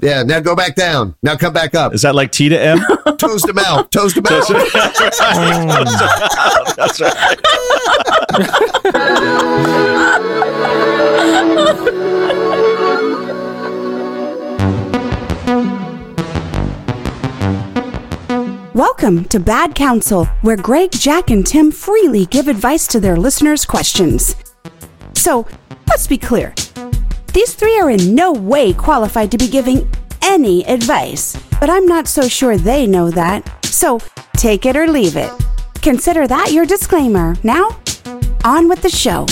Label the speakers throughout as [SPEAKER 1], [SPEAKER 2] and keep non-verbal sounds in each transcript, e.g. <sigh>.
[SPEAKER 1] Yeah, now go back down. Now come back up.
[SPEAKER 2] Is that like T to M?
[SPEAKER 1] Toast him out. Toast him out.
[SPEAKER 2] That's right.
[SPEAKER 3] Welcome to Bad Counsel, where Greg, Jack, and Tim freely give advice to their listeners' questions. So, let's be clear. These three are in no way qualified to be giving any advice, but I'm not so sure they know that. So, take it or leave it. Consider that your disclaimer. Now, on with the show.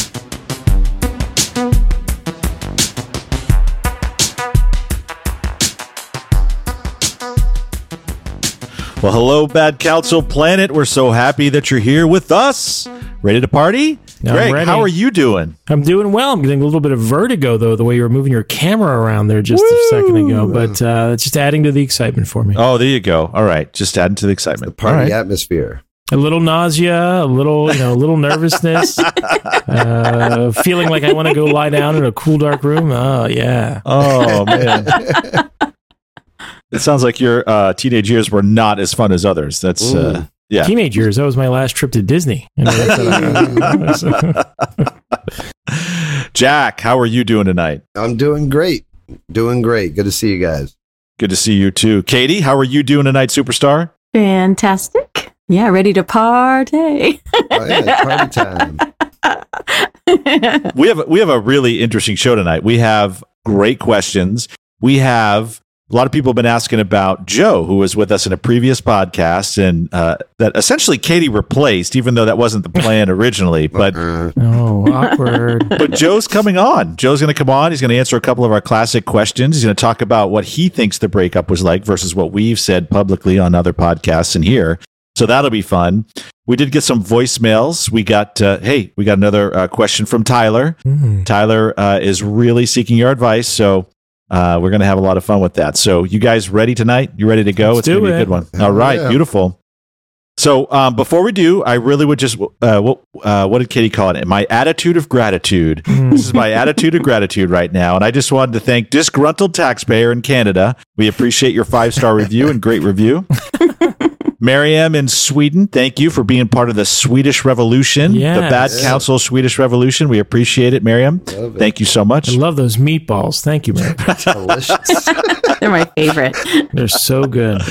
[SPEAKER 2] Well, hello, Bad Counsel Planet. We're so happy that you're here with us. Ready to party?
[SPEAKER 4] I'm
[SPEAKER 2] Greg,
[SPEAKER 4] ready.
[SPEAKER 2] how are you doing?
[SPEAKER 4] I'm doing well. I'm getting a little bit of vertigo though, the way you were moving your camera around there just a second ago. But uh, it's just adding to the excitement for me.
[SPEAKER 2] Oh, there you go. All right. Just adding to the excitement.
[SPEAKER 1] Party
[SPEAKER 2] All right.
[SPEAKER 1] atmosphere.
[SPEAKER 4] A little nausea, a little you know, a little nervousness, uh, feeling like I want to go lie down in a cool dark room. Oh yeah,
[SPEAKER 2] Oh, man. it sounds like your uh, teenage years were not as fun as others. That's, uh, yeah.
[SPEAKER 4] teenage years. That was my last trip to Disney. You know, that's-
[SPEAKER 2] Jack, how are you doing tonight?
[SPEAKER 1] I'm doing great. Doing great. Good to see you guys.
[SPEAKER 2] Good to see you too. Katie, how are you doing tonight, superstar?
[SPEAKER 5] Fantastic. Yeah, ready to party. <laughs>
[SPEAKER 1] Oh, yeah, it's party
[SPEAKER 4] <laughs>
[SPEAKER 1] time.
[SPEAKER 2] we have we have a really interesting show tonight. We have great questions. We have a lot of people have been asking about Joe, who was with us in a previous podcast, and uh, that essentially Katie replaced, even though that wasn't the plan originally. But
[SPEAKER 1] Uh,
[SPEAKER 4] <laughs> oh, awkward.
[SPEAKER 2] but Joe's coming on. Joe's going to come on. He's going to answer a couple of our classic questions. He's going to talk about what he thinks the breakup was like versus what we've said publicly on other podcasts and here. So that'll be fun. We did get some voicemails. We got, uh, hey, we got another uh, question from Tyler.
[SPEAKER 4] Hmm.
[SPEAKER 2] Tyler uh, is really seeking your advice. So uh, we're going to have a lot of fun with that. So you guys ready tonight? You ready to go?
[SPEAKER 4] Let's
[SPEAKER 2] it's going
[SPEAKER 4] do
[SPEAKER 2] to be a
[SPEAKER 4] it.
[SPEAKER 2] good one. All right.
[SPEAKER 1] yeah.
[SPEAKER 2] Beautiful. So um, before we do, I really would just uh, what uh, what did Katie call it? My attitude of gratitude.
[SPEAKER 4] Hmm.
[SPEAKER 2] this is my attitude of gratitude right now, and I just wanted to thank disgruntled taxpayer in Canada. We appreciate your five star review and great review. Mariam in Sweden, thank you for being part of the Swedish Revolution, the Bad
[SPEAKER 4] Yes.
[SPEAKER 2] Council Swedish Revolution. We appreciate it, Mariam.
[SPEAKER 1] Love it.
[SPEAKER 2] Thank you so much.
[SPEAKER 4] I love those meatballs. Thank you, man.
[SPEAKER 1] delicious.
[SPEAKER 5] They're my <laughs> favorite.
[SPEAKER 4] They're so good.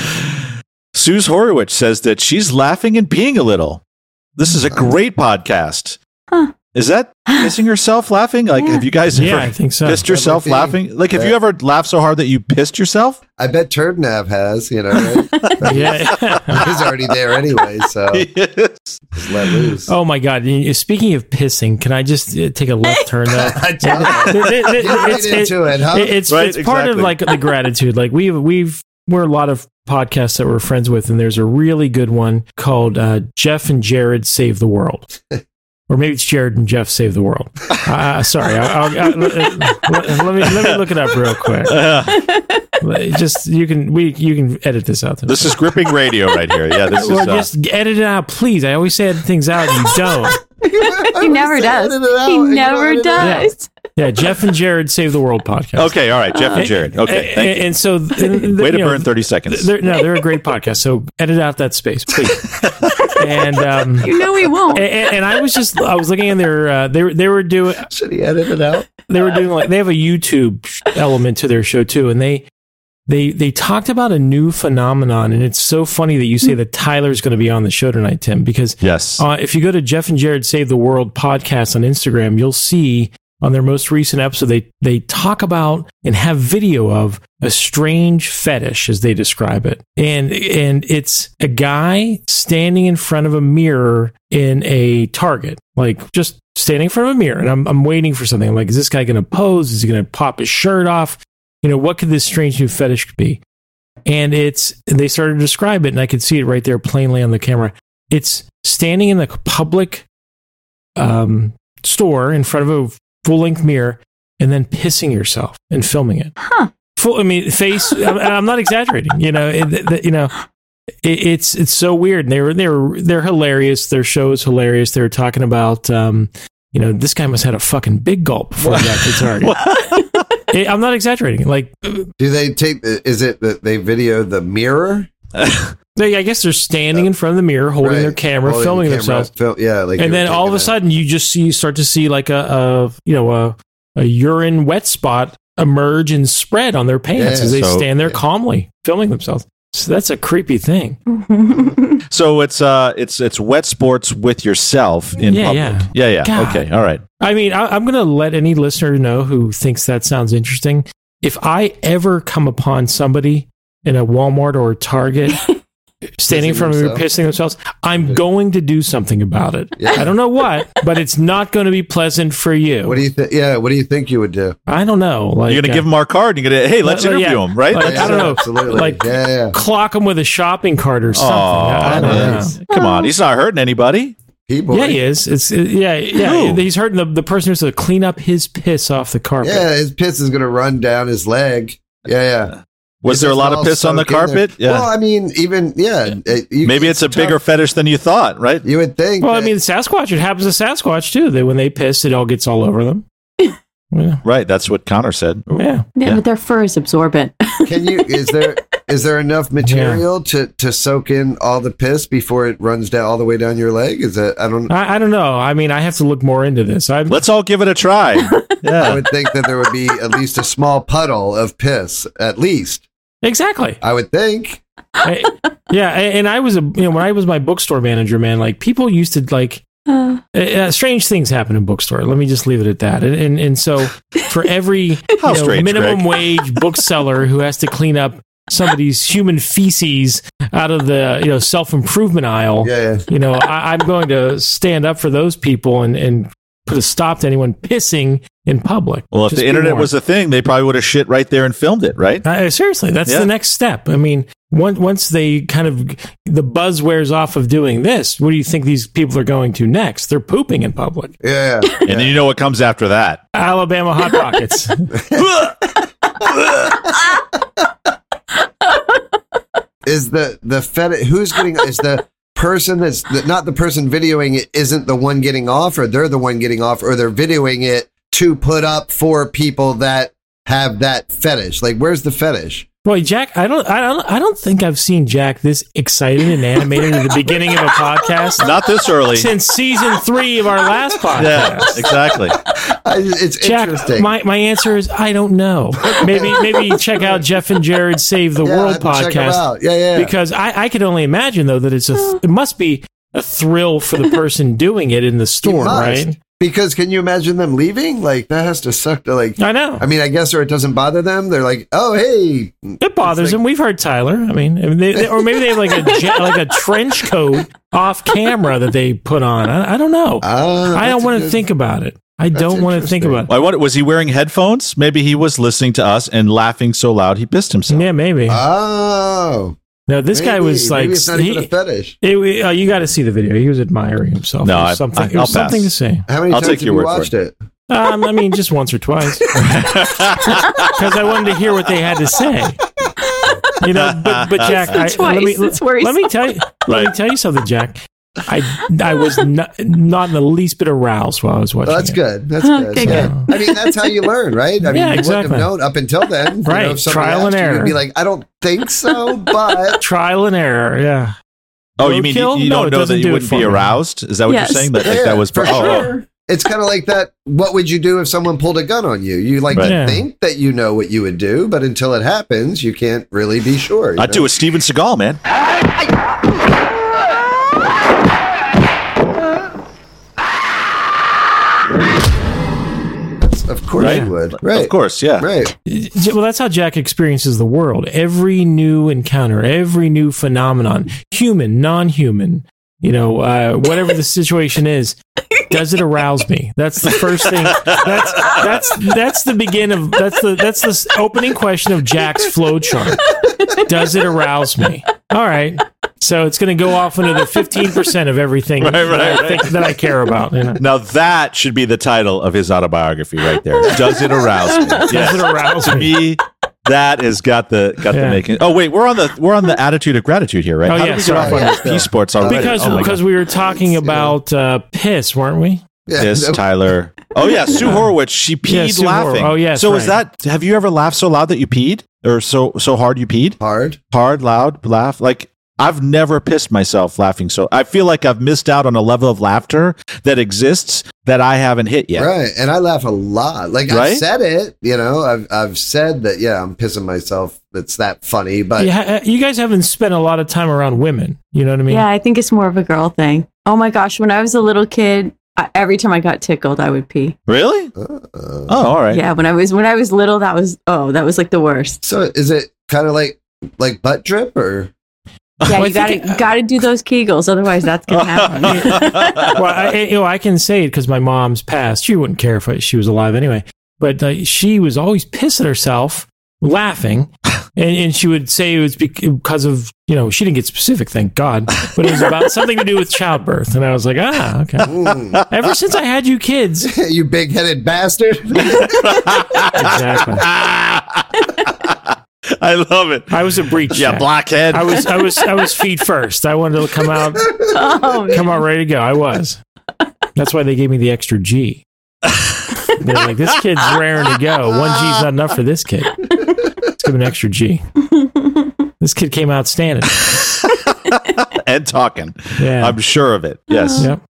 [SPEAKER 2] Suze Horowitz says that she's laughing and peeing a little. This is a great podcast.
[SPEAKER 5] Huh.
[SPEAKER 2] Is
[SPEAKER 5] <gasps>
[SPEAKER 2] that missing yourself laughing? Like,
[SPEAKER 5] Yeah.
[SPEAKER 2] have you guys
[SPEAKER 4] Yeah, I
[SPEAKER 2] ever
[SPEAKER 4] think so.
[SPEAKER 2] pissed yourself
[SPEAKER 1] That would be-
[SPEAKER 2] laughing? Like, have you ever laughed so hard that you pissed
[SPEAKER 4] <laughs>
[SPEAKER 2] yourself?
[SPEAKER 1] I bet Turdnav has, you know, right? <laughs>
[SPEAKER 4] Yeah. <laughs>
[SPEAKER 1] he's already there anyway, so just let loose.
[SPEAKER 4] Oh my God! Y- Speaking of pissing, can I just uh, take a left turn? Though?
[SPEAKER 1] <laughs> I
[SPEAKER 2] <laughs>
[SPEAKER 1] tell
[SPEAKER 4] <laughs>
[SPEAKER 1] you.
[SPEAKER 4] It- it- it-
[SPEAKER 1] Get right
[SPEAKER 4] it's- it-
[SPEAKER 1] into it, huh?
[SPEAKER 4] it- it's
[SPEAKER 2] Right,
[SPEAKER 4] it's part of
[SPEAKER 2] exactly.
[SPEAKER 4] like the gratitude. Like we've we've we're a lot of podcasts that we're friends with, and there's a really good one called uh, Jeff and Jared Save the World. Or maybe it's Jared and Jeff Save the World. Uh, sorry, I'll, I'll, I'll, let, let me let me look it up real quick.
[SPEAKER 2] Uh,
[SPEAKER 4] Let- Just you can we you can edit this out.
[SPEAKER 2] <laughs> this is gripping radio right here. Yeah,
[SPEAKER 4] <laughs>
[SPEAKER 2] this is.
[SPEAKER 4] or
[SPEAKER 2] Uh,
[SPEAKER 4] just edit it out, please. I always say things out, and you don't.
[SPEAKER 2] <laughs>
[SPEAKER 5] <laughs> He never does. He never does.
[SPEAKER 4] Yeah, Jeff and Jared Save the World podcast.
[SPEAKER 2] okay, all right, Jeff and Jared. Okay,
[SPEAKER 4] A-
[SPEAKER 2] thank
[SPEAKER 4] and, so, th- th-
[SPEAKER 2] you. Way to
[SPEAKER 4] Uh, you know,
[SPEAKER 2] burn thirty seconds.
[SPEAKER 4] They're, no, they're a great podcast. So edit out that space, please. and um,
[SPEAKER 5] You know
[SPEAKER 4] <laughs>
[SPEAKER 5] he won't.
[SPEAKER 4] a- a- and I was just I was looking in their uh, they were- they were doing
[SPEAKER 1] Should he edit it out?
[SPEAKER 4] they were doing like they have a YouTube element to their show too, and they they they talked about a new phenomenon, and it's so funny that you say that Tyler's going to be on the show tonight, Tim, because
[SPEAKER 2] yes.
[SPEAKER 4] uh, if you go to Jeff and Jared Save the World podcast on Instagram, you'll see on their most recent episode they they talk about and have video of a strange fetish as they describe it. And and it's a guy standing in front of a mirror in a target. Like just standing in front of a mirror and I'm I'm waiting for something. I'm like, is this guy gonna pose? Is he gonna pop his shirt off? You know, what could this strange new fetish be? and it's they started to describe it and i could see it right there plainly on the camera it's standing in a public um, store in front of a full-length mirror and then pissing yourself and filming it
[SPEAKER 5] Huh.
[SPEAKER 4] full i mean face I'm, I'm not exaggerating you know it, th- th- you know it, it's it's so weird and they were they were they're hilarious their show is hilarious they were talking about um you know, this guy must have had a fucking big gulp before he got
[SPEAKER 1] <laughs>
[SPEAKER 4] to Target. It- I'm not exaggerating. Like,
[SPEAKER 1] Do they take? the- Is it that they video the mirror
[SPEAKER 4] they, I guess they're standing in front of the mirror, holding
[SPEAKER 1] Right.
[SPEAKER 4] their camera,
[SPEAKER 1] Holding the
[SPEAKER 4] filming
[SPEAKER 1] camera,
[SPEAKER 4] themselves,
[SPEAKER 1] fil- yeah, like you
[SPEAKER 4] and
[SPEAKER 1] were
[SPEAKER 4] then all of
[SPEAKER 1] taking
[SPEAKER 4] a sudden you just see start to see like a, a you know a, a urine wet spot emerge and spread on their pants
[SPEAKER 1] Yeah,
[SPEAKER 4] as they
[SPEAKER 2] so-
[SPEAKER 4] stand there calmly filming themselves. So that's a creepy thing.
[SPEAKER 2] So it's uh it's it's wet sports with yourself in
[SPEAKER 4] Yeah,
[SPEAKER 2] public. Yeah, yeah.
[SPEAKER 4] God.
[SPEAKER 2] Okay. All right.
[SPEAKER 4] I mean, I, I'm going to let any listener know who thinks that sounds interesting. If I ever come upon somebody in a Walmart or
[SPEAKER 1] <laughs>
[SPEAKER 4] a Target <laughs> standing in
[SPEAKER 1] Pissing
[SPEAKER 4] front of me
[SPEAKER 1] themselves.
[SPEAKER 4] pissing themselves, I'm going to do something about it.
[SPEAKER 1] Yeah.
[SPEAKER 4] I don't know what, but it's not going to be pleasant for you.
[SPEAKER 1] What do you think? Yeah, what do you think you would do?
[SPEAKER 4] I don't know. Like,
[SPEAKER 2] you're gonna give
[SPEAKER 4] uh,
[SPEAKER 2] him our card. You're gonna hey, let's
[SPEAKER 4] uh,
[SPEAKER 2] interview
[SPEAKER 4] yeah.
[SPEAKER 2] him, right?
[SPEAKER 4] Like,
[SPEAKER 2] That's-
[SPEAKER 4] I don't know.
[SPEAKER 1] Absolutely.
[SPEAKER 4] Like-
[SPEAKER 1] yeah, yeah.
[SPEAKER 4] clock him with a shopping cart or something. I don't
[SPEAKER 1] Aw,
[SPEAKER 4] know.
[SPEAKER 1] nice.
[SPEAKER 2] Come on, he's not hurting anybody.
[SPEAKER 1] People.
[SPEAKER 4] Yeah, he is. It's uh, yeah, yeah.
[SPEAKER 2] Who?
[SPEAKER 4] He's hurting the, the person who's to clean up his piss off the carpet.
[SPEAKER 1] Yeah, his piss is gonna run down his leg. Yeah, yeah.
[SPEAKER 2] Was
[SPEAKER 1] It
[SPEAKER 2] there a
[SPEAKER 1] doesn't
[SPEAKER 2] lot of
[SPEAKER 1] all
[SPEAKER 2] piss on the
[SPEAKER 1] soak in there.
[SPEAKER 2] carpet? Yeah.
[SPEAKER 1] Well, I mean, even yeah, it- you-
[SPEAKER 2] Maybe it's a
[SPEAKER 1] tough.
[SPEAKER 2] bigger fetish than you thought, right?
[SPEAKER 1] You would think.
[SPEAKER 4] Well, I
[SPEAKER 1] that-
[SPEAKER 4] mean, Sasquatch. It happens to Sasquatch too. That when they piss, it all gets all over them. yeah,
[SPEAKER 2] Right. That's what Connor said.
[SPEAKER 4] yeah.
[SPEAKER 5] <laughs> Yeah,
[SPEAKER 2] Yeah.
[SPEAKER 5] but their fur is absorbent. <laughs>
[SPEAKER 1] can you? Is there is there
[SPEAKER 4] <laughs>
[SPEAKER 1] enough material to to soak in all the piss before it runs down all the way down your leg? Is that I
[SPEAKER 4] <laughs>
[SPEAKER 1] don't.
[SPEAKER 4] I, I don't know. I mean, I have to look more into this. I'm,
[SPEAKER 2] Let's all give it a try.
[SPEAKER 1] I
[SPEAKER 2] Yeah.
[SPEAKER 1] would think that there would be at least a small puddle of piss, at least.
[SPEAKER 4] exactly.
[SPEAKER 1] I would think.
[SPEAKER 4] I- yeah, a- and I was a you know when I was my bookstore manager, man. Like people used to like
[SPEAKER 5] Uh,
[SPEAKER 4] uh, uh, strange things happen in bookstore. Let me just leave it at that. And and, and so for every you
[SPEAKER 2] How
[SPEAKER 4] know,
[SPEAKER 2] strange,
[SPEAKER 4] minimum
[SPEAKER 2] Greg.
[SPEAKER 4] wage bookseller who has to clean up somebody's human feces out of the you know self improvement aisle.
[SPEAKER 1] Yeah, yeah.
[SPEAKER 4] you know, I, I'm going to stand up for those people and, and put a stop to anyone pissing in public.
[SPEAKER 2] Well, if
[SPEAKER 4] Just
[SPEAKER 2] the
[SPEAKER 4] be
[SPEAKER 2] internet
[SPEAKER 4] warned.
[SPEAKER 2] was a thing, they probably would have shit right there and filmed it,
[SPEAKER 4] <laughs>
[SPEAKER 2] right?
[SPEAKER 4] I- Uh, seriously, that's
[SPEAKER 2] Yeah.
[SPEAKER 4] the next step. I mean, once once they kind of the buzz wears off of doing this, what do you think these people are going to next? They're pooping in public.
[SPEAKER 1] Yeah, yeah.
[SPEAKER 2] And then you know what comes after that. <laughs>
[SPEAKER 4] Alabama hot pockets.
[SPEAKER 1] Is the the fetish? Who's getting? Is
[SPEAKER 4] <laughs>
[SPEAKER 1] the person that's the, not the person videoing it isn't the one getting off, or they're the one getting off, or they're videoing it to put up for people that have that fetish? Like, where's the fetish?
[SPEAKER 4] Boy, Jack, I don't, I don't, I don't think I've seen Jack this excited and animated at the beginning of a podcast
[SPEAKER 2] Not this
[SPEAKER 4] <laughs>
[SPEAKER 2] early.
[SPEAKER 4] since season three of our last podcast.
[SPEAKER 2] Yeah, exactly.
[SPEAKER 1] I, it's
[SPEAKER 4] Jack,
[SPEAKER 1] interesting.
[SPEAKER 4] my, my answer is I don't know. Maybe maybe check out Jeff and Jared Save the
[SPEAKER 1] Yeah,
[SPEAKER 4] World
[SPEAKER 1] check 'em
[SPEAKER 4] podcast
[SPEAKER 1] out. Yeah, yeah.
[SPEAKER 4] because I, I could only imagine though that it's a th- it must be a thrill for the
[SPEAKER 1] <laughs>
[SPEAKER 4] person doing it in the store,
[SPEAKER 1] must.
[SPEAKER 4] right?
[SPEAKER 1] Because can you imagine them leaving? Like that has to suck to like.
[SPEAKER 4] I know
[SPEAKER 1] I mean, I guess or it doesn't bother them. They're like, oh hey,
[SPEAKER 4] it bothers them. We've heard Tyler. I mean, I mean, they, they- or maybe they have like a
[SPEAKER 1] <laughs>
[SPEAKER 4] ja- like a trench coat off camera that they put on. I, I don't know.
[SPEAKER 1] ah,
[SPEAKER 4] I
[SPEAKER 1] that's
[SPEAKER 4] don't
[SPEAKER 1] a
[SPEAKER 4] want to
[SPEAKER 1] good-
[SPEAKER 4] think about it. I don't want to think
[SPEAKER 1] interesting.
[SPEAKER 4] about it.
[SPEAKER 2] I wonder, was he wearing headphones? Maybe he was listening to us and laughing so loud he pissed himself.
[SPEAKER 4] Yeah, maybe.
[SPEAKER 1] Oh,
[SPEAKER 4] no, this guy
[SPEAKER 1] Uh, maybe.
[SPEAKER 4] was like
[SPEAKER 1] maybe it's not
[SPEAKER 4] he-
[SPEAKER 1] even a fetish.
[SPEAKER 4] It, we- uh, you got to see the video. He was admiring himself.
[SPEAKER 2] No,
[SPEAKER 4] It was
[SPEAKER 2] I-
[SPEAKER 4] something.
[SPEAKER 2] I-
[SPEAKER 4] it was
[SPEAKER 2] I'll pass.
[SPEAKER 4] something to say.
[SPEAKER 1] How many
[SPEAKER 2] I'll
[SPEAKER 1] times
[SPEAKER 2] take
[SPEAKER 1] have
[SPEAKER 2] your
[SPEAKER 1] you
[SPEAKER 2] word for
[SPEAKER 1] watched it?
[SPEAKER 4] Um, I mean, just once or
[SPEAKER 5] <laughs>
[SPEAKER 4] twice, because I wanted to hear what they had to say. You know, but, but Jack,
[SPEAKER 5] The
[SPEAKER 4] I,
[SPEAKER 5] twice,
[SPEAKER 4] let me let
[SPEAKER 5] it's
[SPEAKER 4] me
[SPEAKER 5] worrisome.
[SPEAKER 4] tell you. Let me tell you something, Jack. I I was not not in the least bit aroused while I was watching.
[SPEAKER 1] Well,
[SPEAKER 4] <laughs>
[SPEAKER 1] that's
[SPEAKER 4] it.
[SPEAKER 1] good. That's good.
[SPEAKER 5] Okay,
[SPEAKER 1] Yeah.
[SPEAKER 4] good.
[SPEAKER 1] I mean, that's how you learn, right? I mean,
[SPEAKER 4] <laughs> Yeah,
[SPEAKER 1] you wouldn't
[SPEAKER 4] exactly.
[SPEAKER 1] have known up until then. You
[SPEAKER 4] Right.
[SPEAKER 1] know, if somebody
[SPEAKER 4] Trial and
[SPEAKER 1] asked you,
[SPEAKER 4] error.
[SPEAKER 1] You'd be like, I don't think
[SPEAKER 4] <laughs>
[SPEAKER 1] so, but
[SPEAKER 4] Trial and error. Yeah.
[SPEAKER 2] Oh, you mean you,
[SPEAKER 4] Roadkill?
[SPEAKER 2] you
[SPEAKER 4] No, it
[SPEAKER 2] don't know
[SPEAKER 4] doesn't
[SPEAKER 2] that
[SPEAKER 4] do
[SPEAKER 2] you
[SPEAKER 4] it
[SPEAKER 2] wouldn't
[SPEAKER 4] for
[SPEAKER 2] be
[SPEAKER 4] me.
[SPEAKER 2] aroused? Is that what
[SPEAKER 5] Yes.
[SPEAKER 2] you're saying? That, like,
[SPEAKER 1] Yeah,
[SPEAKER 2] that was
[SPEAKER 1] for
[SPEAKER 2] oh, oh.
[SPEAKER 5] sure.
[SPEAKER 1] it's kind of like that. What would you do if someone pulled a gun on you? You like
[SPEAKER 4] Right.
[SPEAKER 1] to
[SPEAKER 4] Yeah.
[SPEAKER 1] think that you know what you would do, but until it happens, you can't really be sure. you
[SPEAKER 2] I'd do a Steven Seagal, man.
[SPEAKER 1] know? Of course
[SPEAKER 4] Right.
[SPEAKER 1] you would. Right.
[SPEAKER 2] Of course, yeah.
[SPEAKER 1] Right.
[SPEAKER 4] J- Well, that's how Jack experiences the world. Every new encounter, every new phenomenon, human, non human, you know, uh, whatever the situation is, does it arouse me? That's the first thing. That's that's that's the begin of that's the that's the s- opening question of Jack's flow chart. Does it arouse me? All right. So it's going to go off into the fifteen percent of everything
[SPEAKER 2] right,
[SPEAKER 4] that, I
[SPEAKER 2] right.
[SPEAKER 4] think, that I care about. You know?
[SPEAKER 2] <laughs> Now that should be the title of his autobiography, right
[SPEAKER 4] <laughs>
[SPEAKER 2] there. Does it arouse me? Yes.
[SPEAKER 4] Does it arouse
[SPEAKER 2] to
[SPEAKER 4] me?
[SPEAKER 2] me, that has got the got
[SPEAKER 4] Yeah.
[SPEAKER 2] the making. Oh wait, we're on the we're on the attitude of gratitude here, right?
[SPEAKER 4] Oh,
[SPEAKER 2] How
[SPEAKER 4] yeah,
[SPEAKER 2] did we get
[SPEAKER 4] sorry.
[SPEAKER 2] off on
[SPEAKER 1] Yeah.
[SPEAKER 2] these pea sports already?
[SPEAKER 4] Because
[SPEAKER 2] Oh, my
[SPEAKER 4] because
[SPEAKER 2] God.
[SPEAKER 4] we were talking about uh, piss, weren't we?
[SPEAKER 1] Yeah,
[SPEAKER 2] this
[SPEAKER 1] no-
[SPEAKER 2] Tyler. Oh yeah, Sue Horowitz. She peed
[SPEAKER 4] Yeah, Sue
[SPEAKER 2] laughing.
[SPEAKER 4] Horowitz. Oh, yes,
[SPEAKER 2] So was
[SPEAKER 4] right.
[SPEAKER 2] that? Have you ever laughed so loud that you peed, or so so hard you peed?
[SPEAKER 1] hard.
[SPEAKER 2] Hard, loud laugh. Like I've never pissed myself laughing. So I feel like I've missed out on a level of laughter that exists that I haven't hit yet.
[SPEAKER 1] Right. And I laugh a lot. Like
[SPEAKER 2] Right?
[SPEAKER 1] I've said it, you know, I've, I've said that, yeah, I'm pissing myself. That's that funny, but
[SPEAKER 4] You, ha- uh, you guys haven't spent a lot of time around women. You know what I mean?
[SPEAKER 5] Yeah, I think it's more of a girl thing. Oh my gosh, when I was a little kid, I, every time I got tickled, I would pee.
[SPEAKER 2] Really?
[SPEAKER 1] uh,
[SPEAKER 2] Oh, all right.
[SPEAKER 5] Yeah, when I was when I was little, that was oh, that was like
[SPEAKER 1] <laughs>
[SPEAKER 5] the worst.
[SPEAKER 1] so is it kind of like, like butt drip or?
[SPEAKER 5] Yeah,
[SPEAKER 4] Well, I
[SPEAKER 5] you gotta
[SPEAKER 4] think-
[SPEAKER 5] gotta do those Kegels, otherwise that's gonna happen.
[SPEAKER 4] well, I, I- you know, I can say it because my mom's passed. She wouldn't care if I- she was alive anyway. But uh, she was always pissing herself, laughing, and, and she would say it was bec- because of you know she didn't get specific, thank God, but it was about something to do with childbirth. And I was like, ah, okay.
[SPEAKER 1] Mm.
[SPEAKER 4] Ever since I had you kids,
[SPEAKER 1] <laughs> you big headed bastard.
[SPEAKER 4] exactly.
[SPEAKER 2] <laughs> I love
[SPEAKER 4] <laughs>
[SPEAKER 2] it.
[SPEAKER 4] I was a breach.
[SPEAKER 2] Yeah,
[SPEAKER 4] Jack.
[SPEAKER 2] blockhead.
[SPEAKER 4] I was, I was, I was feet first. I wanted to come out,
[SPEAKER 5] <laughs>
[SPEAKER 4] <laughs>
[SPEAKER 5] oh,
[SPEAKER 4] come out ready to go. I was. That's why they gave me the extra G. They're like, this kid's raring to go. One G's not enough for this kid. Let's give him an extra G. This kid came out standing.
[SPEAKER 2] and talking.
[SPEAKER 4] Yeah. Uh-huh.
[SPEAKER 2] I'm sure of it. Yes.
[SPEAKER 4] yep.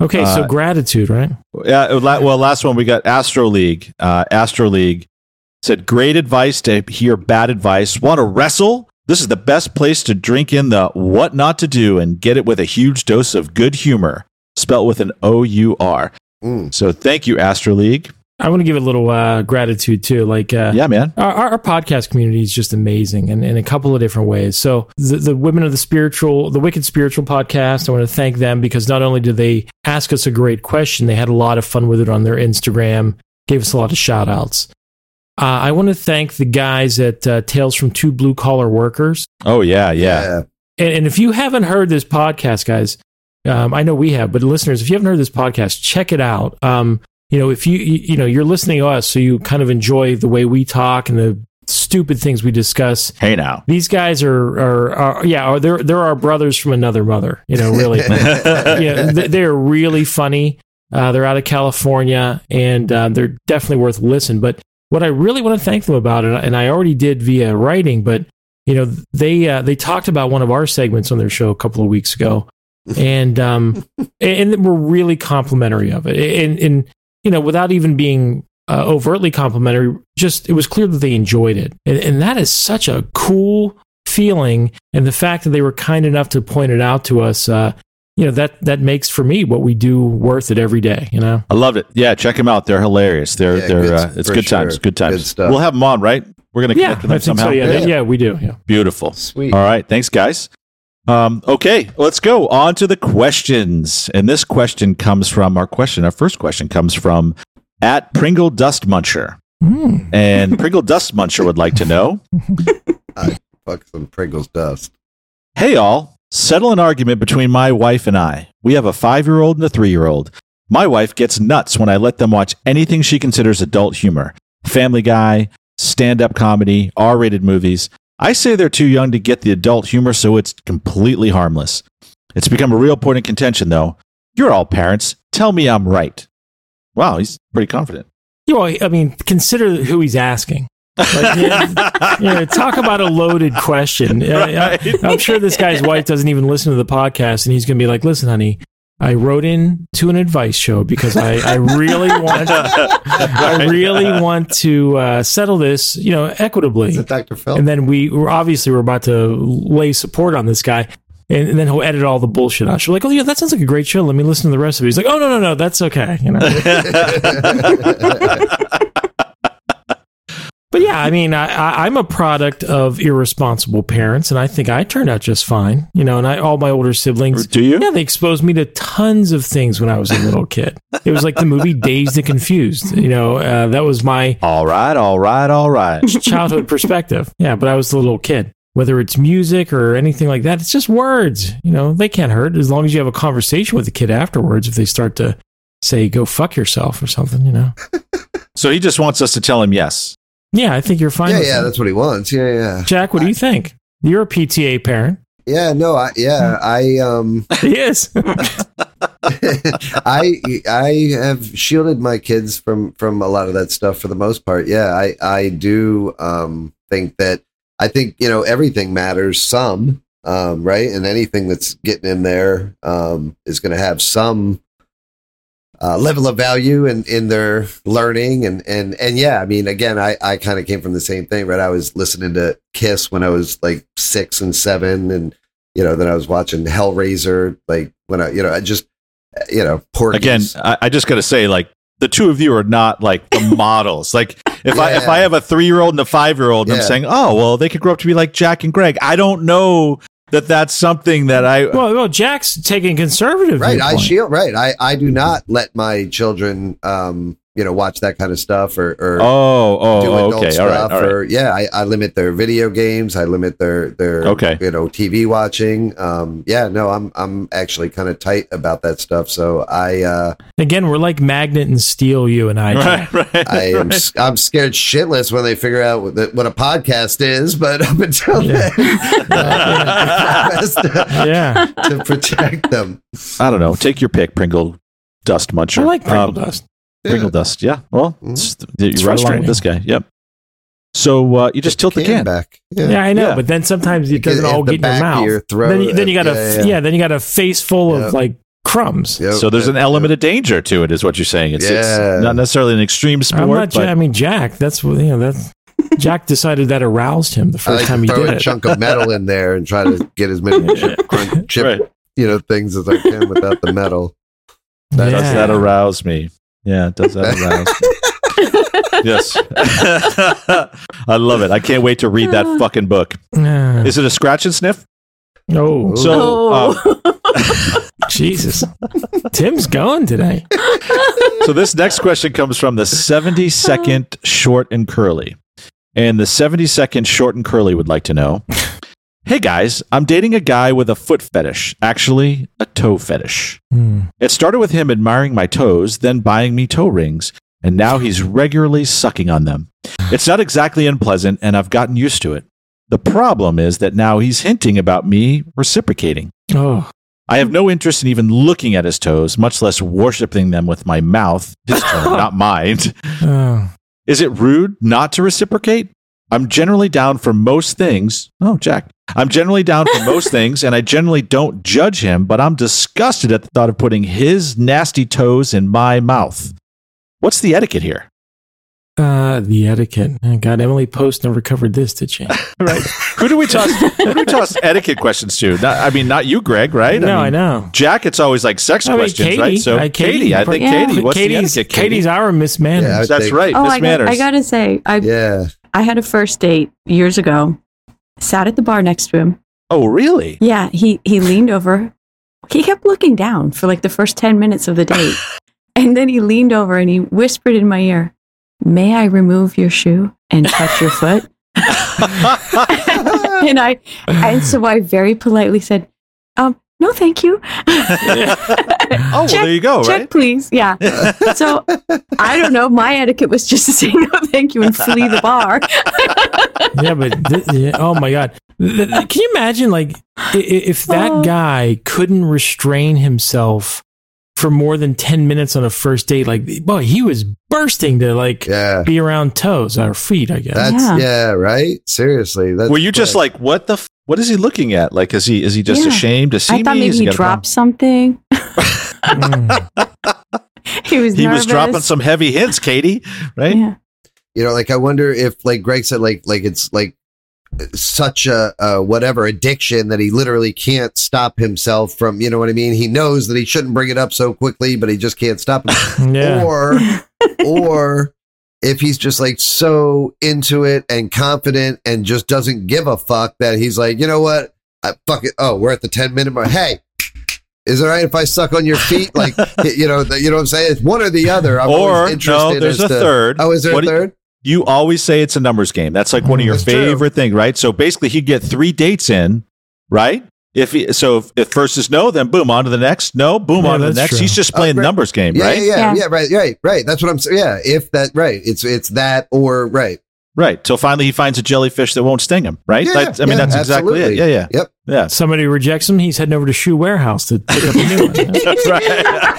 [SPEAKER 4] Okay, so
[SPEAKER 2] Uh,
[SPEAKER 4] gratitude, right?
[SPEAKER 2] Yeah. la- Well, last one we got Astro League. Uh, Astro League said, "Great advice to hear bad advice. Want to wrestle? This is the best place to drink in the what not to do and get it with a huge dose of good humor, spelt with an O U R."
[SPEAKER 1] <laughs> Mm.
[SPEAKER 2] So, thank you, Astro League.
[SPEAKER 4] I want to give a little uh, gratitude too. Like, uh,
[SPEAKER 2] Yeah, man.
[SPEAKER 4] Our, our, our podcast community is just amazing in, in a couple of different ways. So, the, the Women of the Spiritual, the Wicked Spiritual podcast, I want to thank them because not only did they ask us a great question, they had a lot of fun with it on their Instagram, gave us a lot of shout outs. Uh, I want to thank the guys at uh, Tales from Two Blue Collar Workers.
[SPEAKER 2] Oh yeah, yeah.
[SPEAKER 4] And, and if you haven't heard this podcast, guys, um, I know we have, but listeners, if you haven't heard this podcast, check it out. Um, you know, if you you you know you're listening to us, so you kind of enjoy the way we talk and the stupid things we discuss.
[SPEAKER 2] Hey now.
[SPEAKER 4] These guys are are, are yeah, are they're they're our brothers from another mother. You
[SPEAKER 1] <laughs>
[SPEAKER 4] know, really. <laughs> yeah, th- they're really funny. Uh, they're out of California, and uh, they're definitely worth a listen. But what I really want to thank them about, and, and I already did via writing, but you know they uh, they talked about one of our segments on their show a couple of weeks ago, and um, <laughs> and, and we're really complimentary of it, and and you know without even being uh, overtly complimentary, just it was clear that they enjoyed it, and, and that is such a cool feeling, and the fact that they were kind enough to point it out to us. Uh, you know that that makes for me what we do worth it every day you know
[SPEAKER 2] I loved it. Yeah, check them out. They're hilarious. They're
[SPEAKER 1] Yeah,
[SPEAKER 2] they're
[SPEAKER 1] good-
[SPEAKER 2] uh, it's
[SPEAKER 1] for
[SPEAKER 2] good times.
[SPEAKER 1] sure.
[SPEAKER 2] Good times.
[SPEAKER 1] Good stuff.
[SPEAKER 2] We'll have them on, right? We're gonna
[SPEAKER 4] yeah
[SPEAKER 2] connect
[SPEAKER 4] i
[SPEAKER 2] with them
[SPEAKER 4] think
[SPEAKER 2] somehow.
[SPEAKER 4] so yeah,
[SPEAKER 1] Yeah.
[SPEAKER 4] they- yeah we do yeah
[SPEAKER 2] Beautiful.
[SPEAKER 1] Sweet.
[SPEAKER 2] All right. Thanks, guys. Um, okay, let's go on to the questions. And this question comes from our question. Our first question comes from at Pringle Dust Muncher. And Pringle Dust Muncher would like to know
[SPEAKER 1] Fuck some Pringles dust.
[SPEAKER 2] Hey, all, settle an argument between my wife and I. We have a five year old and a three year old. My wife gets nuts when I let them watch anything she considers adult humor Family Guy, stand up comedy, R rated movies. I say they're too young to get the adult humor, so it's completely harmless. It's become a real point of contention, though. You're all parents. Tell me I'm right. Wow, he's pretty confident.
[SPEAKER 4] you know, i mean consider who he's asking
[SPEAKER 2] <laughs>
[SPEAKER 4] Like, you know, you know, talk about a loaded question Uh,
[SPEAKER 2] Right.
[SPEAKER 4] I, am sure this guy's wife doesn't even listen to the podcast and he's going to be like listen honey I wrote in to an advice show because I, I
[SPEAKER 2] <laughs>
[SPEAKER 4] really want I really want to uh, settle this, you know, equitably.
[SPEAKER 1] Is it Dr.
[SPEAKER 2] Oh.
[SPEAKER 1] Phil? <laughs>
[SPEAKER 4] and then we were obviously we're about to lay support on this guy and, and then he'll edit all the bullshit out. She's like, "Oh yeah, that sounds like a great show. Let me listen to the rest of it." He's like, "Oh no, no, no, that's okay."
[SPEAKER 2] <laughs>
[SPEAKER 4] You know. but yeah, I mean, I, I, I'm a product of irresponsible parents, and I think I turned out just fine. You know, and I all my older siblings.
[SPEAKER 2] Do you?
[SPEAKER 4] Yeah, they exposed me to tons of things when I was a little kid. It was like the movie Dazed and Confused. You know, uh, that was my
[SPEAKER 2] All right, all right, all right.
[SPEAKER 4] <laughs> childhood perspective. Yeah, but I was a little kid. Whether it's music or anything like that, it's just words. You know, they can't hurt as long as you have a conversation with the kid afterwards. If they start to say "go fuck yourself" or something, you know.
[SPEAKER 2] So he just wants us to tell him yes.
[SPEAKER 4] Yeah, I think you're fine.
[SPEAKER 1] yeah,
[SPEAKER 4] with
[SPEAKER 1] yeah,
[SPEAKER 4] that.
[SPEAKER 1] that's what he wants. Yeah, yeah.
[SPEAKER 4] Jack, what do you think?
[SPEAKER 1] <laughs>
[SPEAKER 4] You're a PTA parent. Hmm.
[SPEAKER 1] Yeah, no, I, yeah, I, um,
[SPEAKER 4] Yes.
[SPEAKER 1] <laughs> I I have shielded my kids from from a lot of that stuff for the most part. Yeah, I I do um, think that I think you know everything matters some um, right, and anything that's getting in there um, is going to have some uh, level of value in in their learning and and and yeah. I mean, again, I I kind of came from the same thing, right? I was listening to Kiss when I was like six and seven, and you know then I was watching Hellraiser like when I you know I just you know Porky's.
[SPEAKER 2] Again, I, I just got to say, like, the two of you are not like
[SPEAKER 1] <laughs>
[SPEAKER 2] the models. Like, if I if
[SPEAKER 1] Yeah.
[SPEAKER 2] I have a three year old and a five year old, and
[SPEAKER 1] Yeah.
[SPEAKER 2] I'm saying, oh well, they could grow up to be like Jack and Greg. I don't know that that's something that I.
[SPEAKER 4] Well, well, Jack's taking conservative.
[SPEAKER 1] right i
[SPEAKER 4] viewpoint.
[SPEAKER 1] shield right i i do not let my children um you know watch that kind of stuff or or
[SPEAKER 2] oh,
[SPEAKER 1] do
[SPEAKER 2] oh,
[SPEAKER 1] adult
[SPEAKER 2] okay, all
[SPEAKER 1] stuff
[SPEAKER 2] right, all right.
[SPEAKER 1] or yeah I, I limit their video games i limit their their
[SPEAKER 2] Okay.
[SPEAKER 1] you know tv watching um yeah no i'm i'm actually kind of tight about that stuff so i uh
[SPEAKER 4] Again, we're like magnet and steel.
[SPEAKER 1] <laughs>
[SPEAKER 4] You and I. Jack.
[SPEAKER 2] Right, right. <laughs>
[SPEAKER 1] i am s i'm scared shitless when they figure out what, the, what a podcast is but up until
[SPEAKER 4] Yeah.
[SPEAKER 1] then
[SPEAKER 2] <laughs>
[SPEAKER 1] uh, I promise to,
[SPEAKER 4] Yeah,
[SPEAKER 1] to protect them
[SPEAKER 2] I don't know. Take your pick, Pringle Dust Muncher.
[SPEAKER 4] I like Pringle
[SPEAKER 2] Um,
[SPEAKER 4] Dust.
[SPEAKER 2] Pringle Dust. Yeah. Well,
[SPEAKER 1] Mhm.
[SPEAKER 2] it's, you're
[SPEAKER 4] It's
[SPEAKER 2] right along with
[SPEAKER 4] frustrating.
[SPEAKER 2] this guy. Yep. So uh, you just tilt the can.
[SPEAKER 1] back
[SPEAKER 4] Yeah, I know,
[SPEAKER 2] Yeah.
[SPEAKER 4] but then sometimes it
[SPEAKER 1] Because
[SPEAKER 4] doesn't
[SPEAKER 1] if
[SPEAKER 4] all
[SPEAKER 1] the
[SPEAKER 4] get in your
[SPEAKER 1] back of
[SPEAKER 4] mouth.
[SPEAKER 1] your throat- uh,
[SPEAKER 4] then, you, then you got
[SPEAKER 1] yeah,
[SPEAKER 4] a
[SPEAKER 1] yeah.
[SPEAKER 4] yeah, then you got a face full
[SPEAKER 1] Yeah.
[SPEAKER 4] of like crumbs.
[SPEAKER 1] Yep,
[SPEAKER 2] So there's
[SPEAKER 1] yep,
[SPEAKER 2] an element of danger to it, is what you're saying. It's,
[SPEAKER 1] Yeah.
[SPEAKER 2] it's not necessarily an extreme
[SPEAKER 4] I'm
[SPEAKER 2] sport,
[SPEAKER 4] not. Ja- I
[SPEAKER 2] but
[SPEAKER 4] mean, Jack. That's what you
[SPEAKER 1] <laughs>
[SPEAKER 4] know. That's Jack decided that aroused him the
[SPEAKER 1] I
[SPEAKER 4] first
[SPEAKER 1] like
[SPEAKER 4] time he
[SPEAKER 1] to throw
[SPEAKER 4] did
[SPEAKER 1] a
[SPEAKER 4] it.
[SPEAKER 1] chunk of metal in there and try to get as
[SPEAKER 2] <laughs>
[SPEAKER 1] many chip, crunch, chip
[SPEAKER 2] Right.
[SPEAKER 1] you know things as I can without the metal.
[SPEAKER 4] Yeah.
[SPEAKER 2] does that arouse me? Yeah, does that arouse me? yes. <laughs> I love it. I can't wait to read that fucking book.
[SPEAKER 4] Yeah.
[SPEAKER 2] Is it a scratch and sniff?
[SPEAKER 4] oh,
[SPEAKER 1] Ooh.
[SPEAKER 2] So, um,
[SPEAKER 5] oh,
[SPEAKER 1] <laughs>
[SPEAKER 4] Jesus! Tim's going today.
[SPEAKER 2] so this next question comes from the 72nd short and curly and the 72nd short and curly would like to know hey guys i'm dating a guy with a foot fetish actually a toe fetish
[SPEAKER 4] Hmm.
[SPEAKER 2] it started with him admiring my toes then buying me toe rings and now he's regularly sucking on them it's not exactly unpleasant and i've gotten used to it the problem is that now he's hinting about me reciprocating
[SPEAKER 4] Oh,
[SPEAKER 2] I have no interest in even looking at his toes, much less worshiping them with my mouth, his term, not mine.
[SPEAKER 4] oh.
[SPEAKER 2] Is it rude not to reciprocate? I'm generally down for most things. Oh, Jack. I'm generally down for
[SPEAKER 4] <laughs>
[SPEAKER 2] most things, and I generally don't judge him, but I'm disgusted at the thought of putting his nasty toes in my mouth. What's the etiquette here?
[SPEAKER 4] Uh, the etiquette. Oh, God, Emily Post never covered this,
[SPEAKER 1] <laughs>
[SPEAKER 4] did she?
[SPEAKER 2] Right. who do we toss? Who do we
[SPEAKER 4] <laughs>
[SPEAKER 2] toss etiquette questions to? Not, I mean, not you, Greg, right?
[SPEAKER 4] no,
[SPEAKER 2] mean,
[SPEAKER 4] I know.
[SPEAKER 2] Jack, it's always like sex
[SPEAKER 4] I mean,
[SPEAKER 2] questions, right? So,
[SPEAKER 4] uh,
[SPEAKER 2] Katie, I think
[SPEAKER 5] Yeah.
[SPEAKER 2] Katie, what's
[SPEAKER 4] Katie's,
[SPEAKER 2] the etiquette? Katie?
[SPEAKER 4] Katie's our Miss
[SPEAKER 1] Yeah, I
[SPEAKER 4] Manners.
[SPEAKER 1] would
[SPEAKER 2] That's
[SPEAKER 1] think-
[SPEAKER 2] right. Miss
[SPEAKER 5] Oh, I, got,
[SPEAKER 2] Manners.
[SPEAKER 5] I gotta say, I
[SPEAKER 1] Yeah,
[SPEAKER 5] I had a first date years ago. Sat at the bar next to him.
[SPEAKER 2] oh, really?
[SPEAKER 5] Yeah, he he leaned over. He kept looking down for like the first ten minutes of the date, and then he leaned over and he whispered in my ear, "May I remove your shoe and touch your foot?" and I and so I very politely said, "Um, no, thank you."
[SPEAKER 2] Oh, well, there you go,
[SPEAKER 5] Check,
[SPEAKER 2] right?
[SPEAKER 5] please. Yeah. so I don't know. My etiquette was just to say no, thank you, and flee the bar.
[SPEAKER 4] yeah, but thi- <laughs> yeah, oh my God, Th- th- can you imagine? Like, i- i- if
[SPEAKER 5] Oh.
[SPEAKER 4] that guy couldn't restrain himself for more than ten minutes on a first date, like, boy, he was bursting to like
[SPEAKER 1] yeah.
[SPEAKER 4] be around toes or feet. I guess.
[SPEAKER 1] That's
[SPEAKER 5] Yeah.
[SPEAKER 1] yeah. right. Seriously, that's
[SPEAKER 2] Were you just like, what the? F- what is he looking at? Like, is he is he just
[SPEAKER 5] Yeah.
[SPEAKER 2] ashamed to see
[SPEAKER 5] I thought
[SPEAKER 2] me? Is
[SPEAKER 5] maybe he
[SPEAKER 2] got a problem?
[SPEAKER 5] dropped something.
[SPEAKER 4] Mm.
[SPEAKER 5] He was
[SPEAKER 2] He
[SPEAKER 5] nervous.
[SPEAKER 2] was dropping some heavy hints, Katie. Right?
[SPEAKER 5] Yeah.
[SPEAKER 1] you know, like I wonder if, like Greg said, like like it's like such a, a whatever addiction that he literally can't stop himself from. You know what I mean? He knows that he shouldn't bring it up so quickly, but he just can't stop himself.
[SPEAKER 4] yeah.
[SPEAKER 1] or or if he's just like so into it and confident and just doesn't give a fuck that he's like, you know what? I fuck it. Oh, we're at the 10 minute mark. Hey, is it all right if I suck on your feet? Like,
[SPEAKER 2] <laughs>
[SPEAKER 1] you know, the, you know what I'm saying? It's one or the other. I'm always
[SPEAKER 2] Or
[SPEAKER 1] interested
[SPEAKER 2] no, there's
[SPEAKER 1] as
[SPEAKER 2] a
[SPEAKER 1] to-
[SPEAKER 2] third.
[SPEAKER 1] Oh, is there
[SPEAKER 2] What
[SPEAKER 1] a
[SPEAKER 2] do you-
[SPEAKER 1] third?
[SPEAKER 2] You always say it's a numbers game. That's like one of your
[SPEAKER 1] That's true.
[SPEAKER 2] favorite things, right? So basically, he'd get three dates in, right? If he, so, if, if first is no, then boom, on to the next. No, boom,
[SPEAKER 4] Yeah,
[SPEAKER 2] on to the
[SPEAKER 4] that's
[SPEAKER 2] next.
[SPEAKER 4] true.
[SPEAKER 2] He's just playing
[SPEAKER 1] Uh, right.
[SPEAKER 2] numbers game,
[SPEAKER 1] yeah,
[SPEAKER 2] right?
[SPEAKER 1] yeah, yeah,
[SPEAKER 5] Yeah.
[SPEAKER 1] yeah, right, right, right. That's what I'm saying. Yeah, if that, right. It's it's that or right.
[SPEAKER 2] Right. Till finally he finds a jellyfish that won't sting him, right?
[SPEAKER 1] Yeah,
[SPEAKER 2] That's- I mean,
[SPEAKER 1] yeah,
[SPEAKER 2] that's exactly
[SPEAKER 1] absolutely.
[SPEAKER 2] it. Yeah, yeah.
[SPEAKER 1] Yep. <laughs>
[SPEAKER 2] Yeah.
[SPEAKER 4] Somebody rejects him. He's heading over to Shoe Warehouse to pick up a new one.
[SPEAKER 2] That's
[SPEAKER 5] <laughs>
[SPEAKER 2] right.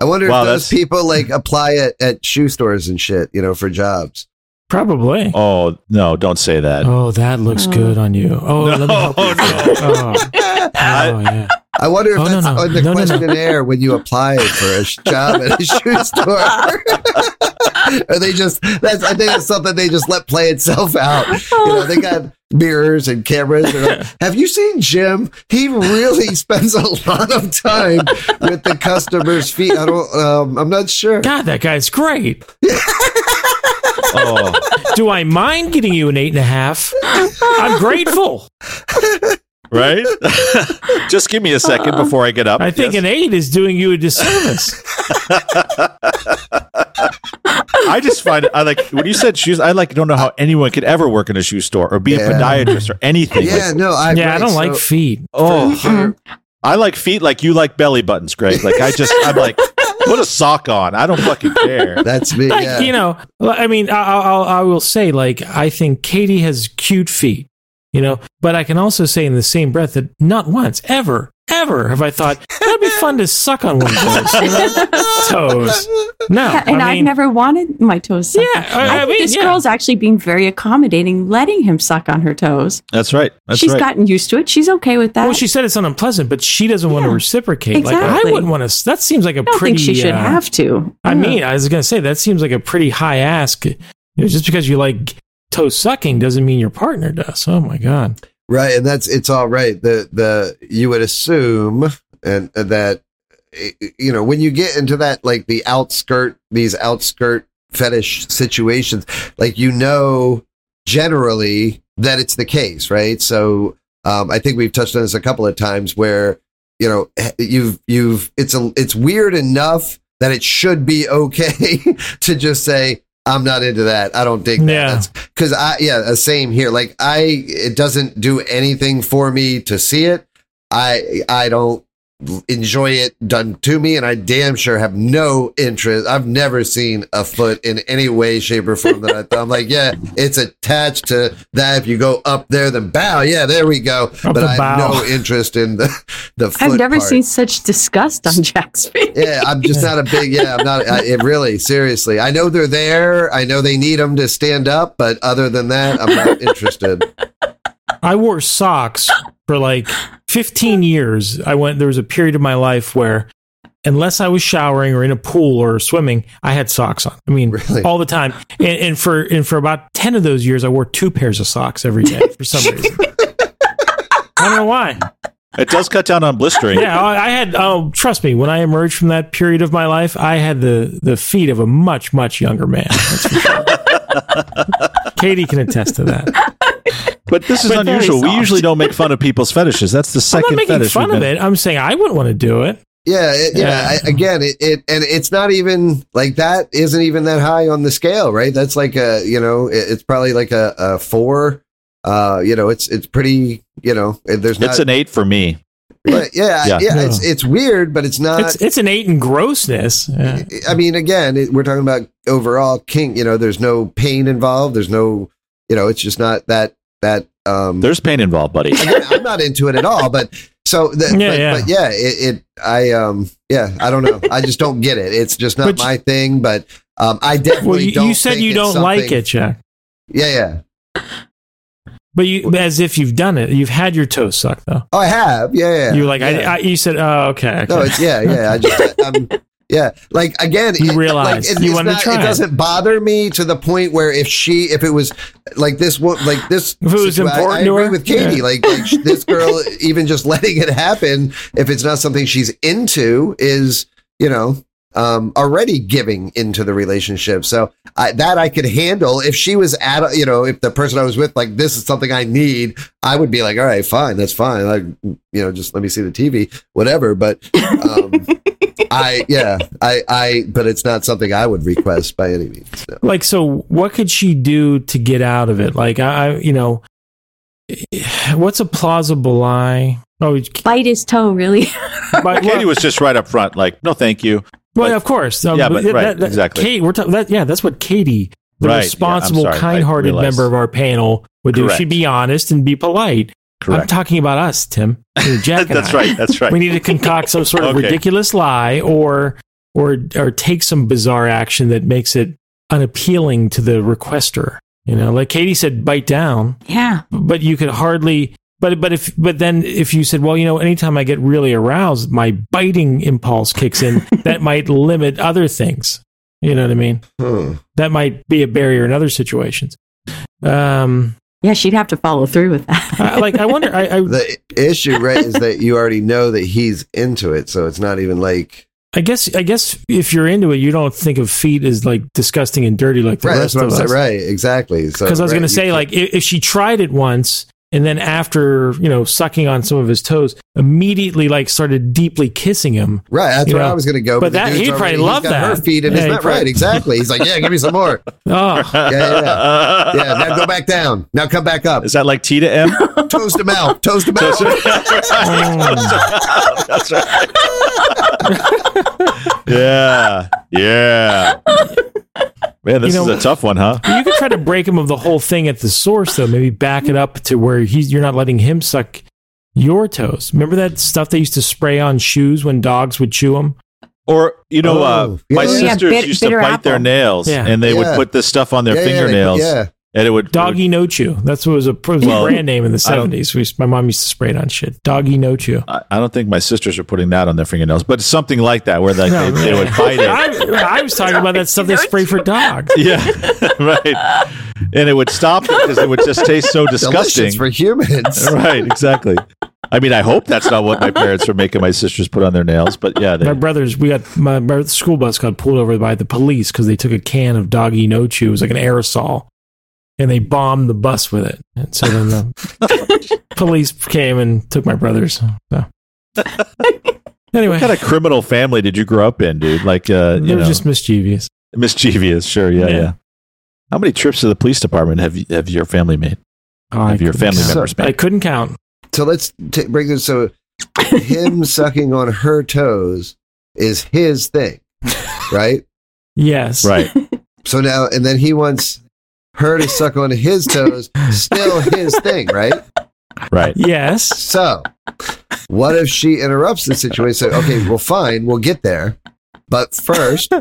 [SPEAKER 1] I wonder
[SPEAKER 2] Wow,
[SPEAKER 1] if those
[SPEAKER 2] that's-
[SPEAKER 1] people like apply it at shoe stores and shit, you know, for jobs.
[SPEAKER 4] Probably. Oh,
[SPEAKER 2] oh, no, don't say that.
[SPEAKER 4] that looks
[SPEAKER 5] Oh.
[SPEAKER 4] good on you.
[SPEAKER 2] No,
[SPEAKER 4] Oh, let me help you. with that. Oh, oh, yeah.
[SPEAKER 1] I wonder if
[SPEAKER 4] Oh, no,
[SPEAKER 1] that's
[SPEAKER 4] no.
[SPEAKER 1] on the
[SPEAKER 4] No, no, no.
[SPEAKER 1] questionnaire when you apply for a sh- job at a shoe store. <laughs> Or they just that's I think that's something they just let play itself out. You know, they got mirrors and cameras. They're
[SPEAKER 4] <laughs>
[SPEAKER 1] like, Have you seen Jim? He really <laughs> spends a lot of time with the customer's feet. I don't um, I'm not sure.
[SPEAKER 4] God, that guy's great.
[SPEAKER 2] Oh,
[SPEAKER 4] Do I mind getting you an eight and a half? I'm grateful.
[SPEAKER 2] right? <laughs> Just give me a second
[SPEAKER 1] Uh-uh.
[SPEAKER 2] before I get up.
[SPEAKER 4] I think
[SPEAKER 2] Yes.
[SPEAKER 4] an eight is doing you a disservice.
[SPEAKER 2] I just find it, I like when you said shoes. I like don't know how anyone could ever work in a shoe store or be
[SPEAKER 1] Yeah.
[SPEAKER 2] a podiatrist or anything. Like,
[SPEAKER 1] Yeah, no, <laughs> I
[SPEAKER 4] yeah, I
[SPEAKER 1] right,
[SPEAKER 4] don't
[SPEAKER 1] so-
[SPEAKER 4] <laughs> like feet.
[SPEAKER 2] oh, I like feet like you like belly buttons, Greg. Like I just I'm like put a sock on. I don't fucking care.
[SPEAKER 1] that's me.
[SPEAKER 4] Like,
[SPEAKER 1] yeah.
[SPEAKER 4] you know, I mean, I, I, I'll- I will say, like, I think Katie has cute feet, you know, but I can also say in the same breath that not once, ever, ever have I thought that'd be fun to suck on one of those you
[SPEAKER 5] <laughs>
[SPEAKER 4] know, toes. No,
[SPEAKER 5] Yeah, and
[SPEAKER 4] I
[SPEAKER 5] I
[SPEAKER 4] mean,
[SPEAKER 5] never wanted my toes
[SPEAKER 4] yeah,
[SPEAKER 5] sucked.
[SPEAKER 4] I,
[SPEAKER 5] I,
[SPEAKER 4] I
[SPEAKER 5] think
[SPEAKER 4] mean,
[SPEAKER 5] this
[SPEAKER 4] yeah.
[SPEAKER 5] girl's actually being very accommodating, letting him suck on her toes.
[SPEAKER 2] That's right. That's
[SPEAKER 5] She's
[SPEAKER 2] right.
[SPEAKER 5] gotten used to it. She's okay with that.
[SPEAKER 4] Well, she said it's not unpleasant, but she doesn't want to
[SPEAKER 5] Yeah,
[SPEAKER 4] reciprocate. Like I
[SPEAKER 5] exactly.
[SPEAKER 4] wouldn't want to. That seems like a
[SPEAKER 5] I don't
[SPEAKER 4] pretty.
[SPEAKER 5] think she should
[SPEAKER 4] uh,
[SPEAKER 5] have to.
[SPEAKER 4] I mean, I was gonna say that seems like a pretty high ask. You know, just because you like toe sucking doesn't mean your partner does. Oh my god.
[SPEAKER 1] Right, and that's it's all right. The the you would assume and and that eh, you know when you get into that like the outskirt these outskirt fetish situations, like you know generally that it's the case, right? So um, I think we've touched on this a couple of times where you know eh, you've you've it's a it's weird enough that it should be <laughs> okay to just say I'm not into that. I don't dig that.
[SPEAKER 4] Yeah.
[SPEAKER 1] That's because I yeah, uh, same here. Like I, it doesn't do anything for me to see it. I I don't enjoy it done to me, and I damn sure have no interest. I've never seen a foot in any way, shape, or form that I thought. I'm like, yeah, it's attached to that. If you go up there, then bow. Yeah, there we go.
[SPEAKER 4] Up
[SPEAKER 1] but
[SPEAKER 4] the
[SPEAKER 1] I have
[SPEAKER 4] bow.
[SPEAKER 1] no interest in the the. Foot
[SPEAKER 5] I've never
[SPEAKER 1] part.
[SPEAKER 5] seen such disgust on <laughs> Jack's face.
[SPEAKER 1] Yeah, I'm just not a big. Yeah, I'm not. I, it really, seriously. I know they're there. I know they need them to stand up, but other than that, I'm
[SPEAKER 5] <laughs>
[SPEAKER 1] not interested.
[SPEAKER 4] I wore socks for like 15 years. I went, there was a period of my life where, unless I was showering or in a pool or swimming, I had socks on. I mean,
[SPEAKER 1] Really?
[SPEAKER 4] all the time. And, and for, and for about 10 of those years, I wore two pairs of socks every day for some reason. I don't know why.
[SPEAKER 2] It does cut down on blistering.
[SPEAKER 4] Yeah, I I had. Oh, trust me. When I emerged from that period of my life, I had the the feet of a much much younger man. That's
[SPEAKER 1] <laughs>
[SPEAKER 4] for sure. Katie can attest to that.
[SPEAKER 2] But this is
[SPEAKER 5] But very
[SPEAKER 2] unusual. We
[SPEAKER 5] soft.
[SPEAKER 2] usually don't make fun of people's fetishes. That's the
[SPEAKER 4] I'm not
[SPEAKER 2] second
[SPEAKER 4] making
[SPEAKER 2] fetish.
[SPEAKER 4] fun
[SPEAKER 2] we've
[SPEAKER 4] of
[SPEAKER 2] been-
[SPEAKER 4] it. I'm saying I wouldn't want to do it.
[SPEAKER 1] Yeah, it, yeah.
[SPEAKER 4] Yeah.
[SPEAKER 1] I, again, it, it and it's not even like that. Isn't even that high on the scale, right? That's like a you know, it, it's probably like a, a four. Uh, you know, it's it's pretty. You know, there's not.
[SPEAKER 2] It's an eight for me.
[SPEAKER 1] but yeah, yeah,
[SPEAKER 2] Yeah.
[SPEAKER 1] It's it's weird, but it's not.
[SPEAKER 4] It's it's an eight in grossness. Yeah.
[SPEAKER 1] I mean, again, it, we're talking about overall kink. You know, there's no pain involved. There's no, you know, it's just not that that. Um,
[SPEAKER 2] There's pain involved,
[SPEAKER 4] <laughs>
[SPEAKER 2] buddy.
[SPEAKER 1] again, I'm not into it at all. But so, the,
[SPEAKER 4] Yeah,
[SPEAKER 1] but,
[SPEAKER 4] yeah.
[SPEAKER 1] but yeah, it, it. I um, yeah, I don't know. I just don't get it. It's just not
[SPEAKER 4] But you-
[SPEAKER 1] my thing. But um, I definitely
[SPEAKER 4] Well, you,
[SPEAKER 1] don't.
[SPEAKER 4] you said
[SPEAKER 1] think
[SPEAKER 4] you
[SPEAKER 1] it's
[SPEAKER 4] don't like
[SPEAKER 1] something-
[SPEAKER 4] it, Jack.
[SPEAKER 1] Yeah, yeah.
[SPEAKER 4] But you, as if you've done it, you've had your toes sucked though.
[SPEAKER 1] Oh, I have. Yeah, yeah.
[SPEAKER 4] you were like,
[SPEAKER 1] yeah.
[SPEAKER 4] I, I, you said, oh, okay. okay.
[SPEAKER 1] No, it's yeah, yeah. I just, I'm, yeah. Like again,
[SPEAKER 4] You
[SPEAKER 1] it-
[SPEAKER 4] realize
[SPEAKER 1] like,
[SPEAKER 4] you
[SPEAKER 1] it's
[SPEAKER 4] wanted to
[SPEAKER 1] not-
[SPEAKER 4] try
[SPEAKER 1] It
[SPEAKER 4] it.
[SPEAKER 1] doesn't bother me to the point where if she, if it was like this, wo- like this,
[SPEAKER 4] If it was
[SPEAKER 1] situa- I, I
[SPEAKER 4] important to
[SPEAKER 1] agree
[SPEAKER 4] her?
[SPEAKER 1] with Katie.
[SPEAKER 4] Yeah.
[SPEAKER 1] Like, like sh- this girl,
[SPEAKER 4] <laughs>
[SPEAKER 1] even just letting it happen, if it's not something she's into, is you know. Um, already giving into the relationship, so I, that I could handle. If she was at, a- you know, if the person I was with, like, this is something I need, I would be like, all right, fine, that's fine. Like, you know, just let me see the TV, whatever. But
[SPEAKER 4] <laughs>
[SPEAKER 1] um, I yeah, I I but it's not something I would request by any means. no.
[SPEAKER 4] like so what could she do to get out of it like i I- you know <sighs> what's a plausible lie oh
[SPEAKER 5] Bite his toe, really. <laughs>
[SPEAKER 4] <laughs> but,
[SPEAKER 2] Katie was just right up front, like, no, thank you.
[SPEAKER 4] well
[SPEAKER 2] like-
[SPEAKER 4] of course Um,
[SPEAKER 2] Yeah, but right, exactly.
[SPEAKER 4] Kate, we're talking that, yeah that's what katie the
[SPEAKER 2] Right, yeah, I'm
[SPEAKER 4] responsible,
[SPEAKER 2] sorry, I
[SPEAKER 4] kind-hearted
[SPEAKER 2] realized.
[SPEAKER 4] member of our panel would do.
[SPEAKER 2] Correct.
[SPEAKER 4] She'd be honest and be polite. I'm
[SPEAKER 2] Correct.
[SPEAKER 4] talking about us, Tim.
[SPEAKER 2] <laughs>
[SPEAKER 4] You know, Jack and
[SPEAKER 2] that's
[SPEAKER 4] I.
[SPEAKER 2] right. That's right.
[SPEAKER 4] We need to concoct some sort of
[SPEAKER 2] <laughs> Okay.
[SPEAKER 4] ridiculous lie or or or take some bizarre action that makes it unappealing to the requester. You know, like Katie said, bite down,
[SPEAKER 5] Yeah.
[SPEAKER 4] but you could hardly but but if but then if you said, well, you know, anytime I get really aroused, my biting impulse kicks in, that might limit other things. You know what I mean?
[SPEAKER 1] Hmm.
[SPEAKER 4] That might be a barrier in other situations. Um
[SPEAKER 5] Yeah, she'd have to follow through with that.
[SPEAKER 4] I,
[SPEAKER 5] <laughs>
[SPEAKER 4] like I wonder I, I
[SPEAKER 1] The issue, right, is that you already know that he's into it, so it's not even like
[SPEAKER 4] I guess I guess if you're into it, you don't think of feet as like disgusting and dirty like the
[SPEAKER 1] right. That's
[SPEAKER 4] rest
[SPEAKER 1] what I'm
[SPEAKER 4] of
[SPEAKER 1] saying.
[SPEAKER 4] us.
[SPEAKER 1] Right, exactly. So
[SPEAKER 4] Because I was
[SPEAKER 1] right,
[SPEAKER 4] going
[SPEAKER 1] you
[SPEAKER 4] to say
[SPEAKER 1] can't-
[SPEAKER 4] like i- if she tried it once and then after you know sucking on some of his toes, immediately like started deeply
[SPEAKER 1] <laughs>
[SPEAKER 4] kissing him.
[SPEAKER 1] Right, that's
[SPEAKER 4] you
[SPEAKER 1] where
[SPEAKER 4] know,
[SPEAKER 1] I was going to go.
[SPEAKER 4] but
[SPEAKER 1] the
[SPEAKER 4] that-
[SPEAKER 1] dude's
[SPEAKER 4] he'd probably
[SPEAKER 1] already-
[SPEAKER 4] love
[SPEAKER 1] he's got Her
[SPEAKER 4] that.
[SPEAKER 1] feet, and
[SPEAKER 4] Yeah,
[SPEAKER 1] it's
[SPEAKER 4] he'd
[SPEAKER 1] not
[SPEAKER 4] probably-
[SPEAKER 1] right. Exactly. He's like, yeah, give me some more.
[SPEAKER 4] Oh,
[SPEAKER 1] Yeah, yeah, yeah. Now go back down. Now come back up.
[SPEAKER 2] <laughs> Is that like T to
[SPEAKER 1] <laughs>
[SPEAKER 2] M?
[SPEAKER 1] Toast him out. Toast him out.
[SPEAKER 2] That's right.
[SPEAKER 1] <laughs>
[SPEAKER 2] yeah. Yeah. Man, this
[SPEAKER 4] You know-
[SPEAKER 2] is a tough one, huh?
[SPEAKER 4] you could try to break him of the whole thing at the source though. Maybe back it up to where he's you're not letting him suck your toes. Remember that stuff they used to spray on shoes when dogs would chew them.
[SPEAKER 2] Or you know, uh,
[SPEAKER 1] Oh,
[SPEAKER 2] my
[SPEAKER 1] yeah.
[SPEAKER 5] Oh, yeah,
[SPEAKER 2] sisters
[SPEAKER 5] bit-
[SPEAKER 2] used to
[SPEAKER 5] bitter
[SPEAKER 2] bite their
[SPEAKER 5] apple.
[SPEAKER 2] nails,
[SPEAKER 4] Yeah.
[SPEAKER 2] and they would
[SPEAKER 1] Yeah.
[SPEAKER 2] put this stuff on their
[SPEAKER 1] Yeah, yeah, they-
[SPEAKER 2] fingernails,
[SPEAKER 1] yeah.
[SPEAKER 2] and it would
[SPEAKER 4] Doggy no chew. That's what was a, it was a
[SPEAKER 2] Well,
[SPEAKER 4] brand name in the
[SPEAKER 2] I don't-
[SPEAKER 4] seventies. My mom used to spray it on shit. Doggy no chew.
[SPEAKER 2] I I don't think my sisters are putting that on their fingernails, but something like that, where like
[SPEAKER 4] No,
[SPEAKER 2] they, they
[SPEAKER 4] man.
[SPEAKER 2] would bite it.
[SPEAKER 4] <laughs> I, I was talking about that stuff they spray for dogs.
[SPEAKER 2] Yeah, <laughs> right. And it would stop it because it would just taste so disgusting.
[SPEAKER 1] Delicious for
[SPEAKER 4] <laughs>
[SPEAKER 1] humans.
[SPEAKER 2] <laughs> right, exactly. I mean, I hope that's not what my parents were making my sisters put on their nails, but yeah, they,
[SPEAKER 4] My brothers, we got my, my school bus got pulled over by the police because they took a can of doggy no chew. It was like an aerosol, and they bombed the bus with it. And so then the
[SPEAKER 1] <laughs>
[SPEAKER 4] police came and took my brothers. So. Anyway,
[SPEAKER 2] what kind of criminal family did you grow up in, dude? Like, uh,
[SPEAKER 4] they
[SPEAKER 2] you
[SPEAKER 4] were
[SPEAKER 2] know,
[SPEAKER 4] just mischievous.
[SPEAKER 2] mischievous. Sure, yeah,
[SPEAKER 4] Yeah.
[SPEAKER 2] yeah, How many trips to the police department have you, have your family made?
[SPEAKER 4] Oh, I
[SPEAKER 2] Have your
[SPEAKER 4] couldn't
[SPEAKER 2] family
[SPEAKER 4] count.
[SPEAKER 1] So-
[SPEAKER 2] members
[SPEAKER 4] I
[SPEAKER 2] made?
[SPEAKER 4] couldn't count.
[SPEAKER 1] So let's t- bring this. So him sucking on her toes is his thing, right?
[SPEAKER 4] Yes,
[SPEAKER 2] Right.
[SPEAKER 4] <laughs>
[SPEAKER 1] So now, and then he wants her to suck on his toes, still his thing, right?
[SPEAKER 2] Right.
[SPEAKER 4] Yes.
[SPEAKER 2] <laughs>
[SPEAKER 1] So what if she interrupts the situation? Say, okay, well, fine, we'll get there. But first,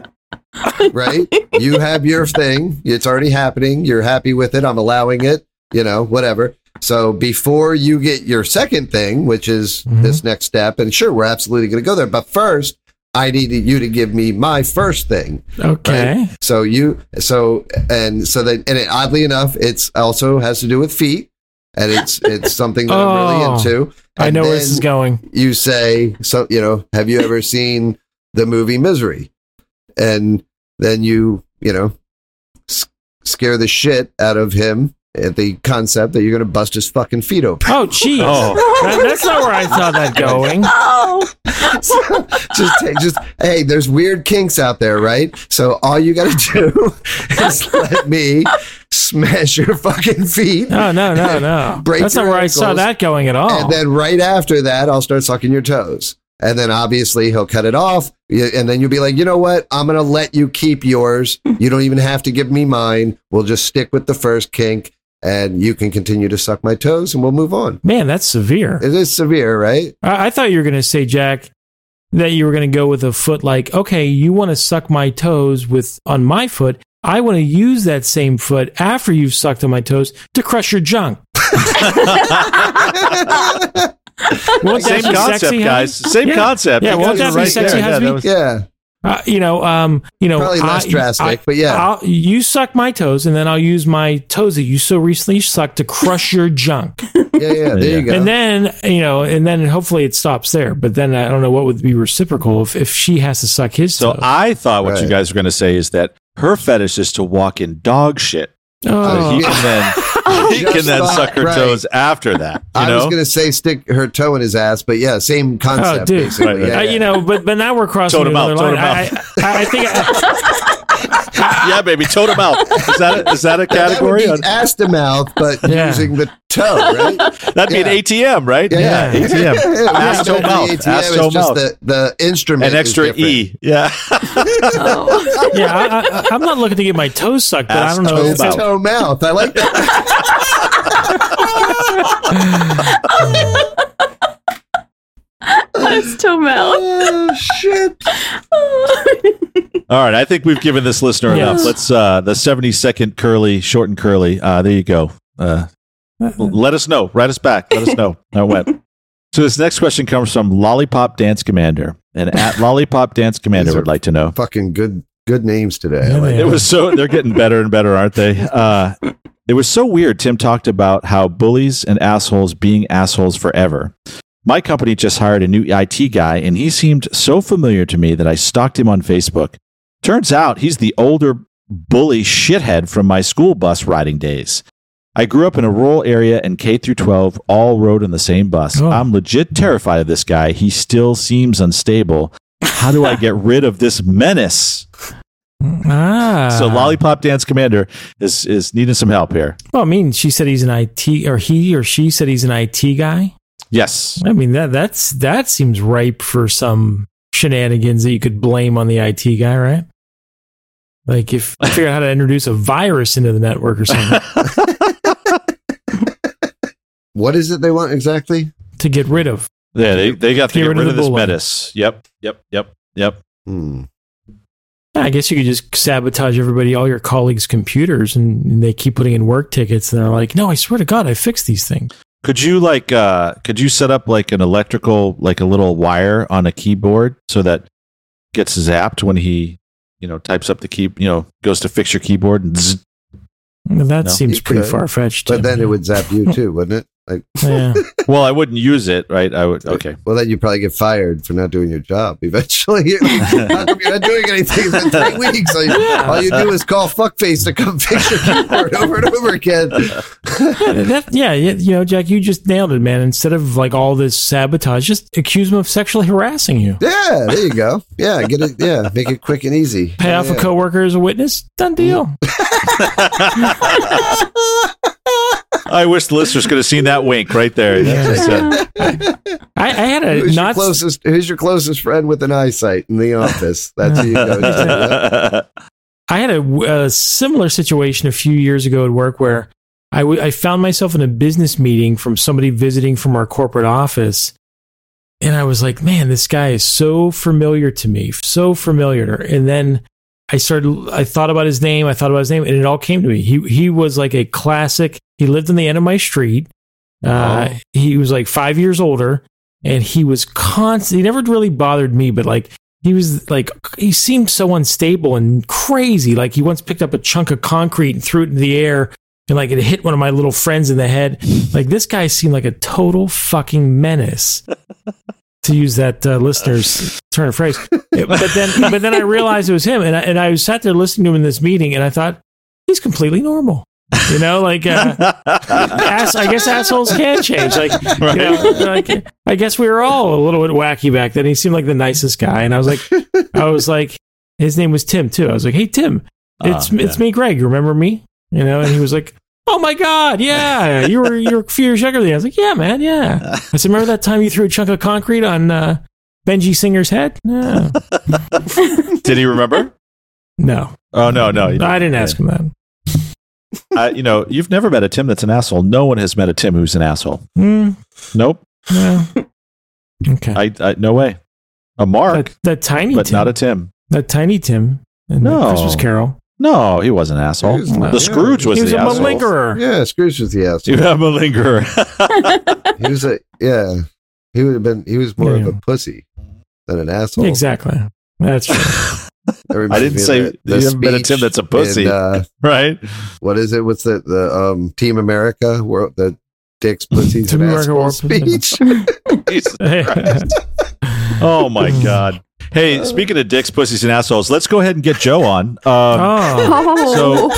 [SPEAKER 1] right? You have your thing. It's already happening. You're happy with it. I'm allowing it, you know, whatever. So before you get your second thing, which is
[SPEAKER 4] Mhm.
[SPEAKER 1] this next step, and sure, we're absolutely going to go there. But first, I need you to give me my first thing.
[SPEAKER 4] Okay.
[SPEAKER 1] So you, so and so that, and it, oddly enough, it's also has to do with feet, and it's it's something that I'm
[SPEAKER 4] <laughs> Oh.
[SPEAKER 1] really into.
[SPEAKER 4] I
[SPEAKER 1] And
[SPEAKER 4] know where this
[SPEAKER 1] then
[SPEAKER 4] is going.
[SPEAKER 1] You say so, you know. Have you ever seen the movie Misery? And then you, you know, s- scare the shit out of him at the concept that you're going to bust his fucking feet
[SPEAKER 4] <laughs>
[SPEAKER 1] open.
[SPEAKER 4] Oh, jeez.
[SPEAKER 2] Oh.
[SPEAKER 4] That- that's not where I
[SPEAKER 2] <laughs>
[SPEAKER 4] saw that going.
[SPEAKER 5] Oh,
[SPEAKER 1] just take, just hey, there's weird kinks out there, right? So all you gotta do <laughs> is let me smash your fucking feet.
[SPEAKER 4] No, no, no, no.
[SPEAKER 1] Break
[SPEAKER 4] that's not
[SPEAKER 1] your
[SPEAKER 4] where I saw
[SPEAKER 1] ankles,
[SPEAKER 4] that going at all.
[SPEAKER 1] And then right after that, I'll start sucking your toes. And then obviously he'll cut it off. Y- And then you'll be like, you know what? I'm going to let you keep yours. You don't even have to give me mine. We'll just stick with the first kink and you can continue to suck my toes and we'll move on.
[SPEAKER 4] Man, that's severe.
[SPEAKER 1] It is severe, right?
[SPEAKER 4] I, I thought you were going to say, Jack, that you were going to go with a foot like, okay, you want to suck my toes with on my foot. I want to use that same foot after you've sucked on my toes to crush
[SPEAKER 2] <laughs>
[SPEAKER 4] your junk. Won't that
[SPEAKER 2] Same
[SPEAKER 4] be
[SPEAKER 2] concept,
[SPEAKER 4] sexy,
[SPEAKER 2] guys.
[SPEAKER 4] honey?
[SPEAKER 2] Same
[SPEAKER 4] Yeah.
[SPEAKER 2] concept.
[SPEAKER 4] Yeah,
[SPEAKER 2] You
[SPEAKER 4] won't
[SPEAKER 2] guys
[SPEAKER 4] that
[SPEAKER 2] were
[SPEAKER 4] be sexy,
[SPEAKER 2] there. Yeah,
[SPEAKER 4] husband?
[SPEAKER 2] that was-
[SPEAKER 1] yeah.
[SPEAKER 4] Uh, you know, um, you know,
[SPEAKER 1] Probably less drastic, but yeah.
[SPEAKER 4] I'll, you suck my toes, and then I'll use my toes that you so recently sucked to crush your junk.
[SPEAKER 1] Yeah. <laughs> Yeah. There you go.
[SPEAKER 4] And then you know, and then hopefully it stops there. But then I don't know what would be reciprocal if, if she has to suck his
[SPEAKER 2] So
[SPEAKER 4] toes.
[SPEAKER 2] I thought what you
[SPEAKER 1] Right.
[SPEAKER 2] guys were going to say is that her fetish is to walk in dog shit.
[SPEAKER 4] oh,
[SPEAKER 2] he can
[SPEAKER 4] <laughs>
[SPEAKER 2] then, he
[SPEAKER 1] Just
[SPEAKER 2] can then
[SPEAKER 1] about
[SPEAKER 2] suck her
[SPEAKER 1] right.
[SPEAKER 2] toes after that. You
[SPEAKER 1] I
[SPEAKER 2] know?
[SPEAKER 1] was gonna say stick her toe in his ass, but yeah, same concept.
[SPEAKER 4] oh, dude,
[SPEAKER 1] basically.
[SPEAKER 2] Right, right.
[SPEAKER 1] Yeah,
[SPEAKER 4] Uh,
[SPEAKER 1] yeah.
[SPEAKER 4] you know, but but now we're crossing
[SPEAKER 2] Totem
[SPEAKER 4] another
[SPEAKER 2] out,
[SPEAKER 4] line.
[SPEAKER 2] totem
[SPEAKER 4] I, I, I think I,
[SPEAKER 2] yeah, baby, toe to mouth. Is that a, is <laughs> that a category?
[SPEAKER 1] That would be ass to mouth, but
[SPEAKER 4] Yeah.
[SPEAKER 1] using the toe, right?
[SPEAKER 2] That'd be an ATM, right?
[SPEAKER 4] Yeah.
[SPEAKER 2] ATM.
[SPEAKER 1] <laughs> Yeah,
[SPEAKER 2] Ass
[SPEAKER 1] but
[SPEAKER 2] to
[SPEAKER 1] the
[SPEAKER 2] mouth.
[SPEAKER 1] ATM,
[SPEAKER 2] Ass
[SPEAKER 1] it's
[SPEAKER 2] to
[SPEAKER 1] just
[SPEAKER 2] mouth.
[SPEAKER 1] The, the instrument.
[SPEAKER 2] An extra
[SPEAKER 1] is different.
[SPEAKER 2] E. <laughs> Yeah.
[SPEAKER 5] Oh.
[SPEAKER 4] <laughs> yeah, I, I, I'm not looking to get my toes sucked, but I
[SPEAKER 2] Ass
[SPEAKER 4] don't know.
[SPEAKER 2] toe
[SPEAKER 4] If
[SPEAKER 1] It's
[SPEAKER 2] mouth.
[SPEAKER 4] it's,
[SPEAKER 1] toe mouth. I like
[SPEAKER 2] <laughs>
[SPEAKER 1] that.
[SPEAKER 5] That's too mouth.
[SPEAKER 1] Oh, shit.
[SPEAKER 2] All right, I think we've given this listener
[SPEAKER 4] Yeah.
[SPEAKER 2] enough. Let's uh the 70 second curly, short and curly. Uh there you go. Uh let us know. Write us back. Let us know how it went. So this next question comes from Lollipop Dance Commander. And at Lollipop Dance Commander
[SPEAKER 1] These are-
[SPEAKER 2] would like to know.
[SPEAKER 1] Fucking good good names today.
[SPEAKER 4] Yeah,
[SPEAKER 1] I like
[SPEAKER 4] they
[SPEAKER 2] It
[SPEAKER 1] it.
[SPEAKER 2] was so they're getting better and better, aren't they? Uh it was so weird. Tim talked about how bullies and assholes being assholes forever. My company just hired a new IT guy, and he seemed so familiar to me that I stalked him on Facebook. Turns out he's the older bully shithead from my school bus riding days. I grew up in a rural area and K through 12 all rode on the same bus.
[SPEAKER 4] Oh.
[SPEAKER 2] I'm legit terrified of this guy. He still seems unstable. How do I get rid of this menace?
[SPEAKER 4] ah.
[SPEAKER 2] So Lollipop Dance Commander is is needing some help here.
[SPEAKER 4] Well, I mean, she said he's an IT, or he or she said he's an IT guy.
[SPEAKER 2] Yes.
[SPEAKER 4] I mean that that's that seems ripe for some shenanigans that you could blame on the IT guy, right? Like if figure out how to introduce a virus into the network or something
[SPEAKER 2] <laughs>
[SPEAKER 1] What is it they want exactly?
[SPEAKER 4] to get rid of.
[SPEAKER 2] Yeah, they, they got to get, rid, of, this
[SPEAKER 4] bully.
[SPEAKER 2] menace. Yep. Yep. Yep. Yep.
[SPEAKER 1] Hmm.
[SPEAKER 4] I guess you could just sabotage everybody, all your colleagues' computers, and, and they keep putting in work tickets, and they're like, "No, I swear to God, I fixed these things."
[SPEAKER 2] Could you like uh could you set up like an electrical like a little wire on a keyboard so that gets zapped when he you know types up the key you know goes to fix your keyboard and zzz.
[SPEAKER 4] And that
[SPEAKER 2] No.
[SPEAKER 4] seems
[SPEAKER 1] You
[SPEAKER 4] pretty
[SPEAKER 1] could,
[SPEAKER 4] far fetched.
[SPEAKER 1] But then it would zap
[SPEAKER 2] <laughs>
[SPEAKER 1] you too, wouldn't it? Like,
[SPEAKER 4] <laughs> yeah.
[SPEAKER 2] well I wouldn't use it right I would okay
[SPEAKER 1] Well, then you probably get fired for not doing your job eventually. <laughs> How come you're not doing anything in
[SPEAKER 2] <laughs>
[SPEAKER 1] three weeks? All you, all you do is call fuckface to come fix your keyboard over and over again.
[SPEAKER 4] that, yeah, yeah, you know, Jack, you just nailed it, man. Instead of like all this sabotage, just accuse him of sexually harassing you.
[SPEAKER 1] Yeah, there you go. Yeah, get it. Yeah, make it quick and easy.
[SPEAKER 4] Pay off
[SPEAKER 1] yeah.
[SPEAKER 4] a coworker as a witness, done
[SPEAKER 1] <laughs>
[SPEAKER 4] deal.
[SPEAKER 2] I wish the listeners could have seen that wink right there That's just it.
[SPEAKER 4] I, I had a
[SPEAKER 1] Who's your
[SPEAKER 4] not
[SPEAKER 1] closest? Who's your closest friend with an eyesight in the office? That's who you go to.
[SPEAKER 2] <laughs>
[SPEAKER 4] I had a, a similar situation a few years ago at work where I, w- I found myself in a business meeting from somebody visiting from our corporate office. And I was like, man, this guy is so familiar to me, so familiar. And then I started, I thought about his name, I thought about his name, and it all came to me. He, he was like a classic, he lived in the end of my street. Uh, He was like five years older, and he was constant. He never really bothered me, but like he was like he seemed so unstable and crazy. Like he once picked up a chunk of concrete and threw it in the air, and like it hit one of my little friends in the head. Like this guy seemed like a total fucking menace. To use that uh, listener's turn of phrase, but
[SPEAKER 2] <laughs>
[SPEAKER 4] then, but then I realized it was him, and I, and I sat there listening to him in this meeting, and I thought he's completely normal, you know, like uh, ass, I guess assholes can change.
[SPEAKER 2] <laughs>
[SPEAKER 4] Like, you know, like, I guess we were all a little bit wacky back then. He seemed like the nicest guy, and I was like, I was like, his name was Tim too. I was like, hey Tim,
[SPEAKER 2] Ah,
[SPEAKER 4] it's
[SPEAKER 2] yeah.
[SPEAKER 4] it's me, Greg. You Remember me? You know, and he was like. Oh my God! Yeah, you were you were a few years younger than me. I was like, yeah, man, yeah. I said, remember that time you threw a chunk of concrete on uh, Benji Singer's head? No,
[SPEAKER 2] Did he remember?
[SPEAKER 4] no,
[SPEAKER 2] Oh no, no. he <laughs>
[SPEAKER 4] I didn't ask him that.
[SPEAKER 2] I, you know, you've never met a Tim that's an asshole. No one has met a Tim who's an asshole.
[SPEAKER 4] Mm,
[SPEAKER 2] Nope. <laughs>
[SPEAKER 4] no. Okay.
[SPEAKER 2] I, I no way. A Mark,
[SPEAKER 4] that, that tiny
[SPEAKER 2] but
[SPEAKER 4] Tim.
[SPEAKER 2] not a Tim.
[SPEAKER 4] that tiny Tim in
[SPEAKER 2] No.
[SPEAKER 4] the Christmas Carol.
[SPEAKER 2] No, he was an asshole.
[SPEAKER 1] He was not-
[SPEAKER 2] the Scrooge was
[SPEAKER 4] he was
[SPEAKER 2] the
[SPEAKER 4] a
[SPEAKER 2] asshole.
[SPEAKER 4] malingerer.
[SPEAKER 1] Yeah, Scrooge was the asshole.
[SPEAKER 2] <laughs> You have a lingerer.
[SPEAKER 1] He was a yeah. He would have been. He was more of a
[SPEAKER 4] Yeah.
[SPEAKER 1] pussy than an asshole.
[SPEAKER 4] <laughs> Exactly.
[SPEAKER 2] <laughs>
[SPEAKER 4] That's true.
[SPEAKER 1] That
[SPEAKER 2] I
[SPEAKER 1] reminds
[SPEAKER 2] didn't
[SPEAKER 1] me of
[SPEAKER 2] say
[SPEAKER 1] the- the
[SPEAKER 2] you haven't met a
[SPEAKER 1] speech
[SPEAKER 2] Tim that's a pussy,
[SPEAKER 1] in, uh,
[SPEAKER 2] <laughs> right?
[SPEAKER 1] what is it? What's the the um, Team America? Where the dicks, pussies,
[SPEAKER 4] Team
[SPEAKER 1] and
[SPEAKER 4] America
[SPEAKER 1] assholes
[SPEAKER 4] War Pussies.
[SPEAKER 1] speech.
[SPEAKER 2] Jesus
[SPEAKER 4] <laughs>
[SPEAKER 2] Christ. <laughs> oh my
[SPEAKER 4] <sighs>
[SPEAKER 2] God. Hey, speaking of dicks, pussies, and assholes, let's go ahead and get Joe on. Um,
[SPEAKER 4] oh,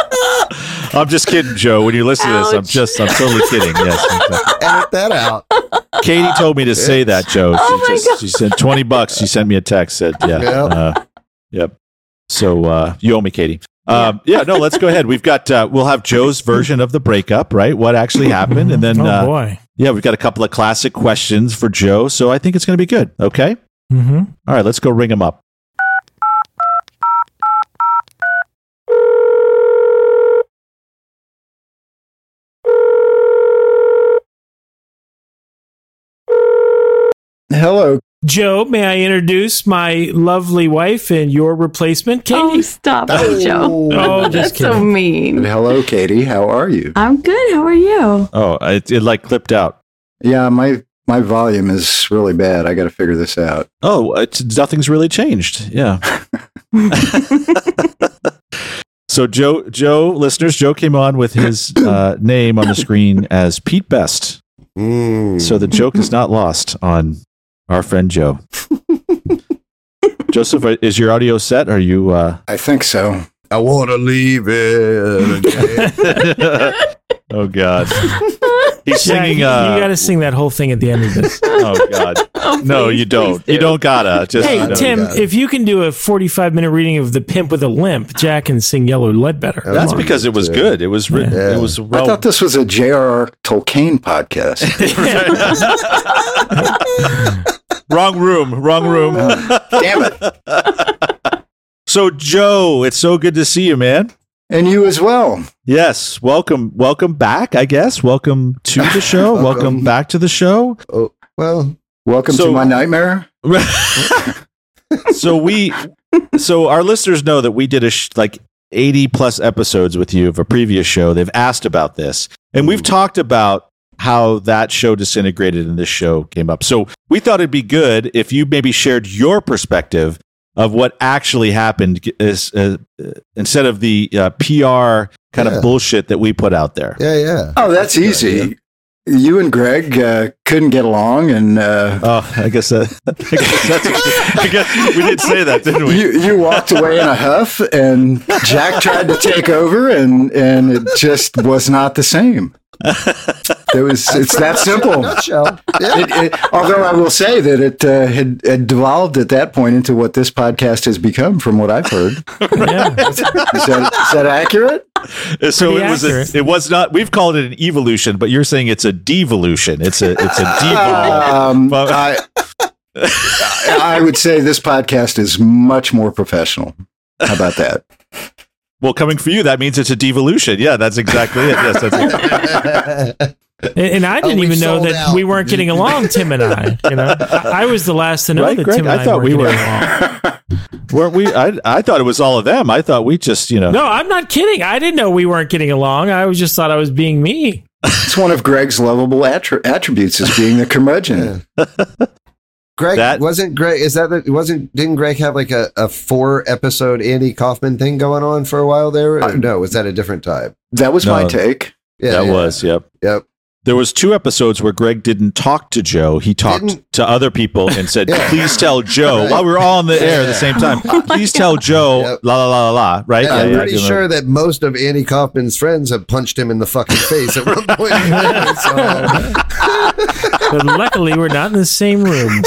[SPEAKER 5] <laughs> Oh.
[SPEAKER 2] I'm just kidding, Joe. When you listen to this, I'm
[SPEAKER 5] Ouch.
[SPEAKER 2] just, I'm totally kidding. Yes. exactly.
[SPEAKER 1] <laughs> Edit that out.
[SPEAKER 2] Katie told me to say that, Joe. She,
[SPEAKER 5] Oh my
[SPEAKER 2] just, she sent 20 bucks. She sent me a text, said, yeah.
[SPEAKER 1] Yeah.
[SPEAKER 2] uh, Yep. So uh, you owe me, Katie. Um, yeah. No. Let's go ahead. We've got. Uh, we'll have Joe's version of the breakup, right? What actually happened, and then
[SPEAKER 4] oh
[SPEAKER 2] uh,
[SPEAKER 4] boy.
[SPEAKER 2] yeah, we've got a couple of classic questions for Joe. So I think it's going to be good. Okay.
[SPEAKER 4] hmm
[SPEAKER 2] All right. Let's go ring him up.
[SPEAKER 6] Hello.
[SPEAKER 4] Joe, may I introduce my lovely wife and your replacement,
[SPEAKER 5] Oh,
[SPEAKER 4] Katie?
[SPEAKER 5] stop it, Joe.
[SPEAKER 4] Oh,
[SPEAKER 5] That's
[SPEAKER 4] just
[SPEAKER 5] so
[SPEAKER 4] kidding.
[SPEAKER 6] And
[SPEAKER 5] mean.
[SPEAKER 6] hello, Katie. How are you?
[SPEAKER 5] I'm good. How are you?
[SPEAKER 2] Oh, it, it like clipped out.
[SPEAKER 6] Yeah, my my volume is really bad. I got to figure this out.
[SPEAKER 2] Oh, it's, nothing's really changed.
[SPEAKER 4] <laughs>
[SPEAKER 2] Yeah. So Joe, Joe, listeners, Joe came on with
[SPEAKER 4] <coughs>
[SPEAKER 2] his uh, name on the screen as Pete Best.
[SPEAKER 1] Mm.
[SPEAKER 2] So the joke is not lost on our friend
[SPEAKER 4] <laughs>
[SPEAKER 2] Joe. Joseph, uh, is your audio set? Are you? Uh...
[SPEAKER 6] I think so.
[SPEAKER 1] I want to leave it.
[SPEAKER 2] <laughs>
[SPEAKER 1] again.
[SPEAKER 2] oh God,
[SPEAKER 4] <laughs>
[SPEAKER 2] he's
[SPEAKER 4] Yeah,
[SPEAKER 2] singing.
[SPEAKER 4] you,
[SPEAKER 2] uh,
[SPEAKER 4] you got to sing that whole thing at the end
[SPEAKER 2] <laughs>
[SPEAKER 4] of this.
[SPEAKER 2] oh
[SPEAKER 4] <laughs>
[SPEAKER 2] God,
[SPEAKER 5] Oh,
[SPEAKER 2] no, you don't. You don't gotta. Just
[SPEAKER 4] hey,
[SPEAKER 2] you know,
[SPEAKER 4] Tim,
[SPEAKER 2] you
[SPEAKER 1] got it.
[SPEAKER 4] if you can do a 45 minute reading of The Pimp with a Limp, Jack can sing Yellow Lead better.
[SPEAKER 2] <laughs>
[SPEAKER 1] That
[SPEAKER 2] That's
[SPEAKER 1] Come on,
[SPEAKER 2] because it was
[SPEAKER 1] Tim.
[SPEAKER 2] good. It was written. It was well.
[SPEAKER 6] I thought this was a J.R.R. Tolkien
[SPEAKER 2] <laughs>
[SPEAKER 6] podcast.
[SPEAKER 2] wrong room. Wrong
[SPEAKER 4] Oh,
[SPEAKER 2] room.
[SPEAKER 6] Damn it.
[SPEAKER 2] so Joe, it's so good to see you, man.
[SPEAKER 6] And you as well.
[SPEAKER 2] Yes, welcome, welcome back. I guess welcome to the show. welcome.
[SPEAKER 1] Welcome.
[SPEAKER 2] back to the show.
[SPEAKER 1] oh, well,
[SPEAKER 6] Welcome
[SPEAKER 2] So-
[SPEAKER 6] to my nightmare.
[SPEAKER 2] so we, so our listeners know that we did a sh- like eighty plus episodes with you of a previous show. They've asked about this, and we've talked about how that show disintegrated and this show came up. So we thought it'd be good if you maybe shared your perspective of what actually happened is, uh, uh, instead of the uh, PR kind
[SPEAKER 1] Yeah.
[SPEAKER 2] of bullshit that we put out there.
[SPEAKER 1] yeah, yeah.
[SPEAKER 6] Oh, that's
[SPEAKER 1] Yeah,
[SPEAKER 6] easy. You and Greg uh, couldn't get along, and uh,
[SPEAKER 2] Oh, I guess, uh, <laughs> I guess that's. I guess we did say that, didn't we?
[SPEAKER 6] you you walked away in a huff, and
[SPEAKER 2] <laughs>
[SPEAKER 6] Jack tried to take over, and and it just was not the same. It was it's that simple.
[SPEAKER 1] Nutshell. Yeah.
[SPEAKER 6] It, it, although I will say that it uh, had, had devolved at that point into what this podcast has become, from what I've heard. Is
[SPEAKER 4] yeah.
[SPEAKER 6] that, is that accurate?
[SPEAKER 2] So
[SPEAKER 4] Pretty
[SPEAKER 2] it was.
[SPEAKER 4] accurate.
[SPEAKER 2] A, it was not. We've called it an evolution, but you're saying it's a devolution. It's a.
[SPEAKER 1] <laughs>
[SPEAKER 2] It's a devolve.
[SPEAKER 6] Um,
[SPEAKER 2] Well-
[SPEAKER 6] I, I would say this podcast is much more professional. How about that?
[SPEAKER 2] well, coming for you, that means it's a devolution. Yeah, that's exactly it. Yes, that's. It.
[SPEAKER 1] <laughs>
[SPEAKER 4] And, and I didn't
[SPEAKER 1] Oh, we
[SPEAKER 4] even know
[SPEAKER 1] sold
[SPEAKER 4] that
[SPEAKER 1] out.
[SPEAKER 4] we weren't getting along, Tim and I. You know, I, I was the last to know
[SPEAKER 2] Right,
[SPEAKER 4] that
[SPEAKER 2] Greg?
[SPEAKER 4] Tim and
[SPEAKER 2] I
[SPEAKER 4] I,
[SPEAKER 2] thought
[SPEAKER 4] weren't
[SPEAKER 2] we were-
[SPEAKER 4] getting along.
[SPEAKER 2] Weren't we? I. I thought it was all of them. I thought we just. You know.
[SPEAKER 4] No, I'm not kidding. I didn't know we weren't getting along. I was just thought I was being me.
[SPEAKER 6] It's one of Greg's lovable attr- attributes is being the curmudgeon.
[SPEAKER 1] Greg
[SPEAKER 2] That-
[SPEAKER 1] wasn't Greg. Is that the, wasn't? Didn't Greg have like a, a four episode Andy Kaufman thing going on for a while there? Or
[SPEAKER 6] Uh,
[SPEAKER 1] no, was that a different time?
[SPEAKER 6] That was my
[SPEAKER 2] No.
[SPEAKER 6] take.
[SPEAKER 1] Yeah,
[SPEAKER 2] that
[SPEAKER 1] yeah.
[SPEAKER 2] was. Yep.
[SPEAKER 1] Yep.
[SPEAKER 2] There was two episodes where Greg didn't talk to Joe. He talked
[SPEAKER 1] Didn't-
[SPEAKER 2] to other people and said,
[SPEAKER 1] Yeah.
[SPEAKER 2] "Please tell Joe."
[SPEAKER 1] Right.
[SPEAKER 2] While we were all on the air at the
[SPEAKER 1] Yeah. <laughs>
[SPEAKER 2] same time, please tell Joe.
[SPEAKER 1] Yep.
[SPEAKER 2] La la la la la. Right?
[SPEAKER 1] And
[SPEAKER 2] Yeah,
[SPEAKER 1] I'm
[SPEAKER 2] yeah, I
[SPEAKER 1] pretty
[SPEAKER 2] do remember.
[SPEAKER 1] sure that most of Andy Kaufman's friends have punched him in the fucking face at one
[SPEAKER 2] <laughs>
[SPEAKER 1] point. So,
[SPEAKER 4] But luckily, we're not in the same room.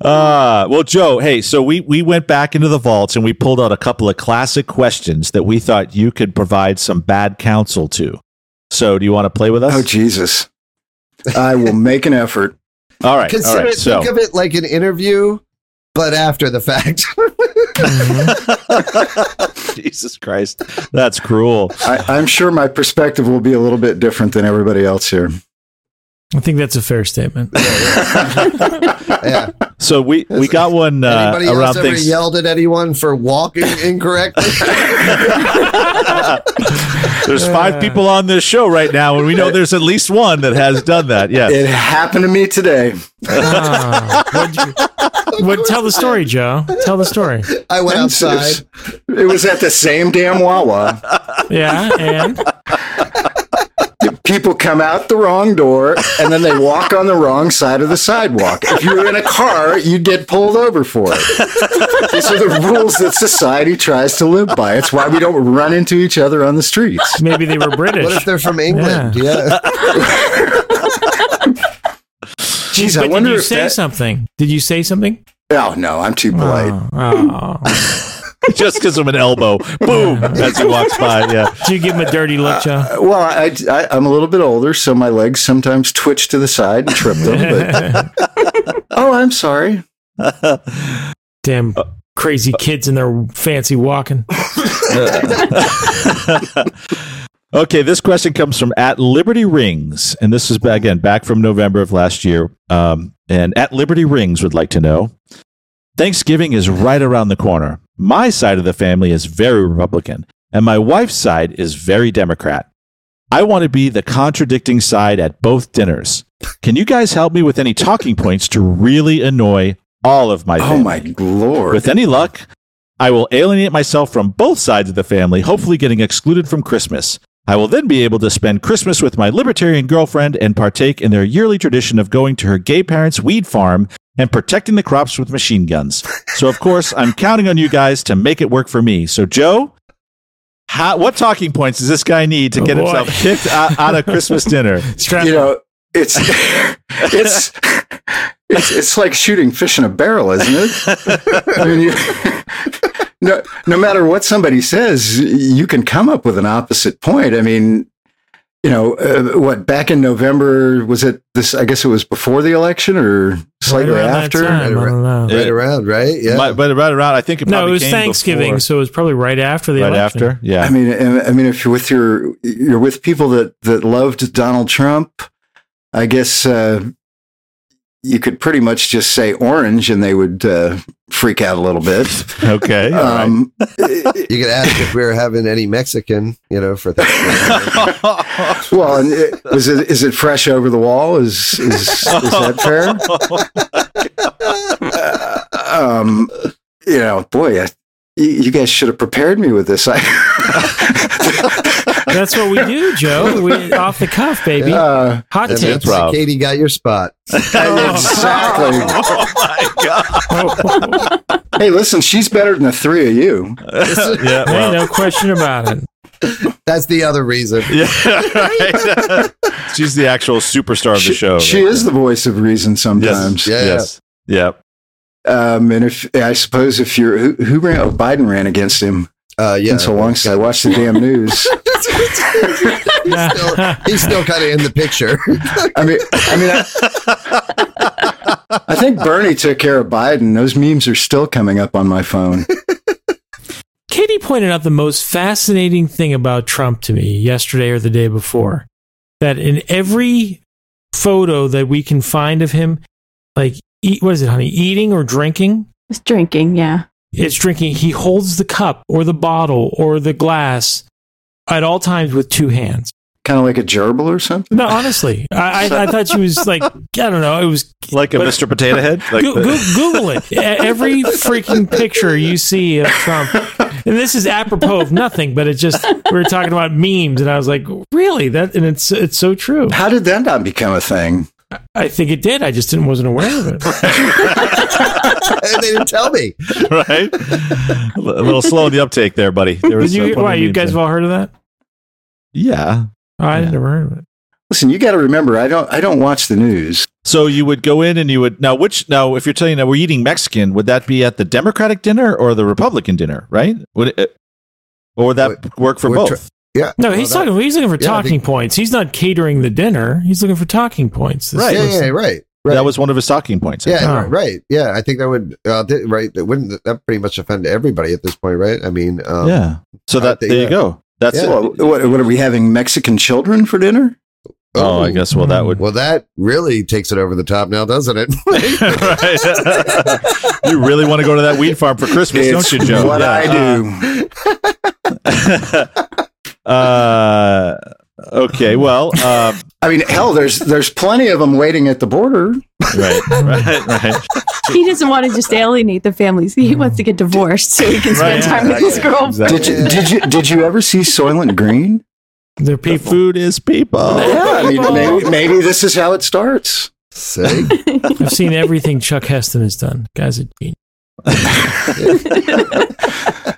[SPEAKER 2] Uh, well, Joe, hey, so we, we went back into the vaults and we pulled out a couple of classic questions that we thought you could provide some bad counsel to. So, do you want to play with us?
[SPEAKER 6] Oh, Jesus. I will make an effort.
[SPEAKER 2] all right. All
[SPEAKER 1] consider
[SPEAKER 2] right.
[SPEAKER 1] it,
[SPEAKER 2] So,
[SPEAKER 1] think of it like an interview, but after the fact. <laughs>
[SPEAKER 2] Uh, <laughs> Jesus Christ, that's cruel.
[SPEAKER 6] I, I'm sure my perspective will be a little bit different than everybody else here.
[SPEAKER 4] I think that's a
[SPEAKER 1] <laughs>
[SPEAKER 4] fair statement.
[SPEAKER 1] yeah.
[SPEAKER 2] So we we got one uh,
[SPEAKER 1] Anybody
[SPEAKER 2] around
[SPEAKER 1] else ever
[SPEAKER 2] things.
[SPEAKER 1] yelled at anyone for walking incorrectly?
[SPEAKER 2] <laughs> There's five people on this show right now, and we
[SPEAKER 1] <laughs>
[SPEAKER 2] know there's at least one that has done that. Yes.
[SPEAKER 6] It happened to me today.
[SPEAKER 4] Ah, what'd you- what, tell the story, Joe. Tell the story.
[SPEAKER 1] I went
[SPEAKER 6] It's-
[SPEAKER 1] outside.
[SPEAKER 6] it's- It was at the same damn Wawa.
[SPEAKER 4] Yeah, and
[SPEAKER 6] People come out the wrong door and then they walk on the wrong side of the sidewalk. If you were in a car, you'd get pulled over for it. These are the rules that society tries to live by. It's why we don't run into each other on the streets.
[SPEAKER 4] maybe they were
[SPEAKER 1] What if
[SPEAKER 2] <laughs>
[SPEAKER 4] British.
[SPEAKER 1] they're from England? Yeah.
[SPEAKER 6] Geez, I
[SPEAKER 4] But did
[SPEAKER 6] wonder
[SPEAKER 4] you
[SPEAKER 6] if
[SPEAKER 4] say
[SPEAKER 6] that-
[SPEAKER 4] something? Did you say something?
[SPEAKER 6] Oh no, I'm too polite.
[SPEAKER 4] Oh, oh.
[SPEAKER 2] just gives him an elbow. Boom. As he walks by. Yeah.
[SPEAKER 4] Did you give him a dirty look,
[SPEAKER 6] <laughs>
[SPEAKER 4] Joe?
[SPEAKER 6] Well, I, am a little bit older, so my legs sometimes twitch to the side and
[SPEAKER 4] <laughs>
[SPEAKER 6] trip them. But oh, I'm sorry.
[SPEAKER 4] Damn
[SPEAKER 2] Uh,
[SPEAKER 4] crazy kids and their fancy
[SPEAKER 2] <laughs>
[SPEAKER 4] walking.
[SPEAKER 2] Okay, this question comes from at Liberty Rings, and this is again back from November of last year. Um, and at Liberty Rings would like to know: Thanksgiving is right around the corner. My side of the family is very Republican, and my wife's side is very Democrat. I want to be the contradicting side at both dinners. Can you guys help me with any talking points to really annoy all of my?
[SPEAKER 6] Oh
[SPEAKER 2] family?
[SPEAKER 6] my lord.
[SPEAKER 2] With any luck, I will alienate myself from both sides of the family, hopefully getting excluded from Christmas. I will then be able to spend Christmas with my libertarian girlfriend and partake in their yearly tradition of going to her gay parents' weed farm and protecting the crops with machine guns. So, of course, I'm counting on you guys to make it work for me. So, Joe, how, what talking points does this guy need to
[SPEAKER 4] Oh,
[SPEAKER 2] get
[SPEAKER 4] boy.
[SPEAKER 2] himself kicked out, out of
[SPEAKER 4] <laughs>
[SPEAKER 2] Christmas dinner?
[SPEAKER 4] Strap
[SPEAKER 6] you know,
[SPEAKER 4] <laughs>
[SPEAKER 6] it's it's it's it's like shooting fish in a barrel, isn't it? I mean, you, <laughs> no, no matter what somebody says, you can come up with an opposite point. I mean, you know, uh, what back in November was it? This I guess it was before the election or slightly
[SPEAKER 4] right around that
[SPEAKER 6] after.
[SPEAKER 4] time, I don't know.
[SPEAKER 1] right around, right? Yeah.
[SPEAKER 2] But, but right around, I think it
[SPEAKER 4] No,
[SPEAKER 2] probably
[SPEAKER 4] it was
[SPEAKER 2] came
[SPEAKER 4] Thanksgiving,
[SPEAKER 2] before-
[SPEAKER 4] so it was probably right after the
[SPEAKER 2] right
[SPEAKER 4] election.
[SPEAKER 2] after, yeah.
[SPEAKER 6] <laughs> I mean, and- I mean, if you're with your you're with people that that loved Donald Trump, I guess uh, you could pretty much just say orange, and they would uh, freak out a little bit.
[SPEAKER 2] okay. all right.
[SPEAKER 6] Um,
[SPEAKER 1] you could ask if we were having any Mexican, you know, for Thanksgiving.
[SPEAKER 6] well, and it, was it is it fresh over the wall? Is is, is that fair? um, you know, boy, I, you- you guys should have prepared me with this. I,
[SPEAKER 4] <laughs>
[SPEAKER 6] <laughs>
[SPEAKER 4] That's what we
[SPEAKER 2] <laughs>
[SPEAKER 4] do, Joe. We off the cuff, baby.
[SPEAKER 6] uh,
[SPEAKER 4] Hot
[SPEAKER 1] And that's
[SPEAKER 4] takes.
[SPEAKER 2] improv.
[SPEAKER 1] Katie got your spot.
[SPEAKER 6] exactly.
[SPEAKER 2] oh my god!
[SPEAKER 4] <laughs>
[SPEAKER 6] Hey, listen, she's better than the three of you.
[SPEAKER 2] Yeah,
[SPEAKER 4] Hey, no question about it.
[SPEAKER 1] That's the other reason. <laughs>
[SPEAKER 2] yeah, right. She's the actual superstar of the
[SPEAKER 6] She,
[SPEAKER 2] show.
[SPEAKER 6] she is the voice of reason sometimes.
[SPEAKER 1] Yeah.
[SPEAKER 2] Yes. Yeah.
[SPEAKER 6] Um, and if I suppose if you're who, who ran, oh, Biden ran against him.
[SPEAKER 1] Uh, yeah.
[SPEAKER 6] It's so long since I watched the damn news.
[SPEAKER 1] Still- he's still kind of in the picture. <laughs>
[SPEAKER 6] I mean, I mean, I, I think Bernie took care of Biden. Those memes are still coming up on my phone.
[SPEAKER 4] Katie pointed out the most fascinating thing about Trump to me yesterday or the day before that in every photo that we can find of him, like, eat, what is it, honey? Eating or drinking?
[SPEAKER 5] It's drinking, yeah.
[SPEAKER 4] It's drinking. He holds the cup or the bottle or the glass at all times with two hands.
[SPEAKER 6] Kind of like a gerbil or something.
[SPEAKER 4] No, honestly, I, I, I thought she was like, I don't know. It was
[SPEAKER 2] Like a
[SPEAKER 4] but-
[SPEAKER 2] Mr. Potato Head. Like
[SPEAKER 4] Go-
[SPEAKER 2] the-
[SPEAKER 4] go- Google it. E- Every freaking picture you see of Trump, and this is apropos of nothing, but it just we were talking about memes, and I was like, really? That and it's it's so true.
[SPEAKER 6] How did that not become a thing?
[SPEAKER 4] I think it did. I just didn't wasn't aware of it.
[SPEAKER 1] and they didn't tell me.
[SPEAKER 2] <laughs> right. A little slow in the uptake there, buddy. There
[SPEAKER 4] Did
[SPEAKER 2] was
[SPEAKER 4] you?
[SPEAKER 2] one
[SPEAKER 4] Why
[SPEAKER 2] of
[SPEAKER 4] you
[SPEAKER 2] the
[SPEAKER 4] guys
[SPEAKER 2] memes
[SPEAKER 4] have all heard of that? Oh,
[SPEAKER 2] there. Yeah.
[SPEAKER 4] I never heard of it.
[SPEAKER 6] Listen, you got to remember, I don't, I don't watch the news.
[SPEAKER 2] So you would go in and you would now which now if you're telling now we're eating Mexican, would that be at the Democratic dinner or the Republican dinner? Right? Would it, uh, or would that work for
[SPEAKER 1] we're
[SPEAKER 2] both?
[SPEAKER 1] tr- Yeah.
[SPEAKER 4] No,
[SPEAKER 1] Well,
[SPEAKER 4] he's
[SPEAKER 1] that-
[SPEAKER 4] talking. He's looking for
[SPEAKER 1] yeah, I
[SPEAKER 4] talking
[SPEAKER 1] think-
[SPEAKER 4] points. He's not catering the dinner. He's looking for talking points. This
[SPEAKER 2] Right.
[SPEAKER 1] Yeah,
[SPEAKER 4] was-
[SPEAKER 1] yeah, yeah, right. Right.
[SPEAKER 2] That was one of his talking points. I
[SPEAKER 1] yeah,
[SPEAKER 4] Oh.
[SPEAKER 1] right. Yeah, I think that would uh, th- right. That wouldn't that pretty much offend everybody at this point, right? I mean, um,
[SPEAKER 2] yeah. So
[SPEAKER 1] I
[SPEAKER 2] that
[SPEAKER 1] think-
[SPEAKER 2] there you
[SPEAKER 1] yeah.
[SPEAKER 2] go. That's
[SPEAKER 1] Yeah.
[SPEAKER 2] it.
[SPEAKER 6] Well, what, what are we having Mexican children for dinner?
[SPEAKER 2] Oh, I guess. Well, that would.
[SPEAKER 1] Well, that really takes it over the top now, doesn't it? <laughs>
[SPEAKER 2] <laughs> Right. you really want to go to that weed farm for Christmas,
[SPEAKER 6] It's
[SPEAKER 2] don't you, Joe?
[SPEAKER 6] what
[SPEAKER 2] Yeah. Uh-huh.
[SPEAKER 6] I do.
[SPEAKER 2] Uh, okay. Well. Um,
[SPEAKER 6] I mean, hell, there's there's plenty of them waiting at the border.
[SPEAKER 2] right. Right. Right.
[SPEAKER 5] He doesn't want to just alienate the families. He wants to get divorced so he can <laughs>
[SPEAKER 2] Right,
[SPEAKER 5] spend time with his
[SPEAKER 2] exactly,
[SPEAKER 5] girlfriend.
[SPEAKER 2] exactly.
[SPEAKER 6] Did you, did you did you ever see Soylent Green?
[SPEAKER 4] They're
[SPEAKER 2] The
[SPEAKER 4] people.
[SPEAKER 2] food is people.
[SPEAKER 6] Yeah, I mean, maybe, maybe this is how it starts.
[SPEAKER 1] See?
[SPEAKER 4] I've seen everything Chuck Heston has done. Guys, a genius.
[SPEAKER 2] Okay. Well.
[SPEAKER 1] eh,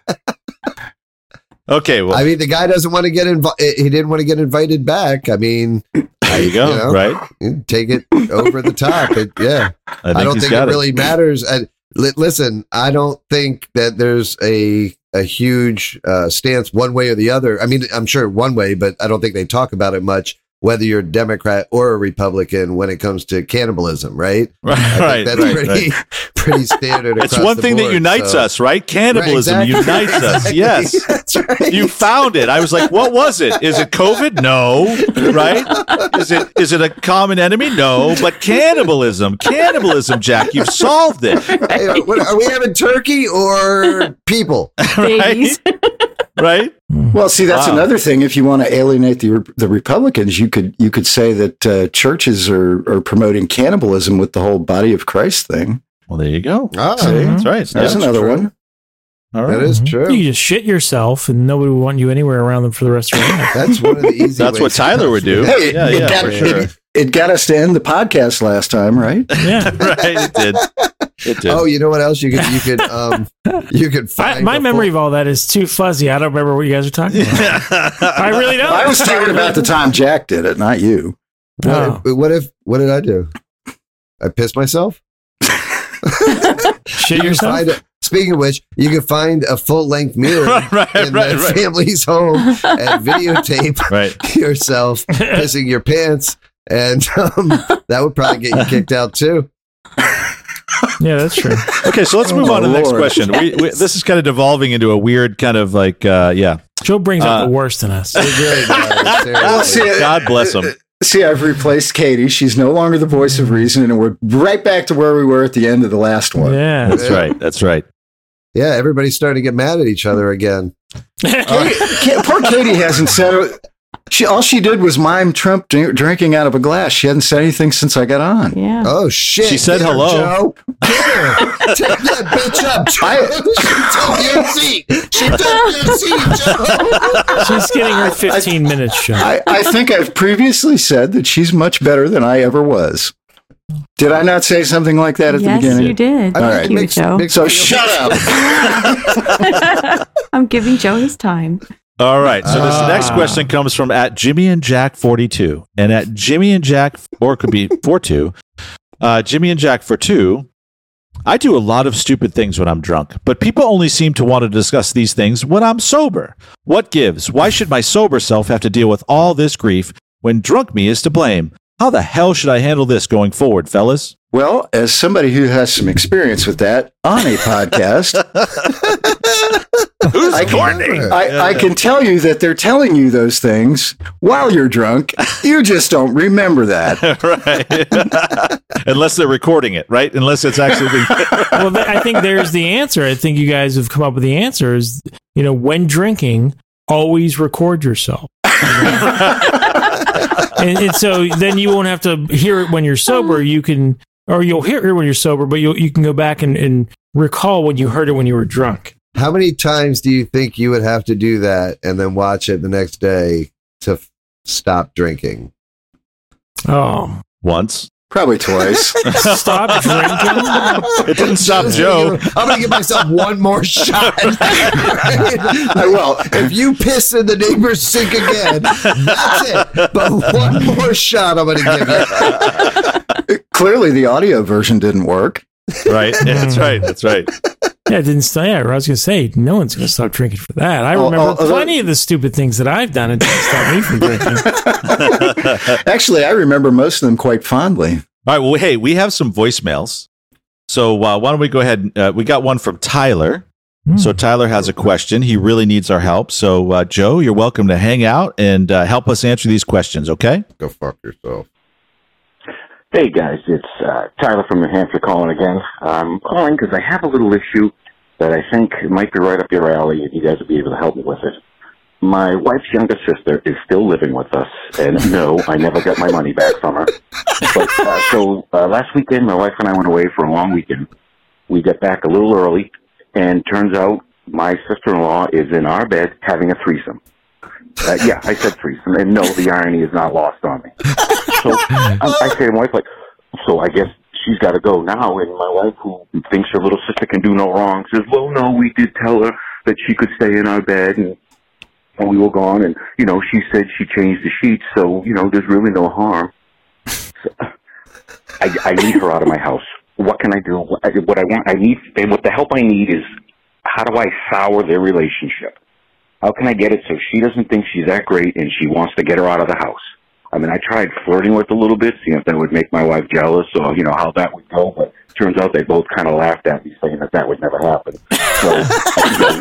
[SPEAKER 1] I mean, the guy doesn't want to get invited. He didn't want to get invited back. I mean,
[SPEAKER 2] There you go.
[SPEAKER 1] You know?
[SPEAKER 2] Right?
[SPEAKER 1] You Take it over the top. It, yeah.
[SPEAKER 2] <laughs> I, think
[SPEAKER 1] I, don't
[SPEAKER 2] he's
[SPEAKER 1] think it
[SPEAKER 2] got it.
[SPEAKER 1] really matters. I, li- listen, I don't think that there's a a huge uh, stance one way or the other. I mean, I'm sure one way, but I don't think they talk about it much. Whether you're a Democrat or a Republican, when it comes to cannibalism, right? I
[SPEAKER 2] <laughs> Right,
[SPEAKER 1] think
[SPEAKER 2] right,
[SPEAKER 1] that's
[SPEAKER 2] right,
[SPEAKER 1] pretty
[SPEAKER 2] right.
[SPEAKER 1] <laughs> pretty standard.
[SPEAKER 2] It's
[SPEAKER 1] across
[SPEAKER 2] one
[SPEAKER 1] the
[SPEAKER 2] thing that
[SPEAKER 1] board,
[SPEAKER 2] unites
[SPEAKER 1] so-
[SPEAKER 2] us, right?
[SPEAKER 1] Right,
[SPEAKER 2] Cannibalism
[SPEAKER 1] exactly,
[SPEAKER 2] unites us.
[SPEAKER 1] <laughs> exactly.
[SPEAKER 2] Yes.
[SPEAKER 1] that's right.
[SPEAKER 2] You found it. I was like, what was it? Is it COVID? No. Right? Is it is it a common enemy? No. But cannibalism. Cannibalism, Jack, you've solved it.
[SPEAKER 1] Hey, uh, what- are we having turkey or people?
[SPEAKER 2] Right? <laughs>
[SPEAKER 5] Babies.
[SPEAKER 2] Right?
[SPEAKER 6] Well, see, that's
[SPEAKER 2] Wow.
[SPEAKER 6] another thing. If you want to alienate the the Republicans, you could you could say that uh, churches are are promoting cannibalism with the whole body of Christ thing.
[SPEAKER 2] Well, there you go.
[SPEAKER 1] Ah,
[SPEAKER 2] See? That's right.
[SPEAKER 6] There's
[SPEAKER 2] Yeah.
[SPEAKER 1] That's
[SPEAKER 6] another
[SPEAKER 1] true.
[SPEAKER 6] one.
[SPEAKER 2] All
[SPEAKER 1] That
[SPEAKER 2] right.
[SPEAKER 1] is true.
[SPEAKER 4] Mm-hmm. You just shit yourself, and nobody would want you anywhere around them for the rest of
[SPEAKER 1] <laughs>
[SPEAKER 4] your life.
[SPEAKER 1] That's one of the easy.
[SPEAKER 2] That's what
[SPEAKER 1] ways to
[SPEAKER 2] Tyler would do.
[SPEAKER 6] Hey,
[SPEAKER 2] yeah,
[SPEAKER 6] it,
[SPEAKER 2] yeah,
[SPEAKER 6] got,
[SPEAKER 2] for sure.
[SPEAKER 6] it, it got us to end the podcast last time, right?
[SPEAKER 4] Yeah.
[SPEAKER 2] right, it did. It did.
[SPEAKER 1] Oh, you know what else you could you could um you could find
[SPEAKER 4] I, my
[SPEAKER 1] a
[SPEAKER 4] memory
[SPEAKER 1] full-
[SPEAKER 4] of all that is too fuzzy. I don't remember what you guys are talking about. I really don't.
[SPEAKER 6] <laughs> I was talking about the time Jack did it, not you.
[SPEAKER 4] Oh,
[SPEAKER 1] What, what if what did I do? I pissed myself. <laughs>
[SPEAKER 4] shit
[SPEAKER 1] You can
[SPEAKER 4] yourself.
[SPEAKER 1] find a- speaking of which, you can find a full length mirror
[SPEAKER 2] <laughs> right, right,
[SPEAKER 1] in
[SPEAKER 2] right,
[SPEAKER 1] the
[SPEAKER 2] right.
[SPEAKER 1] family's home and videotape
[SPEAKER 2] <laughs> Right.
[SPEAKER 1] yourself pissing your pants, and um, that would probably get you kicked out too.
[SPEAKER 4] Yeah, that's true.
[SPEAKER 2] Okay, so let's move
[SPEAKER 6] Oh,
[SPEAKER 2] on to the next
[SPEAKER 6] Lord.
[SPEAKER 2] question. We, we, this is kind of devolving into a weird kind of like, uh, yeah.
[SPEAKER 4] Joe brings out
[SPEAKER 2] Uh,
[SPEAKER 4] the worst in us.
[SPEAKER 1] It really does,
[SPEAKER 6] Well,
[SPEAKER 1] <laughs> seriously.
[SPEAKER 6] see,
[SPEAKER 2] God bless him.
[SPEAKER 6] See, I've replaced Katie. She's no longer the voice of reason, and we're right back to where we were at the end of the last one.
[SPEAKER 4] Yeah.
[SPEAKER 2] That's right. That's right.
[SPEAKER 1] Yeah, everybody's starting to get mad at each other again.
[SPEAKER 6] Katie, Ka- poor Katie hasn't said it. She all she did was mime Trump dr- drinking out of a glass. She hadn't said anything since I got on.
[SPEAKER 5] Yeah.
[SPEAKER 1] Oh shit!
[SPEAKER 2] She said
[SPEAKER 1] Get her, <laughs>
[SPEAKER 2] hello.
[SPEAKER 1] Joe. Get her. Take that bitch up, Joe. <laughs> she took your seat. She took your seat, Joe.
[SPEAKER 4] <laughs> She's getting her 15 minutes show.
[SPEAKER 6] I, I think I've previously said that she's much better than I ever was. Did I not say something like that at
[SPEAKER 5] yes,
[SPEAKER 6] the beginning?
[SPEAKER 5] you did.
[SPEAKER 6] All
[SPEAKER 5] Thank
[SPEAKER 6] right.
[SPEAKER 5] you,
[SPEAKER 1] Mix-
[SPEAKER 5] Joe.
[SPEAKER 1] mix-
[SPEAKER 6] So shut up.
[SPEAKER 5] I'm giving Joe his time.
[SPEAKER 2] All right. So this
[SPEAKER 4] Ah.
[SPEAKER 2] next question comes from at Jimmy and Jack 42. And at Jimmy and Jack, or it could be 42, uh, Jimmy and Jack for two. I do a lot of stupid things when I'm drunk, but people only seem to want to discuss these things when I'm sober. What gives? Why should my sober self have to deal with all this grief when drunk me is to blame? How the hell should I handle this going forward, fellas?
[SPEAKER 6] Well, as somebody who has some experience with that on a podcast,
[SPEAKER 2] Who's
[SPEAKER 6] I can, I, I can tell you that they're telling you those things while you're drunk. You just don't remember that.
[SPEAKER 2] <laughs> right. Unless they're recording it, right? Unless it's actually being. <laughs>
[SPEAKER 4] Well, th- I think there's the answer. I think you guys have come up with the answer is, you know, when drinking, always record yourself. <laughs> and, and so then you won't have to hear it when you're sober. You can, or you'll hear it when you're sober, but you you can go back and, and recall when you heard it when you were drunk.
[SPEAKER 1] How many times do you think you would have to do that and then watch it the next day to f- stop drinking?
[SPEAKER 4] Oh,
[SPEAKER 2] Once.
[SPEAKER 6] Probably twice.
[SPEAKER 4] stop drinking.
[SPEAKER 2] It didn't
[SPEAKER 6] <laughs>
[SPEAKER 2] stop Joe.
[SPEAKER 1] I'm gonna give myself one more <laughs> shot.
[SPEAKER 6] I will.
[SPEAKER 1] If you piss in the neighbor's sink again, that's it. But one more shot, I'm gonna give you.
[SPEAKER 6] Clearly, the audio version didn't work.
[SPEAKER 2] Right. Yeah, that's right. That's right.
[SPEAKER 4] Yeah, it didn't stop. Yeah, I was going to say, no one's going to stop drinking for that. I
[SPEAKER 6] Oh,
[SPEAKER 4] remember
[SPEAKER 6] oh, oh,
[SPEAKER 4] plenty of the stupid things that I've done and didn't stop me from drinking.
[SPEAKER 6] Actually, I remember most of them quite fondly.
[SPEAKER 2] All right. Well, hey, we have some voicemails. So uh, why don't we go ahead? And, uh, we got one from Tyler.
[SPEAKER 6] Hmm.
[SPEAKER 2] So Tyler has a question. He really needs our help. So uh, Joe, you're welcome to hang out and uh, help us answer these questions. Okay.
[SPEAKER 1] Go fuck yourself.
[SPEAKER 7] Hey guys, it's uh, Tyler from New Hampshire calling again. I'm calling because I have a little issue that I think might be right up your alley, and you guys would be able to help me with it. My wife's younger sister is still living with us, and <laughs> no, I never got my money back from her. But, uh, so uh, last weekend, my wife and I went away for a long weekend. We got back a little early, and turns out my sister-in-law is in our bed having a threesome. Uh, yeah, I said threesome, and no, the irony is not lost on me. So I, I say to my wife, like, so I guess she's got to go now. And my wife, who thinks her little sister can do no wrong, says, well, no, we did tell her that she could stay in our bed and when we were gone, and you know, she said she changed the sheets, so you know, there's really no harm. So, I, I need her out of my house. What can I do? What I, what I want, I need, and what the help I need is, how do I sour their relationship? How can I get it so she doesn't think she's that great and she wants to get her out of the house? I mean, I tried flirting with a little bit, seeing if that would make my wife jealous or, you know, how that would go, but turns out they both kind of laughed at me saying that that would never happen. So, <laughs> you know,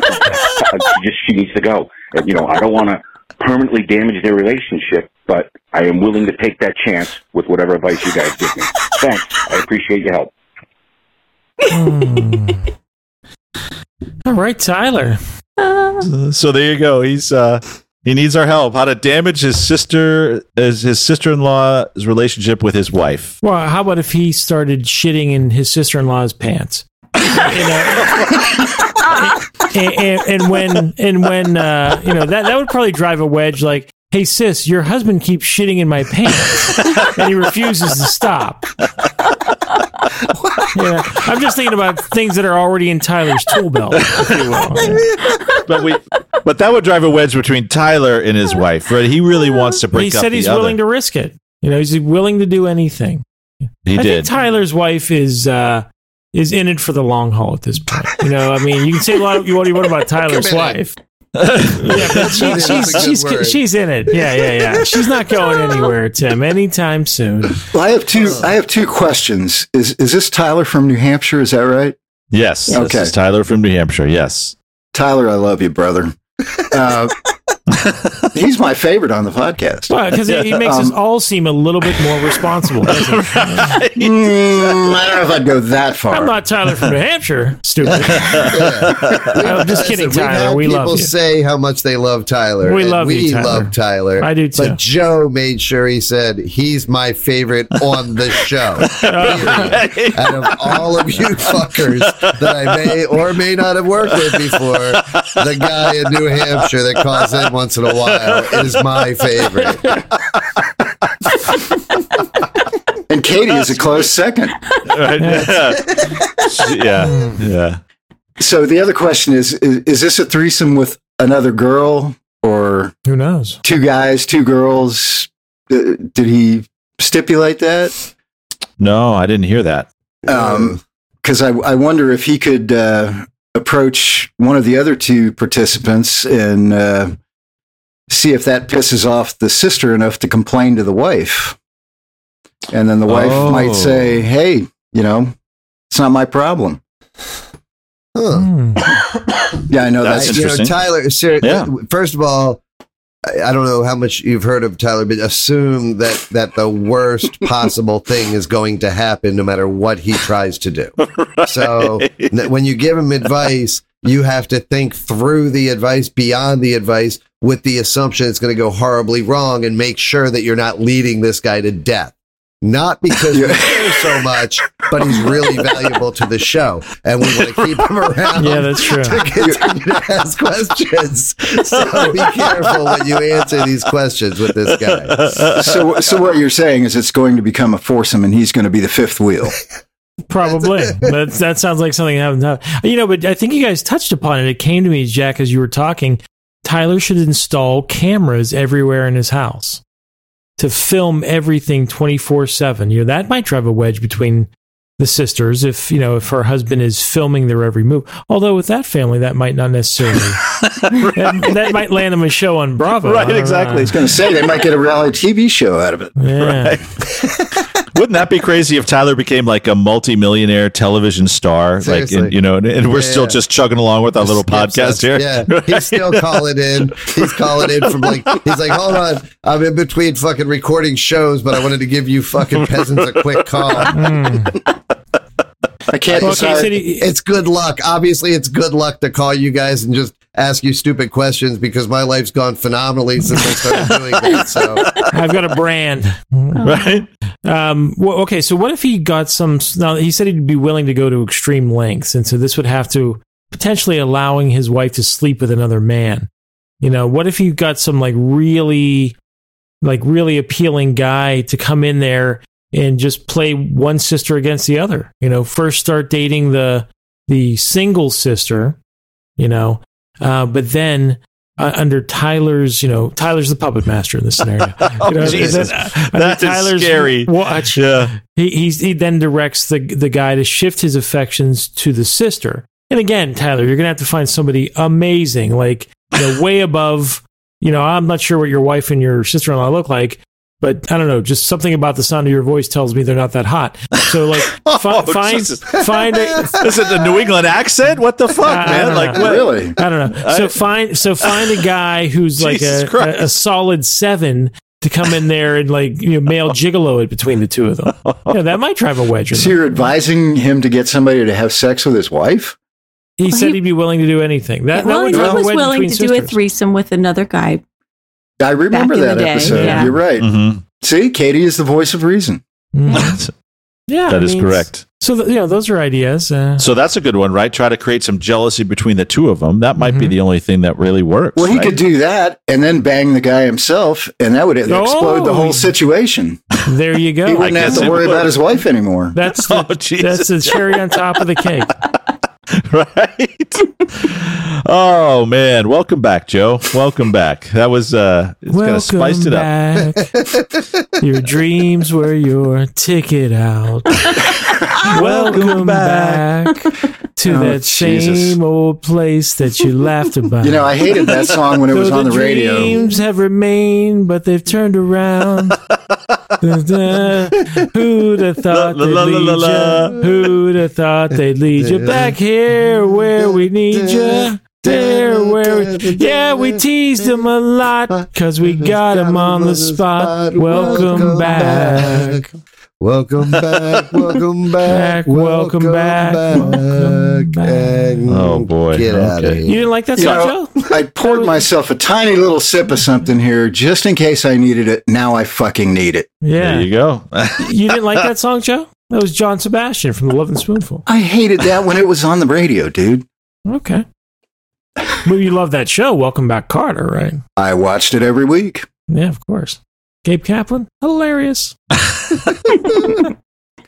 [SPEAKER 7] I just, she needs to go. And, you know, I don't want to permanently damage their relationship, but I am willing to take that chance with whatever advice you guys give me. Thanks. I appreciate your help.
[SPEAKER 4] All right, Tyler.
[SPEAKER 2] So there you go. He's uh he needs our help. How to damage his sister his, his sister-in-law's relationship with his wife.
[SPEAKER 4] Well, how about if he started shitting in his sister in law's pants? You know? and, and, and when and when uh, you know that that would probably drive a wedge. Like, hey sis, your husband keeps shitting in my pants, and he refuses to stop. Yeah, I'm just thinking about things that are already in Tyler's tool belt, if you will.
[SPEAKER 2] But we but that would drive a wedge between Tyler and his wife. Right? He really wants to break
[SPEAKER 4] He
[SPEAKER 2] up
[SPEAKER 4] said
[SPEAKER 2] the
[SPEAKER 4] he's
[SPEAKER 2] other.
[SPEAKER 4] willing to risk it. You know, he's willing to do anything.
[SPEAKER 2] he did.
[SPEAKER 4] I think Tyler's wife is uh, is in it for the long haul at this point. You know, I mean, you can say a lot. Of, you what do you
[SPEAKER 1] <laughs>
[SPEAKER 4] want about Tyler's
[SPEAKER 1] Committed.
[SPEAKER 4] wife? <laughs> yeah, but she,
[SPEAKER 1] That's a
[SPEAKER 4] she's
[SPEAKER 1] good
[SPEAKER 4] she's
[SPEAKER 1] word.
[SPEAKER 4] she's in it. Yeah, yeah, yeah. She's not going anywhere, Tim, anytime soon.
[SPEAKER 6] Well, I have two. I have two questions. Is is this Tyler from New Hampshire? Is that right?
[SPEAKER 2] yes. Okay.
[SPEAKER 6] Okay.
[SPEAKER 2] This is Tyler from New Hampshire. Yes. <laughs>
[SPEAKER 6] Tyler, I love you, brother. <laughs> Uh, he's my favorite on the podcast.
[SPEAKER 4] Well, because he, he makes us
[SPEAKER 6] Um,
[SPEAKER 4] all seem a little bit more responsible. <laughs> doesn't he?
[SPEAKER 6] Mm, I don't know if I'd go that far.
[SPEAKER 4] I'm not Tyler from New Hampshire. <laughs>
[SPEAKER 1] <laughs>
[SPEAKER 4] Stupid. <laughs> I'm just kidding,
[SPEAKER 1] We've had
[SPEAKER 4] Tyler. We
[SPEAKER 1] people
[SPEAKER 4] love you.
[SPEAKER 1] say how much they love Tyler.
[SPEAKER 4] We
[SPEAKER 1] and
[SPEAKER 4] love
[SPEAKER 1] we
[SPEAKER 4] you, Tyler.
[SPEAKER 1] love Tyler.
[SPEAKER 4] I do too.
[SPEAKER 1] But Joe made sure he said he's my favorite on the
[SPEAKER 4] <laughs>
[SPEAKER 1] show.
[SPEAKER 4] Oh.
[SPEAKER 1] <laughs> Period. Out of all of you fuckers that I may or may not have worked with before, the guy in New Hampshire that calls in once in a while is my favorite.
[SPEAKER 6] and Katie is a close second.
[SPEAKER 2] Right. yeah. Yeah.
[SPEAKER 6] So the other question is, is: Is this a threesome with another girl or
[SPEAKER 4] Who knows?
[SPEAKER 6] two guys, two girls? Uh, Did he stipulate that?
[SPEAKER 2] No, I didn't hear that.
[SPEAKER 6] um because I, I wonder if he could uh approach one of the other two participants and uh see if that pisses off the sister enough to complain to the wife and then the wife
[SPEAKER 2] Oh.
[SPEAKER 6] might say hey you know it's not my problem
[SPEAKER 1] Huh.
[SPEAKER 4] Hmm.
[SPEAKER 6] yeah i know
[SPEAKER 2] That's
[SPEAKER 6] that's,
[SPEAKER 1] you know,
[SPEAKER 2] interesting.
[SPEAKER 1] Tyler, ser- uh,
[SPEAKER 2] Yeah.
[SPEAKER 1] first of all, I I don't know how much you've heard of Tyler, but assume that, that the
[SPEAKER 2] <laughs>
[SPEAKER 1] worst possible thing is going to happen no matter what he tries to
[SPEAKER 2] <laughs>
[SPEAKER 1] do. So n- when you give him advice, you have to think through the advice, beyond the advice, with the assumption it's going to go horribly wrong and make sure that you're not leading this guy to death. Not because we
[SPEAKER 6] Yeah.
[SPEAKER 1] care so much, but he's really valuable to the show, and we want to keep him around
[SPEAKER 4] Yeah, that's true.
[SPEAKER 1] to continue to ask questions. So be careful when you answer these questions with this guy.
[SPEAKER 6] so so what you're saying is it's going to become a foursome and he's going to be the fifth wheel
[SPEAKER 2] <laughs>
[SPEAKER 4] Probably. that that sounds like something that happened. You know, but I think you guys touched upon it. It came to me, Jack, as you were talking. Tyler should install cameras everywhere in his house to film everything twenty four seven. You know, that might drive a wedge between the sisters if you know if her husband is filming their every move. Although with that family, that might not necessarily.
[SPEAKER 2] <laughs>
[SPEAKER 4] <laughs> that, that might land them a show on Bravo. I
[SPEAKER 2] Right,
[SPEAKER 4] don't
[SPEAKER 2] exactly.
[SPEAKER 6] i was going to say they might get a reality tv show out of it
[SPEAKER 4] know. Ah. Yeah.
[SPEAKER 2] Right. Wouldn't that be crazy if Tyler became like a multimillionaire television star? Like,
[SPEAKER 1] Seriously.
[SPEAKER 2] and, you know, and, and we're
[SPEAKER 1] Yeah,
[SPEAKER 2] still
[SPEAKER 1] yeah.
[SPEAKER 2] just chugging along with our little podcast here.
[SPEAKER 1] Yeah, he's still calling in. He's calling in from like he's like, hold on, I'm in between fucking recording shows, but I wanted to give you fucking peasants a quick call.
[SPEAKER 4] Mm.
[SPEAKER 6] i can't
[SPEAKER 4] Well,
[SPEAKER 6] decide.
[SPEAKER 4] Kansas City-
[SPEAKER 1] It's good luck. Obviously, it's good luck to call you guys and just ask you stupid questions because my life's gone phenomenally since I
[SPEAKER 4] <laughs>
[SPEAKER 1] started doing that. So
[SPEAKER 4] I've got a brand.
[SPEAKER 2] <laughs> Right?
[SPEAKER 4] Um, well, okay, so what if he got some? Now he said he'd be willing to go to extreme lengths, and so this would have to potentially allowing his wife to sleep with another man. You know, what if he got some like really, like really appealing guy to come in there and just play one sister against the other? You know, first start dating the the single sister, you know, uh, but then uh, under Tyler's, you know, Tyler's the puppet master in this scenario. You know,
[SPEAKER 2] Oh, Jesus.
[SPEAKER 4] and then, uh,
[SPEAKER 2] That
[SPEAKER 4] under
[SPEAKER 2] is
[SPEAKER 4] <laughs>
[SPEAKER 2] scary.
[SPEAKER 4] Watch.
[SPEAKER 2] Yeah.
[SPEAKER 4] He he's, he then directs the the guy to shift his affections to the sister. And again, Tyler, you're gonna have to find somebody amazing, like you know, way above. You know, I'm not sure what your wife and your sister in law look like, but I don't know, just something about the sound of your voice tells me they're not that hot.
[SPEAKER 2] <laughs>
[SPEAKER 4] So like, fi-
[SPEAKER 2] Oh,
[SPEAKER 4] find
[SPEAKER 2] Jesus.
[SPEAKER 4] find
[SPEAKER 2] <laughs>
[SPEAKER 4] a,
[SPEAKER 2] Is it the New England accent? What the fuck,
[SPEAKER 4] I- I
[SPEAKER 2] man?
[SPEAKER 4] don't
[SPEAKER 2] Like,
[SPEAKER 4] know.
[SPEAKER 2] what?
[SPEAKER 6] Really?
[SPEAKER 4] I don't know. So find so find a guy who's like
[SPEAKER 2] Jesus
[SPEAKER 4] a,
[SPEAKER 2] Christ.
[SPEAKER 4] a, a solid seven to come in there and like you know male gigolo it between the two of them. You know, that might drive a wedge. in
[SPEAKER 6] So
[SPEAKER 4] them.
[SPEAKER 6] you're advising him to get somebody to have sex with his wife?
[SPEAKER 4] He
[SPEAKER 5] Well,
[SPEAKER 4] said
[SPEAKER 5] he-
[SPEAKER 4] he'd be willing to do anything. That, that
[SPEAKER 5] well,
[SPEAKER 4] would
[SPEAKER 5] he
[SPEAKER 4] drive a
[SPEAKER 5] was
[SPEAKER 4] wedge
[SPEAKER 5] willing to
[SPEAKER 4] between
[SPEAKER 5] do a
[SPEAKER 4] sisters.
[SPEAKER 5] threesome with another guy.
[SPEAKER 6] I remember
[SPEAKER 5] Back in
[SPEAKER 6] that
[SPEAKER 5] the day,
[SPEAKER 6] episode.
[SPEAKER 4] yeah.
[SPEAKER 6] You're
[SPEAKER 2] <laughs>
[SPEAKER 6] right.
[SPEAKER 2] Mhm.
[SPEAKER 6] See, Katie is the voice of reason.
[SPEAKER 5] <laughs>
[SPEAKER 4] Mm.
[SPEAKER 2] <laughs>
[SPEAKER 4] Yeah,
[SPEAKER 2] That
[SPEAKER 4] I
[SPEAKER 2] is
[SPEAKER 4] mean,
[SPEAKER 2] correct.
[SPEAKER 4] So th- you know, those are ideas. Uh,
[SPEAKER 2] So that's a good one, right? Try to create some jealousy between the two of them. That might be
[SPEAKER 4] Mhm.
[SPEAKER 2] the only thing that really works.
[SPEAKER 6] Well, he
[SPEAKER 2] right?
[SPEAKER 6] could do that and then bang the guy himself, and that would e- explode the
[SPEAKER 4] Oh.
[SPEAKER 6] whole situation.
[SPEAKER 4] there you
[SPEAKER 6] He
[SPEAKER 4] go.
[SPEAKER 6] wouldn't have
[SPEAKER 2] guess it
[SPEAKER 6] to worry
[SPEAKER 2] would.
[SPEAKER 6] about his wife anymore.
[SPEAKER 4] That's the,
[SPEAKER 2] Oh, Jesus.
[SPEAKER 4] that's the cherry on top of the cake.
[SPEAKER 2] <laughs> right? <laughs> oh man, welcome back, Joe. Welcome back. That was uh, it's kind of spiced it up. <laughs>
[SPEAKER 4] back. your dreams were your ticket out. Welcome back to
[SPEAKER 6] Oh,
[SPEAKER 4] that
[SPEAKER 2] Jesus.
[SPEAKER 4] same old place that you
[SPEAKER 6] <laughs>
[SPEAKER 4] laughed about.
[SPEAKER 6] You know, I hated that song when it was
[SPEAKER 4] Though
[SPEAKER 6] on the radio.
[SPEAKER 4] Dreams have remained, but they've turned around. Da-da. Who'd have thought
[SPEAKER 2] La,
[SPEAKER 4] they'd
[SPEAKER 2] la, la, la,
[SPEAKER 4] lead
[SPEAKER 2] la.
[SPEAKER 4] ya? Who'd have thought they'd lead you back here where we need ya? There where we, yeah, we teased them a lot because we got them on the spot. Welcome back.
[SPEAKER 1] Welcome back, welcome back,
[SPEAKER 4] Back, welcome back, welcome back.
[SPEAKER 1] and
[SPEAKER 2] Oh, boy.
[SPEAKER 1] get out of
[SPEAKER 2] Okay.
[SPEAKER 4] You
[SPEAKER 1] here.
[SPEAKER 4] didn't like that
[SPEAKER 6] You
[SPEAKER 4] song,
[SPEAKER 6] know,
[SPEAKER 4] Joe?
[SPEAKER 6] I poured myself a tiny little sip of something here just in case I needed it. Now I fucking need it.
[SPEAKER 2] There
[SPEAKER 4] Yeah.
[SPEAKER 2] you go. <laughs>
[SPEAKER 4] You didn't like that song, Joe? That was John Sebastian from the Love and Spoonful.
[SPEAKER 6] I hated that when it was on the radio, dude.
[SPEAKER 4] Okay. Well, you love that show, Welcome Back Carter, right?
[SPEAKER 6] I watched it every week.
[SPEAKER 4] Yeah, of course. Gabe Kaplan, hilarious.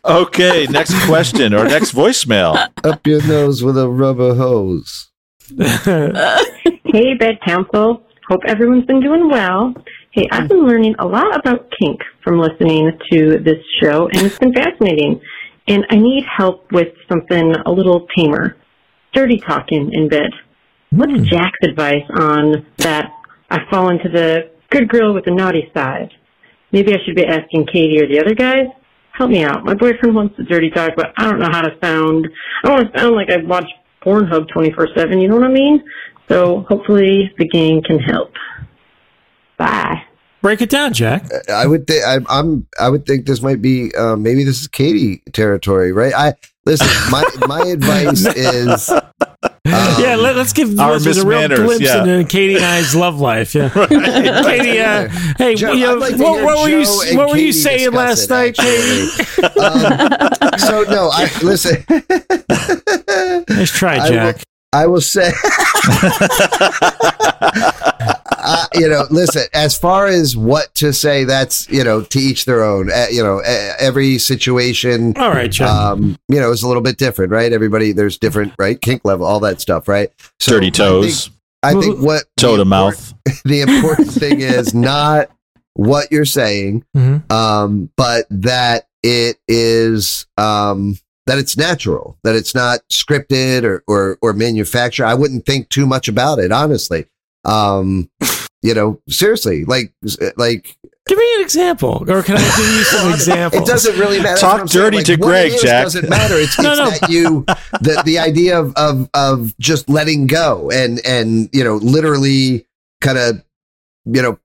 [SPEAKER 2] okay, next question or next voicemail.
[SPEAKER 1] Up your nose with a rubber hose.
[SPEAKER 8] Hey, Bed Council. Hope everyone's been doing well. Hey, I've been learning a lot about kink from listening to this show, and it's been fascinating. And I need help with something a little tamer dirty talking in bed. What's
[SPEAKER 4] Hmm.
[SPEAKER 8] Jack's advice on that? I fall into the good girl with the naughty side. Maybe I should be asking Katie or the other guys. Help me out. My boyfriend wants to dirty talk, but I don't know how to sound. I don't want to sound like I watch Pornhub 24-7, you know what I mean? So hopefully the gang can help. Bye.
[SPEAKER 4] Break it down,
[SPEAKER 2] Um,
[SPEAKER 4] Jack.
[SPEAKER 1] I would think I, I'm. I would think this might be uh, maybe this is Katie territory, right? I listen. My my
[SPEAKER 4] <laughs>
[SPEAKER 1] advice is
[SPEAKER 4] yeah, let, us give
[SPEAKER 2] Our
[SPEAKER 4] listeners a
[SPEAKER 2] Miss
[SPEAKER 4] real
[SPEAKER 2] Manners,
[SPEAKER 4] glimpse
[SPEAKER 2] yeah.
[SPEAKER 4] into Katie and I's love
[SPEAKER 2] <laughs>
[SPEAKER 4] life. Yeah, Katie. Uh, hey,
[SPEAKER 1] Joe,
[SPEAKER 4] you know,
[SPEAKER 1] I'd like to
[SPEAKER 4] what,
[SPEAKER 1] hear
[SPEAKER 4] what were you
[SPEAKER 1] Joe and
[SPEAKER 4] what were you
[SPEAKER 1] Katie
[SPEAKER 4] saying
[SPEAKER 1] discuss it,
[SPEAKER 4] last night, Katie?
[SPEAKER 1] actually. Um, so no, I listen.
[SPEAKER 4] Nice try,
[SPEAKER 1] I will-
[SPEAKER 4] Jack.
[SPEAKER 1] I will say, <laughs> I, uh, you know, listen. As far as what to say, that's you know, to each their own. Uh, you know, uh, every situation
[SPEAKER 4] All right, Jack.
[SPEAKER 1] um, you know, it's a little bit different, right? Everybody, there's different, right? Kink level, all that stuff, right? <laughs> So
[SPEAKER 2] Dirty
[SPEAKER 1] I
[SPEAKER 2] toes,
[SPEAKER 1] think, I think what
[SPEAKER 2] toe to
[SPEAKER 1] the
[SPEAKER 2] mouth.
[SPEAKER 1] import- The important thing is not what you're saying,
[SPEAKER 4] Mhm.
[SPEAKER 1] um, but that it is um, that it's natural, that it's not scripted or or or manufactured. I wouldn't think too much about it, honestly. Um, you know, seriously, like like
[SPEAKER 4] Give me an example, or can I give you some
[SPEAKER 1] <laughs> it
[SPEAKER 4] examples?
[SPEAKER 1] doesn't really matter. That's
[SPEAKER 2] Talk
[SPEAKER 1] what I'm saying.
[SPEAKER 2] dirty to
[SPEAKER 1] what
[SPEAKER 2] Greg,
[SPEAKER 1] it is
[SPEAKER 2] Jack.
[SPEAKER 1] Doesn't matter. It's,
[SPEAKER 4] <laughs> No,
[SPEAKER 1] it's
[SPEAKER 4] no.
[SPEAKER 1] that you the the idea of of of just letting go and and you know literally kind of you know.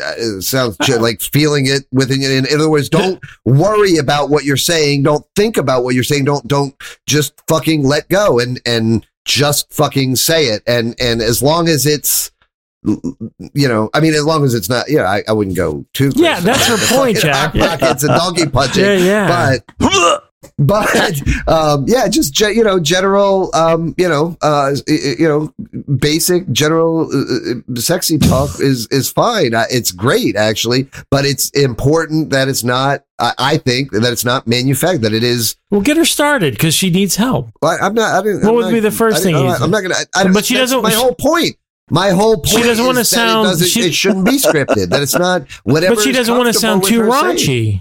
[SPEAKER 1] uh, It sounds ju- like feeling it within you. In other words, don't worry about what you're saying. Don't think about what you're saying. Don't don't just fucking let go and and just fucking say it. And and as long as it's you know, I mean, as long as it's not, yeah, I, I wouldn't go too.
[SPEAKER 4] Yeah,
[SPEAKER 1] crazy.
[SPEAKER 4] that's her
[SPEAKER 1] It's
[SPEAKER 4] point,
[SPEAKER 1] like an
[SPEAKER 4] Jack.
[SPEAKER 1] eye Pockets and
[SPEAKER 4] <laughs>
[SPEAKER 1] donkey punching.
[SPEAKER 4] Yeah, yeah. <laughs>
[SPEAKER 1] But, but, um, yeah, just ge- you know, general, um, you know, uh, y- y- you know, basic general uh, uh, sexy talk is is fine. Uh, It's great actually, but it's important that it's not. I, I think that it's not manufactured. That it is.
[SPEAKER 4] well, get her started because she needs help.
[SPEAKER 1] Well, I'm not. I didn't,
[SPEAKER 4] What
[SPEAKER 1] I'm
[SPEAKER 4] would
[SPEAKER 1] not-
[SPEAKER 4] be the first
[SPEAKER 1] I
[SPEAKER 4] thing
[SPEAKER 1] didn't-
[SPEAKER 4] you
[SPEAKER 1] I'm not,
[SPEAKER 4] said?
[SPEAKER 1] gonna. I, I,
[SPEAKER 4] But she
[SPEAKER 1] that's
[SPEAKER 4] doesn't-
[SPEAKER 1] My
[SPEAKER 4] she-
[SPEAKER 1] whole point. My whole point
[SPEAKER 4] She doesn't
[SPEAKER 1] is
[SPEAKER 4] wanna
[SPEAKER 1] that
[SPEAKER 4] sound-
[SPEAKER 1] it, doesn't-
[SPEAKER 4] she-
[SPEAKER 1] it shouldn't be scripted. That it's not whatever.
[SPEAKER 4] <laughs> but she
[SPEAKER 1] is
[SPEAKER 4] doesn't want to
[SPEAKER 1] comfortable
[SPEAKER 4] sound
[SPEAKER 1] with
[SPEAKER 4] too
[SPEAKER 1] her saying.
[SPEAKER 4] raunchy.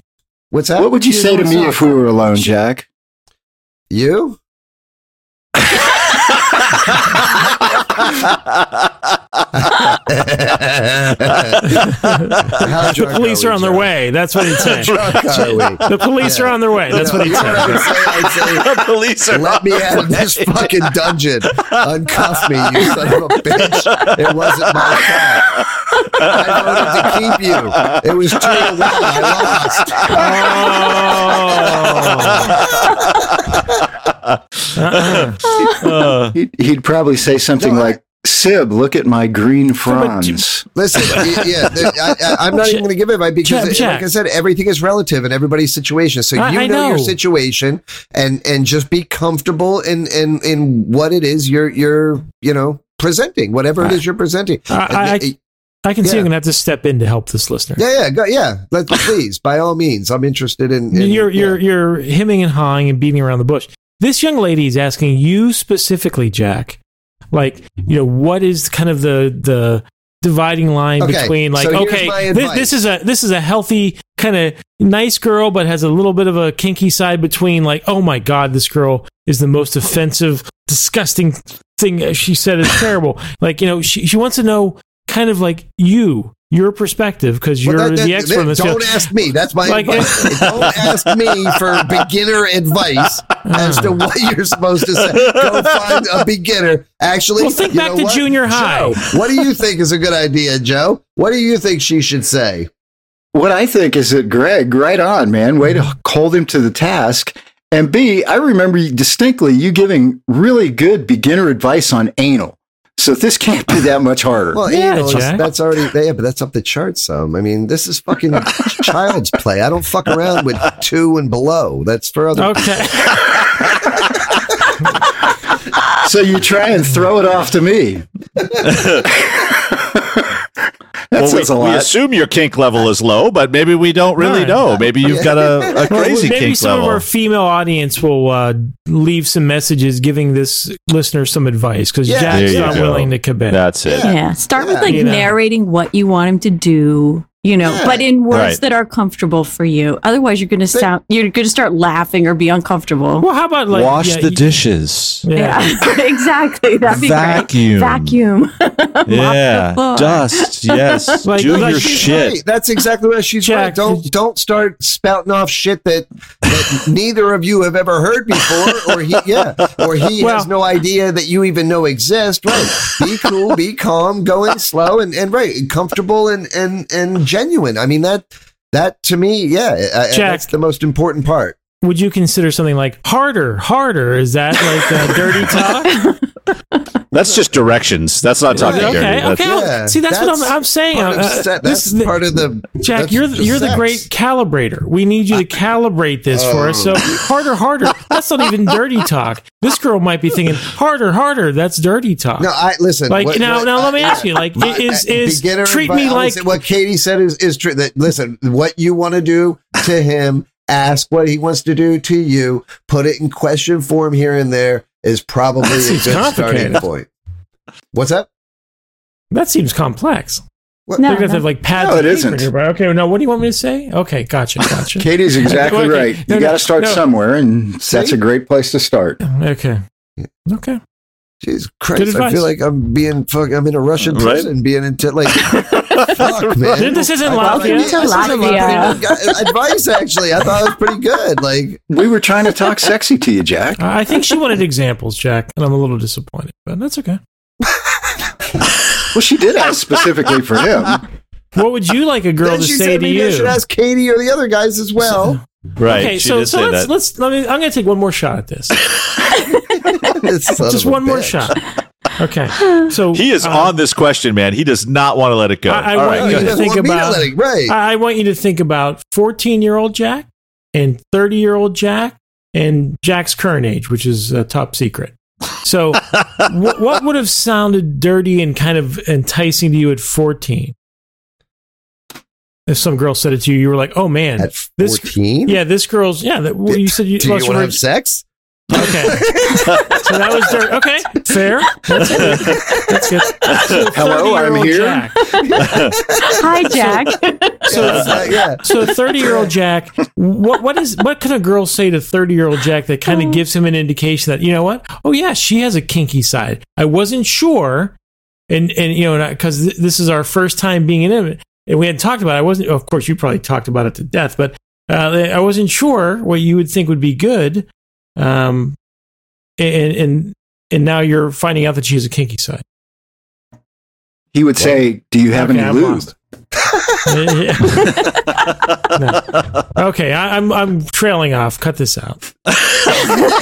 [SPEAKER 1] What's that?
[SPEAKER 6] What would you say to me if we were alone, Jack?
[SPEAKER 1] you? <laughs> <laughs> How drunk
[SPEAKER 4] The police
[SPEAKER 1] we,
[SPEAKER 4] are on their
[SPEAKER 1] Joe?
[SPEAKER 4] way. That's what he'd say.
[SPEAKER 1] Drunk are we?
[SPEAKER 4] The police are on their way. That's what he'd
[SPEAKER 1] I
[SPEAKER 4] say.
[SPEAKER 1] would say, <laughs> I'd
[SPEAKER 2] <laughs> the police
[SPEAKER 1] say,
[SPEAKER 2] are
[SPEAKER 1] let
[SPEAKER 2] on
[SPEAKER 1] me
[SPEAKER 2] the
[SPEAKER 1] out of
[SPEAKER 2] <laughs>
[SPEAKER 1] this <laughs>
[SPEAKER 2] way.
[SPEAKER 1] fucking dungeon. Uncuff me, you son of a bitch. It wasn't my fault. I voted to keep you. It was too well. I lost.
[SPEAKER 4] Oh. Uh-uh.
[SPEAKER 1] <laughs>
[SPEAKER 2] Uh,
[SPEAKER 6] He'd, he'd probably say something
[SPEAKER 1] No, I-
[SPEAKER 6] like, Sib, look at my green fronds.
[SPEAKER 1] Listen, y- yeah, th- I, I, I'm not even going to give it advice because,
[SPEAKER 4] Jack,
[SPEAKER 1] it-
[SPEAKER 4] Jack.
[SPEAKER 1] like I said, everything is relative in everybody's situation. So
[SPEAKER 4] I-
[SPEAKER 1] you
[SPEAKER 4] I
[SPEAKER 1] know, your
[SPEAKER 4] know.
[SPEAKER 1] situation, and and just be comfortable in in in what it is you're you're you know presenting, whatever it is you're presenting.
[SPEAKER 4] I- I- I can see
[SPEAKER 1] Yeah.
[SPEAKER 4] I'm gonna have to step in to help this listener.
[SPEAKER 1] yeah, yeah, go, yeah. Let please, by all means, I'm interested in. in
[SPEAKER 4] you're
[SPEAKER 1] yeah.
[SPEAKER 4] you're you're hemming and hawing and beating around the bush. This young lady is asking you specifically, Jack. Like, you know, what is kind of the the dividing line
[SPEAKER 1] Okay,
[SPEAKER 4] between like,
[SPEAKER 1] so here's my
[SPEAKER 4] okay, this,
[SPEAKER 1] advice.
[SPEAKER 4] this is a this is a healthy kind of nice girl, but has a little bit of a kinky side between like, oh my god, this girl is the most offensive, disgusting thing she
[SPEAKER 1] <laughs>
[SPEAKER 4] said is terrible. like, you know, she she wants to know kind of like you, your perspective, because
[SPEAKER 1] Well,
[SPEAKER 4] you're
[SPEAKER 1] that- that-
[SPEAKER 4] the expert in this
[SPEAKER 1] that-
[SPEAKER 4] field.
[SPEAKER 1] Don't ask me. That's my
[SPEAKER 4] Like- <laughs>
[SPEAKER 1] advice. don't ask me for beginner advice as to what you're supposed to say. Go find a beginner. Actually,
[SPEAKER 4] Well, think
[SPEAKER 1] you
[SPEAKER 4] back
[SPEAKER 1] know
[SPEAKER 4] to
[SPEAKER 1] what?
[SPEAKER 4] junior high.
[SPEAKER 1] Joe, what do you think is a good idea, Joe? What do you think she should say?
[SPEAKER 6] What I think is that Greg, right on, man, way to hold him to the task. And B, I remember you- distinctly you giving really good beginner advice on anal. So this can't be that much harder.
[SPEAKER 1] Well,
[SPEAKER 4] Yeah,
[SPEAKER 1] you know,
[SPEAKER 4] Jack.
[SPEAKER 1] that's already yeah, but that's up the chart some. I mean, this is fucking
[SPEAKER 4] <laughs>
[SPEAKER 1] child's play. I don't fuck around with two and below. That's for other.
[SPEAKER 4] Okay.
[SPEAKER 6] so you try and throw it off to me. that
[SPEAKER 2] well,
[SPEAKER 6] says
[SPEAKER 2] we,
[SPEAKER 6] a
[SPEAKER 2] we
[SPEAKER 6] lot.
[SPEAKER 2] assume your kink level is low, but maybe we don't really
[SPEAKER 4] Right.
[SPEAKER 2] know. Maybe you've got a, a
[SPEAKER 4] Well,
[SPEAKER 2] crazy
[SPEAKER 4] Maybe
[SPEAKER 2] kink
[SPEAKER 4] some
[SPEAKER 2] level.
[SPEAKER 4] of our female audience will uh, leave some messages giving this listener some advice because
[SPEAKER 1] Yeah.
[SPEAKER 2] There
[SPEAKER 4] Jack's
[SPEAKER 2] you
[SPEAKER 4] not
[SPEAKER 2] go.
[SPEAKER 4] willing to commit.
[SPEAKER 2] That's it.
[SPEAKER 5] <laughs> Yeah. Start with
[SPEAKER 1] Yeah.
[SPEAKER 5] like
[SPEAKER 4] You know.
[SPEAKER 5] narrating what you want him to do, you know,
[SPEAKER 1] Yeah.
[SPEAKER 5] but in words
[SPEAKER 2] Right.
[SPEAKER 5] that are comfortable for you. Otherwise, you're going to sound, you're going to start laughing or be uncomfortable.
[SPEAKER 4] Well, how about like
[SPEAKER 2] Wash
[SPEAKER 4] yeah,
[SPEAKER 2] the
[SPEAKER 4] you-
[SPEAKER 2] dishes.
[SPEAKER 4] Yeah.
[SPEAKER 5] Yeah. <laughs> exactly. That'd be
[SPEAKER 2] Vacuum.
[SPEAKER 5] great. Vacuum.
[SPEAKER 2] Yeah.
[SPEAKER 5] floor.
[SPEAKER 2] Dust. Yes.
[SPEAKER 4] <laughs> Like-
[SPEAKER 2] Do
[SPEAKER 4] like
[SPEAKER 2] your
[SPEAKER 4] she's
[SPEAKER 2] shit.
[SPEAKER 1] Right, That's exactly what she's
[SPEAKER 4] Jack,
[SPEAKER 1] right. Don't
[SPEAKER 4] did-
[SPEAKER 1] don't start spouting off shit that, that <laughs> neither of you have ever heard before, or he yeah, or he
[SPEAKER 4] Well-
[SPEAKER 1] has no idea that you even know exist. Right? Be cool, be calm, go in slow, and and right, comfortable and and and genuine. I mean that that to me, yeah, I- I-
[SPEAKER 4] Jack.
[SPEAKER 1] that's the most important part.
[SPEAKER 4] Would you consider something like harder, harder? Is that like uh,
[SPEAKER 1] <laughs>
[SPEAKER 4] dirty talk?
[SPEAKER 2] That's just directions. That's not talking
[SPEAKER 4] okay,
[SPEAKER 2] dirty. That's-
[SPEAKER 4] okay.
[SPEAKER 1] Yeah,
[SPEAKER 4] See, that's, what
[SPEAKER 1] that's
[SPEAKER 4] I'm, I'm saying.
[SPEAKER 1] Part of
[SPEAKER 4] Uh,
[SPEAKER 1] se-
[SPEAKER 4] this
[SPEAKER 1] that's
[SPEAKER 4] is the-
[SPEAKER 1] part of the
[SPEAKER 4] Jack,
[SPEAKER 1] that's
[SPEAKER 4] you're the, you're the
[SPEAKER 1] sex.
[SPEAKER 4] great calibrator. We need you to calibrate this for us. So
[SPEAKER 1] Oh.
[SPEAKER 4] harder, harder. That's not even dirty talk. This girl might be thinking harder, harder. That's dirty talk.
[SPEAKER 1] No, I listen.
[SPEAKER 4] like
[SPEAKER 1] what-
[SPEAKER 4] now,
[SPEAKER 1] what-
[SPEAKER 4] now
[SPEAKER 1] I-
[SPEAKER 4] let me ask you. Like
[SPEAKER 1] My-
[SPEAKER 4] is
[SPEAKER 1] uh,
[SPEAKER 4] is
[SPEAKER 1] beginner
[SPEAKER 4] treat
[SPEAKER 1] advice-
[SPEAKER 4] me
[SPEAKER 1] I would
[SPEAKER 4] like
[SPEAKER 1] say what Katie said is is true. That listen, what you want to do to him, ask what he wants to do to you, put it in question form here and there is probably a
[SPEAKER 4] seems
[SPEAKER 1] good starting
[SPEAKER 4] complicated.
[SPEAKER 1] point. What's up?
[SPEAKER 4] that seems complex.
[SPEAKER 1] What?
[SPEAKER 5] No.
[SPEAKER 4] They're gonna have, to have like pads.
[SPEAKER 6] No,
[SPEAKER 4] of
[SPEAKER 6] it
[SPEAKER 4] paper
[SPEAKER 6] isn't.
[SPEAKER 4] here, but okay, now what do you want me to say? Okay, gotcha, gotcha.
[SPEAKER 6] Katie's exactly
[SPEAKER 4] Okay,
[SPEAKER 6] right.
[SPEAKER 4] no,
[SPEAKER 6] you
[SPEAKER 4] no,
[SPEAKER 6] got to start
[SPEAKER 4] no.
[SPEAKER 6] somewhere, and that's a great place to start.
[SPEAKER 4] Okay, okay.
[SPEAKER 1] Jesus Christ! I
[SPEAKER 4] advice.
[SPEAKER 1] feel like I'm being fuck. I'm in a Russian
[SPEAKER 2] Right?
[SPEAKER 1] prison, being into
[SPEAKER 4] <laughs>
[SPEAKER 1] like fuck, man.
[SPEAKER 4] This isn't
[SPEAKER 1] I thought I-
[SPEAKER 4] Latvia.
[SPEAKER 5] Welcome to
[SPEAKER 1] this is a
[SPEAKER 5] Latvia.
[SPEAKER 1] pretty good gu- Advice, actually, I thought it was pretty good. Like,
[SPEAKER 6] We were trying to talk sexy to you, Jack.
[SPEAKER 4] I I think she wanted examples, Jack, and I'm a little disappointed, but that's okay.
[SPEAKER 6] Well, she did ask specifically for him.
[SPEAKER 4] What would you like a girl
[SPEAKER 1] then
[SPEAKER 4] to
[SPEAKER 1] she
[SPEAKER 4] say
[SPEAKER 1] said
[SPEAKER 4] to
[SPEAKER 1] maybe I should
[SPEAKER 4] you?
[SPEAKER 1] ask Katie or the other guys as
[SPEAKER 4] <laughs>
[SPEAKER 1] well.
[SPEAKER 2] Right.
[SPEAKER 4] Okay,
[SPEAKER 2] she
[SPEAKER 4] so
[SPEAKER 2] did
[SPEAKER 4] so
[SPEAKER 2] say
[SPEAKER 4] let's
[SPEAKER 2] that.
[SPEAKER 4] let's let me. I'm gonna take one more shot at this.
[SPEAKER 1] This son
[SPEAKER 4] Just
[SPEAKER 1] of a
[SPEAKER 4] one more
[SPEAKER 1] bitch.
[SPEAKER 4] shot. Okay, so
[SPEAKER 2] he is
[SPEAKER 4] uh,
[SPEAKER 2] on this question, man. He does not want to let it go.
[SPEAKER 4] I- I
[SPEAKER 2] All
[SPEAKER 4] want
[SPEAKER 1] Oh,
[SPEAKER 2] right.
[SPEAKER 1] he
[SPEAKER 2] <laughs>
[SPEAKER 4] you
[SPEAKER 2] good.
[SPEAKER 4] to
[SPEAKER 1] doesn't
[SPEAKER 4] think
[SPEAKER 1] want me to
[SPEAKER 4] about-
[SPEAKER 1] let it- right.
[SPEAKER 4] I I want you to think about 14 year old Jack and 30 year old Jack and Jack's current age, which is uh, top secret. So, what, what would have sounded dirty and kind of enticing to you at 14? If some girl said it to you, you were like, "Oh man,
[SPEAKER 1] At
[SPEAKER 4] this
[SPEAKER 1] 14?
[SPEAKER 4] yeah, this girl's yeah." That, well, you said you,
[SPEAKER 1] Do you
[SPEAKER 4] lost
[SPEAKER 1] want to
[SPEAKER 4] your <laughs>
[SPEAKER 1] have sex?
[SPEAKER 4] Okay. so that was their okay. Fair. That's good. That's good. So
[SPEAKER 6] Hello, I'm
[SPEAKER 4] 30-year-old
[SPEAKER 6] here.
[SPEAKER 4] Jack.
[SPEAKER 5] Hi, Jack.
[SPEAKER 1] It's like, yeah.
[SPEAKER 4] So thirty year old Jack, what what is what can a girl say to thirty year old Jack that kind of gives him an indication that you know what? Oh yeah, she has a kinky side. I wasn't sure, and and you know because th- this is our first time being in it, and we had talked about. it. I wasn't. Of course, you probably talked about it to death, but uh, I wasn't sure what you would think would be good. Um, and and and now you're finding out that she has a kinky side.
[SPEAKER 6] He would say, "Do you have
[SPEAKER 4] Okay,
[SPEAKER 6] any
[SPEAKER 4] I'm
[SPEAKER 6] lube?"
[SPEAKER 4] lost. <laughs> Yeah. No. Okay, I, I'm I'm trailing off. Cut this out.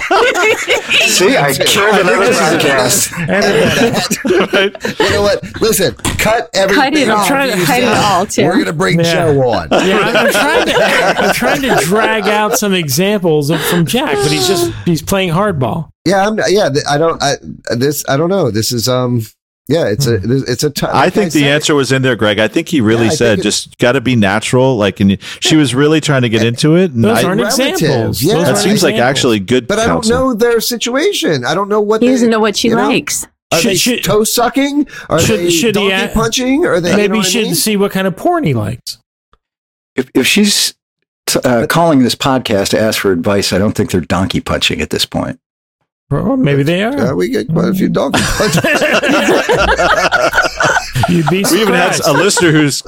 [SPEAKER 6] See, I killed another podcast.
[SPEAKER 4] <laughs>
[SPEAKER 2] Right?
[SPEAKER 1] You know what? Listen, cut everything.
[SPEAKER 5] Cut it all.
[SPEAKER 1] off
[SPEAKER 5] Cut
[SPEAKER 1] you
[SPEAKER 5] it
[SPEAKER 1] said.
[SPEAKER 5] all, Tim.
[SPEAKER 1] We're gonna bring
[SPEAKER 4] Yeah.
[SPEAKER 1] Joe on. <laughs>
[SPEAKER 4] Yeah, I'm, I'm trying to I'm trying to drag out some examples of, from Jack, but he's just he's playing hardball.
[SPEAKER 1] Yeah, I'm, yeah. th- I don't. I this. I don't know. This is um. Yeah, it's a. this- It's a. T-
[SPEAKER 2] I think the answer was in there, Greg. I think he really
[SPEAKER 1] Yeah, I think
[SPEAKER 2] said
[SPEAKER 1] it-
[SPEAKER 2] just got to be natural. Like, and she was really trying to get into it. And
[SPEAKER 4] Those
[SPEAKER 2] I,
[SPEAKER 4] aren't
[SPEAKER 1] relatives,
[SPEAKER 4] examples.
[SPEAKER 1] yeah.
[SPEAKER 4] Those
[SPEAKER 2] that
[SPEAKER 4] aren't
[SPEAKER 2] seems like
[SPEAKER 4] examples.
[SPEAKER 2] actually good.
[SPEAKER 1] But I don't
[SPEAKER 2] counsel.
[SPEAKER 1] know their situation. I don't know what
[SPEAKER 5] He
[SPEAKER 1] they-
[SPEAKER 5] doesn't know what she
[SPEAKER 1] you
[SPEAKER 5] likes.
[SPEAKER 1] Are
[SPEAKER 4] Should-
[SPEAKER 1] they
[SPEAKER 4] should-
[SPEAKER 1] toe sucking? Are
[SPEAKER 4] should-
[SPEAKER 1] they
[SPEAKER 4] should he
[SPEAKER 1] donkey
[SPEAKER 4] a-
[SPEAKER 1] punching? Are they? you
[SPEAKER 4] maybe
[SPEAKER 1] know
[SPEAKER 4] he
[SPEAKER 1] what I
[SPEAKER 4] should
[SPEAKER 1] mean?
[SPEAKER 4] see what kind of porn he likes.
[SPEAKER 6] If, if she's t- uh, calling this podcast to ask for advice, I don't think they're donkey punching at this point.
[SPEAKER 4] Or maybe they are.
[SPEAKER 1] Yeah, we get quite a few
[SPEAKER 5] Mm.
[SPEAKER 1] donkey
[SPEAKER 4] <laughs>
[SPEAKER 1] punches.
[SPEAKER 4] You'd be
[SPEAKER 2] <laughs>
[SPEAKER 4] surprised.
[SPEAKER 2] We even had a listener who's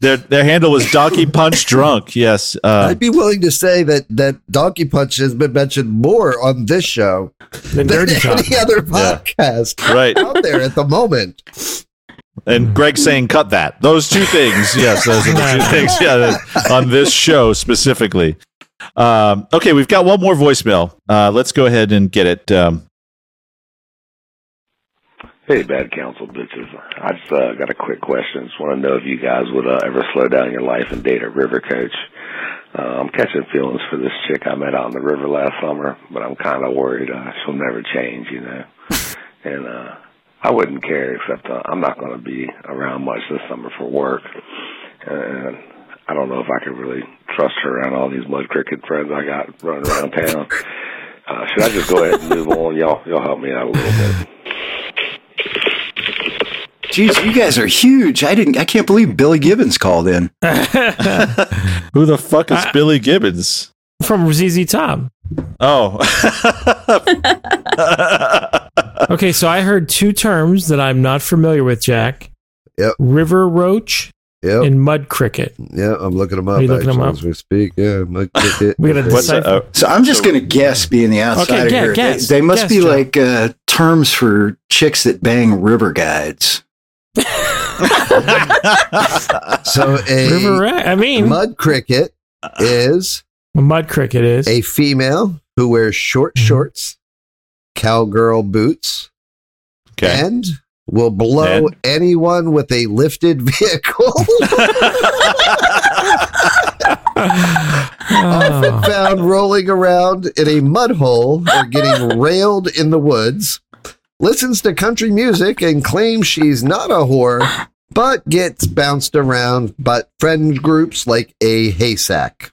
[SPEAKER 2] their their handle was Donkey Punch Drunk. Yes, uh,
[SPEAKER 1] I'd be willing to say that that donkey punch has been mentioned more on this show
[SPEAKER 4] the
[SPEAKER 1] than
[SPEAKER 4] dirty talk.
[SPEAKER 1] any other podcast
[SPEAKER 2] right.
[SPEAKER 1] out there at the moment.
[SPEAKER 2] And Greg saying cut that. Those two things. Yes, those are the two things. Yeah, that- on this show specifically. Um, okay, we've got one more voicemail. Uh, let's go ahead and get it. Um,
[SPEAKER 9] Hey, bad counsel bitches. I just uh, got a quick question. Just want to know if you guys would uh, ever slow down your life and date a river coach. Uh, I'm catching feelings for this chick I met out on the river last summer, but I'm kind of worried uh, she'll never change, you know. and uh, I wouldn't care, except uh, I'm not going to be around much this summer for work. And I don't know if I could really trust her around all these mud cricket friends I got running around town. Uh, should I just go ahead and move on? Y'all, y'all help me out a little bit.
[SPEAKER 6] Jeez, you guys are huge. I didn't. I can't believe Billy Gibbons called in.
[SPEAKER 2] <laughs> who the fuck is Billy Gibbons?
[SPEAKER 4] <laughs> From ZZ Top.
[SPEAKER 2] Oh. <laughs>
[SPEAKER 4] Okay, so I heard two terms that I'm not familiar with, Jack.
[SPEAKER 1] Yep.
[SPEAKER 4] River roach
[SPEAKER 1] Yep.
[SPEAKER 4] and mud cricket.
[SPEAKER 1] Yeah, I'm looking them up.
[SPEAKER 4] Are you looking 'em
[SPEAKER 1] actually,
[SPEAKER 4] up?
[SPEAKER 1] as we speak? Yeah,
[SPEAKER 4] <laughs>
[SPEAKER 1] I'm looking at it.
[SPEAKER 4] We gotta
[SPEAKER 2] What's that?
[SPEAKER 4] decipher.
[SPEAKER 2] Uh,
[SPEAKER 6] So I'm just going to guess, being the outsider
[SPEAKER 4] yeah,
[SPEAKER 6] here. They-
[SPEAKER 4] guess.
[SPEAKER 6] they, must
[SPEAKER 4] Guess,
[SPEAKER 6] be
[SPEAKER 4] Joe.
[SPEAKER 6] like uh, terms for chicks that bang river guides.
[SPEAKER 4] <laughs>
[SPEAKER 1] so
[SPEAKER 4] River
[SPEAKER 1] a
[SPEAKER 4] ra- I mean, mud,
[SPEAKER 1] mud cricket is
[SPEAKER 4] cricket is.
[SPEAKER 1] a female who wears short
[SPEAKER 4] Mm-hmm.
[SPEAKER 1] shorts, cowgirl boots,
[SPEAKER 2] okay.
[SPEAKER 1] and will blow
[SPEAKER 2] And?
[SPEAKER 1] anyone with a lifted <laughs> vehicle.
[SPEAKER 4] Oh.
[SPEAKER 1] found rolling around in a mud hole or
[SPEAKER 4] <laughs>
[SPEAKER 1] getting railed in the woods, listens to country music and claims she's not a whore, but gets bounced around by friend groups like a haysack.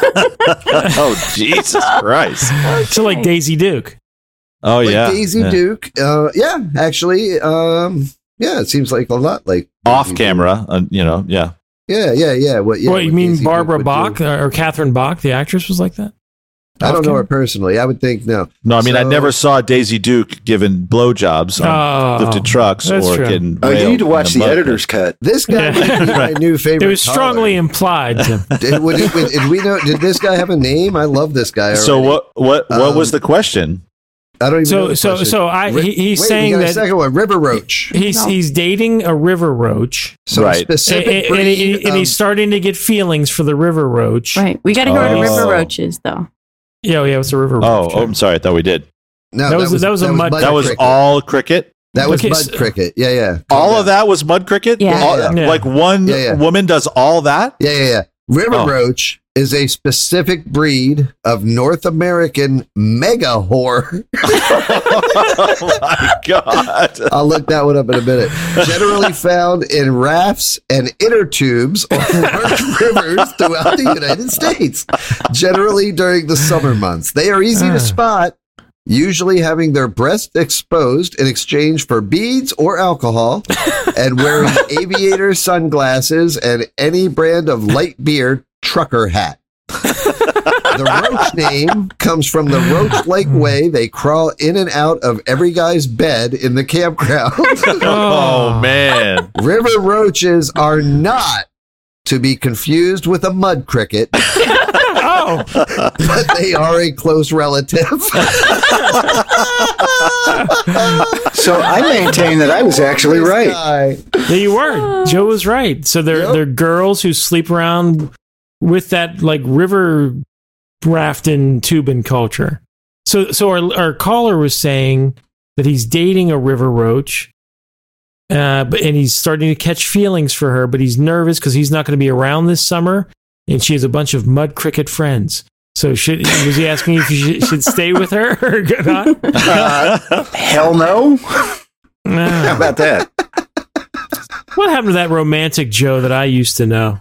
[SPEAKER 2] <laughs> oh, Jesus Christ.
[SPEAKER 4] <laughs> So like Daisy Duke.
[SPEAKER 2] Oh,
[SPEAKER 1] Like
[SPEAKER 2] yeah.
[SPEAKER 1] Daisy
[SPEAKER 2] Yeah.
[SPEAKER 1] Duke. Uh, yeah, actually, um, yeah, it seems like a lot like
[SPEAKER 2] Off camera, uh, you know, yeah.
[SPEAKER 1] Yeah, yeah, yeah. What? Yeah,
[SPEAKER 4] what you
[SPEAKER 1] what
[SPEAKER 4] mean,
[SPEAKER 1] Daisy Duke
[SPEAKER 4] Barbara
[SPEAKER 1] would
[SPEAKER 4] Bach uh,
[SPEAKER 1] do.
[SPEAKER 4] or Catherine Bach, the actress, was like that?
[SPEAKER 1] I don't know her
[SPEAKER 4] Off-camera?
[SPEAKER 1] personally. I would think no.
[SPEAKER 2] No, I mean, I
[SPEAKER 1] So-
[SPEAKER 2] never saw Daisy Duke given blowjobs on
[SPEAKER 4] Oh,
[SPEAKER 2] lifted trucks
[SPEAKER 4] that's
[SPEAKER 2] or
[SPEAKER 4] true.
[SPEAKER 2] getting.
[SPEAKER 6] Oh, you
[SPEAKER 2] railed
[SPEAKER 6] need to
[SPEAKER 2] in
[SPEAKER 6] watch
[SPEAKER 2] a
[SPEAKER 6] the
[SPEAKER 2] mud
[SPEAKER 6] editor's cut.
[SPEAKER 1] This guy
[SPEAKER 4] Yeah.
[SPEAKER 1] would be
[SPEAKER 4] <laughs>
[SPEAKER 1] my new favorite.
[SPEAKER 4] It was strongly
[SPEAKER 1] caller.
[SPEAKER 4] implied.
[SPEAKER 1] <laughs>
[SPEAKER 4] Tim.
[SPEAKER 1] Did, would it- would- did we know? Did this guy have a name? I love this guy.
[SPEAKER 2] pit. So
[SPEAKER 1] already.
[SPEAKER 2] what? What? What was
[SPEAKER 1] Um,
[SPEAKER 2] the question?
[SPEAKER 1] I don't even know.
[SPEAKER 4] so
[SPEAKER 1] the
[SPEAKER 4] so
[SPEAKER 1] question.
[SPEAKER 4] so I
[SPEAKER 1] Ri-
[SPEAKER 4] he, he's
[SPEAKER 1] Wait, we
[SPEAKER 4] saying
[SPEAKER 1] got a
[SPEAKER 4] that
[SPEAKER 1] second one, River Roach.
[SPEAKER 4] he's
[SPEAKER 5] No.
[SPEAKER 4] he's dating a river roach,
[SPEAKER 1] So um,
[SPEAKER 2] Right.
[SPEAKER 1] a
[SPEAKER 4] and,
[SPEAKER 1] specific
[SPEAKER 4] and- and he-
[SPEAKER 1] breed
[SPEAKER 4] and
[SPEAKER 1] of-
[SPEAKER 4] he's starting to get feelings for the river roach.
[SPEAKER 5] Right. We got to go
[SPEAKER 2] Oh.
[SPEAKER 5] to river roaches, though.
[SPEAKER 4] Yeah, yeah, it's a river
[SPEAKER 2] Oh,
[SPEAKER 4] roach.
[SPEAKER 2] oh, I'm sorry. I thought we did.
[SPEAKER 1] no,
[SPEAKER 4] that was- that was a mud-
[SPEAKER 2] That was
[SPEAKER 1] cricket.
[SPEAKER 2] all cricket.
[SPEAKER 1] That was
[SPEAKER 4] Okay,
[SPEAKER 1] mud
[SPEAKER 4] so-
[SPEAKER 1] cricket. Yeah, yeah.
[SPEAKER 2] All of that was mud cricket.
[SPEAKER 5] Yeah.
[SPEAKER 2] All-
[SPEAKER 1] Yeah,
[SPEAKER 4] yeah.
[SPEAKER 2] Like one
[SPEAKER 1] Yeah, yeah.
[SPEAKER 2] woman does all that.
[SPEAKER 4] <laughs>
[SPEAKER 1] Yeah, yeah, yeah. River
[SPEAKER 2] Oh.
[SPEAKER 1] roach is a specific breed of North American mega whore.
[SPEAKER 2] oh my
[SPEAKER 4] <laughs>
[SPEAKER 2] god!
[SPEAKER 1] I'll look that one up in a minute. Generally found in rafts and inner tubes on <laughs> large rivers throughout the United States, generally during the summer months. They are easy to spot, usually having their breasts exposed in exchange for beads or alcohol, and wearing aviator sunglasses and any brand of light beer trucker hat. The roach name comes from the roach like way they crawl in and out of every guy's bed in the campground.
[SPEAKER 2] Oh, man!
[SPEAKER 1] River roaches are not to be confused with a mud cricket,
[SPEAKER 4] Oh,
[SPEAKER 1] but they are a close relative.
[SPEAKER 6] So I maintain that I was
[SPEAKER 4] <laughs>
[SPEAKER 6] actually right.
[SPEAKER 1] Guy.
[SPEAKER 4] there you were. Joe was right. So they're
[SPEAKER 1] Yep.
[SPEAKER 4] they're girls who sleep around with that like river rafting tubing culture. So so our our caller was saying that he's dating a river roach. Uh, but, and he's starting to catch feelings for her, but he's nervous because he's not going to be around this summer, and she has a bunch of mud cricket friends. So should was he asking if you should, should stay with her or not?
[SPEAKER 6] Hell no. How
[SPEAKER 4] Ah.
[SPEAKER 6] about that?
[SPEAKER 4] What happened to that romantic Joe that I used to know?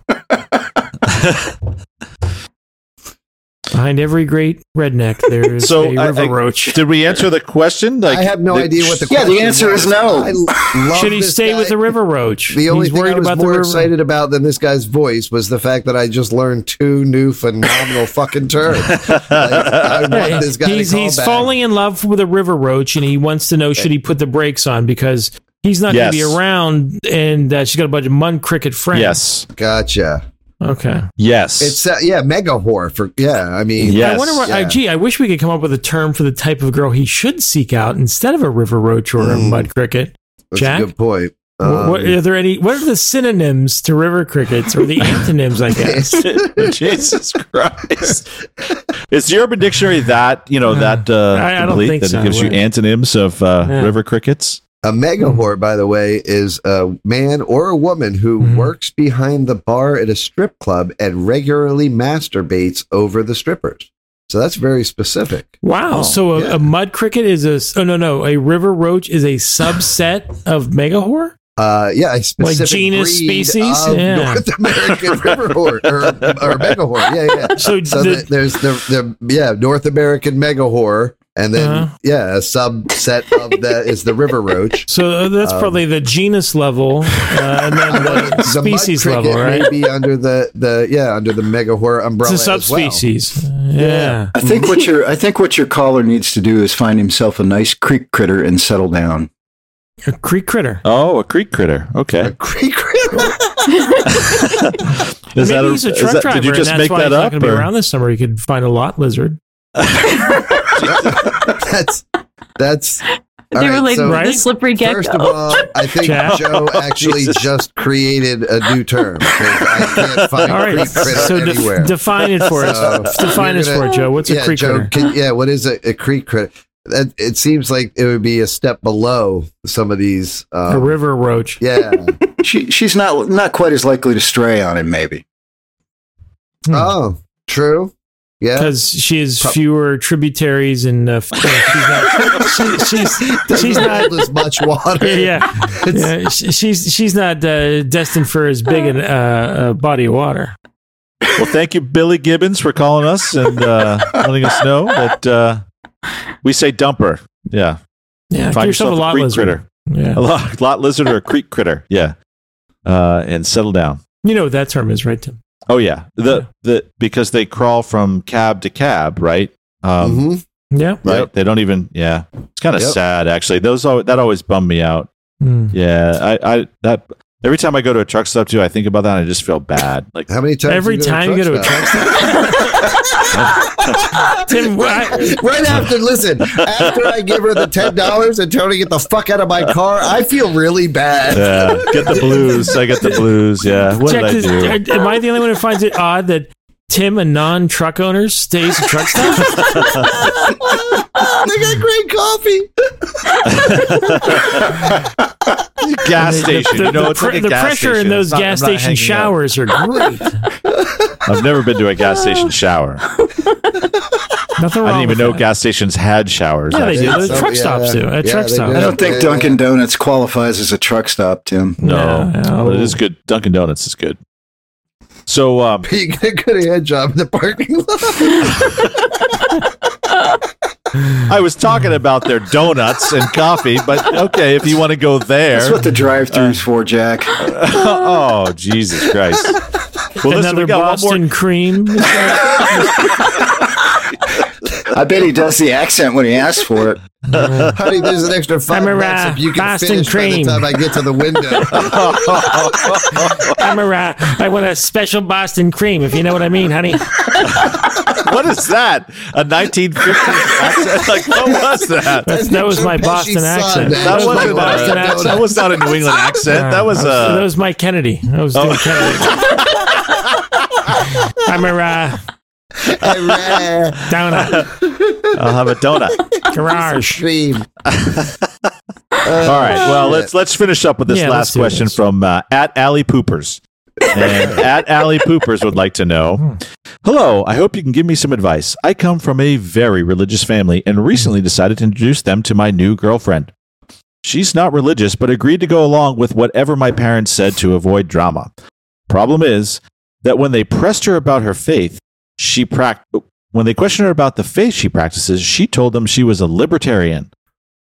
[SPEAKER 4] Behind every great redneck,
[SPEAKER 1] <laughs>
[SPEAKER 4] there is
[SPEAKER 2] So
[SPEAKER 4] a
[SPEAKER 2] I-
[SPEAKER 4] river
[SPEAKER 2] I-
[SPEAKER 4] roach.
[SPEAKER 2] Did we answer the question? Like,
[SPEAKER 1] I have no
[SPEAKER 2] the-
[SPEAKER 1] idea
[SPEAKER 2] <laughs>
[SPEAKER 1] what the
[SPEAKER 6] Yeah, the
[SPEAKER 1] question
[SPEAKER 6] answer
[SPEAKER 1] was.
[SPEAKER 6] is no.
[SPEAKER 1] I l- love
[SPEAKER 4] Should he
[SPEAKER 1] this
[SPEAKER 4] stay
[SPEAKER 1] guy.
[SPEAKER 4] with the river roach?
[SPEAKER 1] The only
[SPEAKER 4] He's
[SPEAKER 1] thing
[SPEAKER 4] worried
[SPEAKER 1] I was
[SPEAKER 4] about the
[SPEAKER 1] more
[SPEAKER 4] river.
[SPEAKER 1] excited about than this guy's voice was the fact that I just learned two new phenomenal fucking terms. Like,
[SPEAKER 4] <laughs>
[SPEAKER 1] I want
[SPEAKER 4] <laughs> Yeah,
[SPEAKER 1] this guy to
[SPEAKER 4] he's
[SPEAKER 1] call
[SPEAKER 4] he's
[SPEAKER 1] back.
[SPEAKER 4] falling in love with a river roach, and he wants to know should he put the brakes on because he's not going to
[SPEAKER 2] Yes.
[SPEAKER 4] be around, and uh, she's got a bunch of mud cricket friends.
[SPEAKER 2] Yes.
[SPEAKER 1] Gotcha.
[SPEAKER 4] Okay.
[SPEAKER 2] Yes.
[SPEAKER 1] It's uh, yeah, mega whore for yeah. I mean,
[SPEAKER 2] Yes.
[SPEAKER 4] I wonder what. I,
[SPEAKER 1] Yeah.
[SPEAKER 4] gee, I wish we could come up with a term for the type of girl he should seek out instead of a river roach or a
[SPEAKER 1] Mm.
[SPEAKER 4] mud cricket.
[SPEAKER 1] that's
[SPEAKER 4] Jack?
[SPEAKER 1] a good point.
[SPEAKER 4] Wh- what,
[SPEAKER 1] Um,
[SPEAKER 4] are there any? What are the synonyms to river crickets or the antonyms? I guess.
[SPEAKER 2] <laughs> Jesus Christ. Is the Urban Dictionary that, you know, that uh,
[SPEAKER 4] I- I don't
[SPEAKER 2] complete
[SPEAKER 4] think
[SPEAKER 2] that
[SPEAKER 4] so,
[SPEAKER 2] it gives you
[SPEAKER 4] right.
[SPEAKER 2] antonyms of uh,
[SPEAKER 4] Yeah.
[SPEAKER 2] river crickets?
[SPEAKER 1] A mega
[SPEAKER 4] Hmm.
[SPEAKER 1] whore, by the way, is a man or a woman who
[SPEAKER 4] Mhm.
[SPEAKER 1] works behind the bar at a strip club and regularly masturbates over the strippers. So that's very specific.
[SPEAKER 4] Wow. so a,
[SPEAKER 1] yeah.
[SPEAKER 4] a mud cricket is a. s- Oh no no. A river roach is a subset of megahore.
[SPEAKER 1] Uh, yeah, a
[SPEAKER 4] Like
[SPEAKER 1] specific
[SPEAKER 4] genus,
[SPEAKER 1] breed
[SPEAKER 4] species?
[SPEAKER 1] of
[SPEAKER 4] Yeah.
[SPEAKER 1] <laughs> North American river whore or, or mega whore. Yeah, yeah.
[SPEAKER 4] <laughs> So,
[SPEAKER 1] So
[SPEAKER 4] the-
[SPEAKER 1] that there's the, the yeah North American mega whore, and then
[SPEAKER 4] Uh-huh.
[SPEAKER 1] yeah, a subset of that is the river roach.
[SPEAKER 4] so uh, that's probably the genus level, uh, and then <laughs> the,
[SPEAKER 1] <laughs> The mud
[SPEAKER 4] species
[SPEAKER 1] cricket
[SPEAKER 4] level, right?
[SPEAKER 1] May be under the the yeah under the mega whore
[SPEAKER 4] It's
[SPEAKER 1] umbrella.
[SPEAKER 4] a
[SPEAKER 1] as well.
[SPEAKER 4] subspecies. Yeah.
[SPEAKER 6] I think
[SPEAKER 4] <laughs>
[SPEAKER 6] what your I think what your caller needs to do is find himself a nice creek critter and settle down.
[SPEAKER 4] A creek critter.
[SPEAKER 2] Oh, a creek critter. Okay.
[SPEAKER 1] Creek critter.
[SPEAKER 2] Is
[SPEAKER 4] Maybe
[SPEAKER 2] that a-
[SPEAKER 4] he's a
[SPEAKER 2] is
[SPEAKER 4] truck
[SPEAKER 2] that-
[SPEAKER 4] driver,
[SPEAKER 2] Did you just
[SPEAKER 4] and that's
[SPEAKER 2] make
[SPEAKER 4] why
[SPEAKER 2] that
[SPEAKER 4] he's not
[SPEAKER 2] up?
[SPEAKER 4] going to be
[SPEAKER 2] or-
[SPEAKER 4] around this summer. He could find a lot lizard.
[SPEAKER 1] that's that's all
[SPEAKER 5] they
[SPEAKER 1] right,
[SPEAKER 5] related
[SPEAKER 1] so
[SPEAKER 5] to
[SPEAKER 4] Right?
[SPEAKER 5] the slippery gecko.
[SPEAKER 1] First of all, I think
[SPEAKER 4] Jack? <laughs> Oh,
[SPEAKER 1] Joe actually
[SPEAKER 2] Jesus.
[SPEAKER 1] just created a new term. 'cause I
[SPEAKER 4] <laughs>
[SPEAKER 1] can't
[SPEAKER 4] All
[SPEAKER 1] find
[SPEAKER 4] right.
[SPEAKER 1] creek critter
[SPEAKER 4] So def-
[SPEAKER 1] anywhere.
[SPEAKER 4] define it for us.
[SPEAKER 1] So,
[SPEAKER 4] define
[SPEAKER 1] we're
[SPEAKER 4] us for
[SPEAKER 1] gonna-
[SPEAKER 4] it, Joe. What's
[SPEAKER 1] yeah,
[SPEAKER 4] a creek
[SPEAKER 1] Joe,
[SPEAKER 4] critter?
[SPEAKER 1] can- yeah, what is a, a creek critter? That, it seems like it would be a step below some of these. Um,
[SPEAKER 4] a river roach.
[SPEAKER 1] Yeah.
[SPEAKER 6] She she's not not quite as likely to stray on him. Maybe
[SPEAKER 4] Hmm.
[SPEAKER 1] oh, true.
[SPEAKER 4] <laughs>
[SPEAKER 1] Yeah.
[SPEAKER 4] because she has fewer tributaries and uh, f-
[SPEAKER 2] <laughs>
[SPEAKER 4] yeah, she's not, she, she's she's
[SPEAKER 1] Doesn't
[SPEAKER 4] not
[SPEAKER 1] hold as much water.
[SPEAKER 4] <laughs> yeah, yeah she- she's she's not uh, destined for as big an, uh, a body of water.
[SPEAKER 2] Well, thank you, Billy Gibbons, for calling us and
[SPEAKER 4] <laughs>
[SPEAKER 2] uh, letting us know that uh, we say dumper. Yeah.
[SPEAKER 4] Yeah,
[SPEAKER 2] Find
[SPEAKER 4] give yourself a lot
[SPEAKER 2] creek
[SPEAKER 4] lizard.
[SPEAKER 2] critter. A
[SPEAKER 4] Yeah,
[SPEAKER 2] lot, lot lizard or a creek critter. Yeah. Uh, and settle down.
[SPEAKER 4] you know what that term is, right, Tim?
[SPEAKER 2] Oh yeah, the the because they crawl from cab to cab, right? Um,
[SPEAKER 4] Mm-hmm.
[SPEAKER 1] hmm
[SPEAKER 4] Yeah.
[SPEAKER 2] Right?
[SPEAKER 1] Yep.
[SPEAKER 2] They don't even. Yeah, it's kind of
[SPEAKER 1] Yep.
[SPEAKER 2] sad actually. Those al- that always bummed me out.
[SPEAKER 4] Mm.
[SPEAKER 2] Yeah, I, I that every time I go to a truck stop too, I think about that. and I just feel bad. Like
[SPEAKER 1] How many times?
[SPEAKER 4] Every
[SPEAKER 1] do
[SPEAKER 4] time you go to a truck stop, <laughs>
[SPEAKER 1] <laughs>
[SPEAKER 4] Tim, why-
[SPEAKER 1] stop? Right after, listen. After I give her the ten dollars and tell her to get the fuck out of my car, I feel really bad.
[SPEAKER 4] <laughs>
[SPEAKER 2] yeah, get the blues. I get the blues. Yeah, what
[SPEAKER 4] Jack,
[SPEAKER 2] did I
[SPEAKER 4] does-
[SPEAKER 2] do?
[SPEAKER 4] am I the only one who finds it odd that Tim and non truck owners stays at
[SPEAKER 2] <laughs>
[SPEAKER 4] truck stops?
[SPEAKER 1] <laughs> they got great coffee.
[SPEAKER 2] gas station.
[SPEAKER 4] The,
[SPEAKER 2] you know,
[SPEAKER 4] the
[SPEAKER 2] it's
[SPEAKER 4] pre-
[SPEAKER 2] like a
[SPEAKER 4] the
[SPEAKER 2] gas
[SPEAKER 4] pressure
[SPEAKER 2] station.
[SPEAKER 4] in those
[SPEAKER 2] It's not-
[SPEAKER 4] gas
[SPEAKER 2] I'm not
[SPEAKER 4] station
[SPEAKER 2] hanging out.
[SPEAKER 4] showers are great.
[SPEAKER 2] I've never been to a
[SPEAKER 4] <laughs>
[SPEAKER 2] gas station shower.
[SPEAKER 4] Nothing wrong
[SPEAKER 2] I didn't even
[SPEAKER 4] with
[SPEAKER 2] know
[SPEAKER 4] that.
[SPEAKER 2] gas stations had showers.
[SPEAKER 4] No, Oh, they
[SPEAKER 2] actually.
[SPEAKER 4] do. The
[SPEAKER 1] so-
[SPEAKER 4] truck
[SPEAKER 1] yeah,
[SPEAKER 4] stops do.
[SPEAKER 1] yeah,
[SPEAKER 4] At truck
[SPEAKER 1] they
[SPEAKER 4] stops.
[SPEAKER 1] do.
[SPEAKER 6] I don't think Dunkin' Donuts qualifies as a truck stop, Tim.
[SPEAKER 2] No,
[SPEAKER 4] No.
[SPEAKER 2] but it is good. Dunkin' Donuts is good. So, um,
[SPEAKER 1] <laughs> You get a good head job in the parking lot.
[SPEAKER 2] I was talking about their donuts and coffee, but okay, if you want to go there.
[SPEAKER 6] That's what the drive-thru's for, Jack.
[SPEAKER 2] <laughs> oh, Jesus Christ. Well, listen,
[SPEAKER 4] Another
[SPEAKER 2] we got
[SPEAKER 4] Boston
[SPEAKER 2] one more.
[SPEAKER 4] cream. <laughs>
[SPEAKER 6] I bet he does the accent when he asks for it.
[SPEAKER 1] Honey, there's an extra five
[SPEAKER 4] Camera,
[SPEAKER 1] bucks if you can
[SPEAKER 4] Boston
[SPEAKER 1] finish
[SPEAKER 4] cream.
[SPEAKER 1] by the time I get to the window.
[SPEAKER 4] I'm around. I want a special Boston cream, if you know what I mean, honey.
[SPEAKER 2] <laughs> What is that? A 1950s accent? Like, what was that?
[SPEAKER 4] That's, that was my
[SPEAKER 1] Pesci's
[SPEAKER 4] Boston
[SPEAKER 1] son,
[SPEAKER 4] accent.
[SPEAKER 1] man.
[SPEAKER 2] That
[SPEAKER 1] That was
[SPEAKER 2] wasn't,
[SPEAKER 1] my
[SPEAKER 2] a,
[SPEAKER 1] Boston accent.
[SPEAKER 2] that was not a New England accent. That was
[SPEAKER 4] Uh, that
[SPEAKER 2] a. Oh.
[SPEAKER 4] was Mike Kennedy. That was Dick Kennedy.
[SPEAKER 2] <laughs>
[SPEAKER 4] I'm a uh,
[SPEAKER 1] Hooray,
[SPEAKER 4] down
[SPEAKER 2] <laughs>
[SPEAKER 4] a
[SPEAKER 2] I'll have a donut.
[SPEAKER 4] garage.
[SPEAKER 1] cream.
[SPEAKER 2] All right.
[SPEAKER 1] Oh,
[SPEAKER 2] Well, let's let's finish up with this
[SPEAKER 4] Yeah, let's
[SPEAKER 2] last
[SPEAKER 4] do
[SPEAKER 2] question
[SPEAKER 4] this.
[SPEAKER 2] from uh, at Alley Poopers. and at Alley Poopers would like to
[SPEAKER 4] Hmm.
[SPEAKER 2] know. Hello, I hope you can give me some advice. I come from a very religious family and recently decided to introduce them to my new girlfriend. She's not religious, but agreed to go along with whatever my parents said to avoid drama. Problem is that when they pressed her about her faith, she prac- when they questioned her about the faith she practices, she told them she was a libertarian.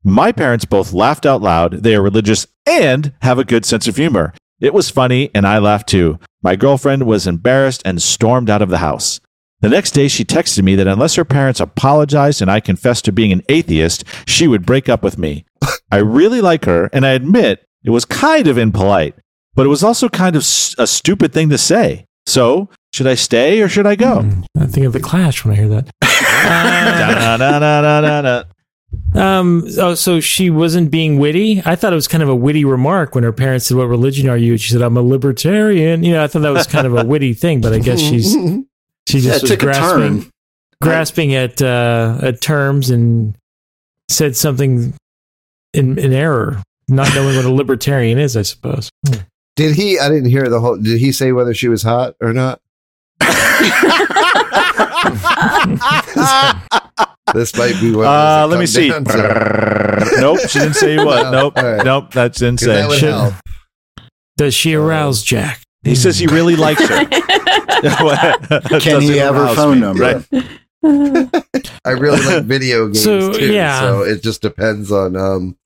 [SPEAKER 2] My parents both laughed out loud. They are religious and have a good sense of humor. It was funny, and I laughed too. My girlfriend was embarrassed and stormed out of the house. The next day, she texted me that unless her parents apologized and I confessed to being an atheist, she would break up with me. I really like her, and I admit it was kind of impolite, but it was also kind of s- a stupid thing to say. So, should I stay or should I go?
[SPEAKER 4] <laughs> I think of the Clash when I hear that.
[SPEAKER 2] Da-da-da-da-da-da.
[SPEAKER 4] Um, oh, so she wasn't being witty. I thought it was kind of a witty remark when her parents said, "What religion are you?" And she said, "I'm a libertarian." You know, I thought that was kind of a witty thing, but I guess
[SPEAKER 1] <laughs>
[SPEAKER 4] she's she
[SPEAKER 6] Yeah, it
[SPEAKER 4] just was
[SPEAKER 6] took a
[SPEAKER 4] grasping
[SPEAKER 6] turn.
[SPEAKER 4] grasping at uh, at terms and said something in in error, not knowing what a libertarian is. I suppose.
[SPEAKER 1] Did he? I didn't hear the whole. Did he say whether she was hot or not? this might be
[SPEAKER 4] <laughs>
[SPEAKER 1] what.
[SPEAKER 2] Uh, let me see. <laughs> nope, she didn't say what.
[SPEAKER 1] No,
[SPEAKER 2] Nope,
[SPEAKER 1] all right.
[SPEAKER 2] nope, that didn't say.
[SPEAKER 1] That would
[SPEAKER 2] Shit.
[SPEAKER 1] help.
[SPEAKER 4] Does
[SPEAKER 1] Oh.
[SPEAKER 4] she arouse Jack? Hmm.
[SPEAKER 2] He says he really likes
[SPEAKER 4] <laughs>
[SPEAKER 2] her. <laughs> Can
[SPEAKER 6] Can he have her phone number?
[SPEAKER 2] Right.
[SPEAKER 5] <laughs>
[SPEAKER 1] I really
[SPEAKER 4] <laughs>
[SPEAKER 1] like video games
[SPEAKER 4] So,
[SPEAKER 1] too.
[SPEAKER 4] yeah.
[SPEAKER 1] So it just depends on um.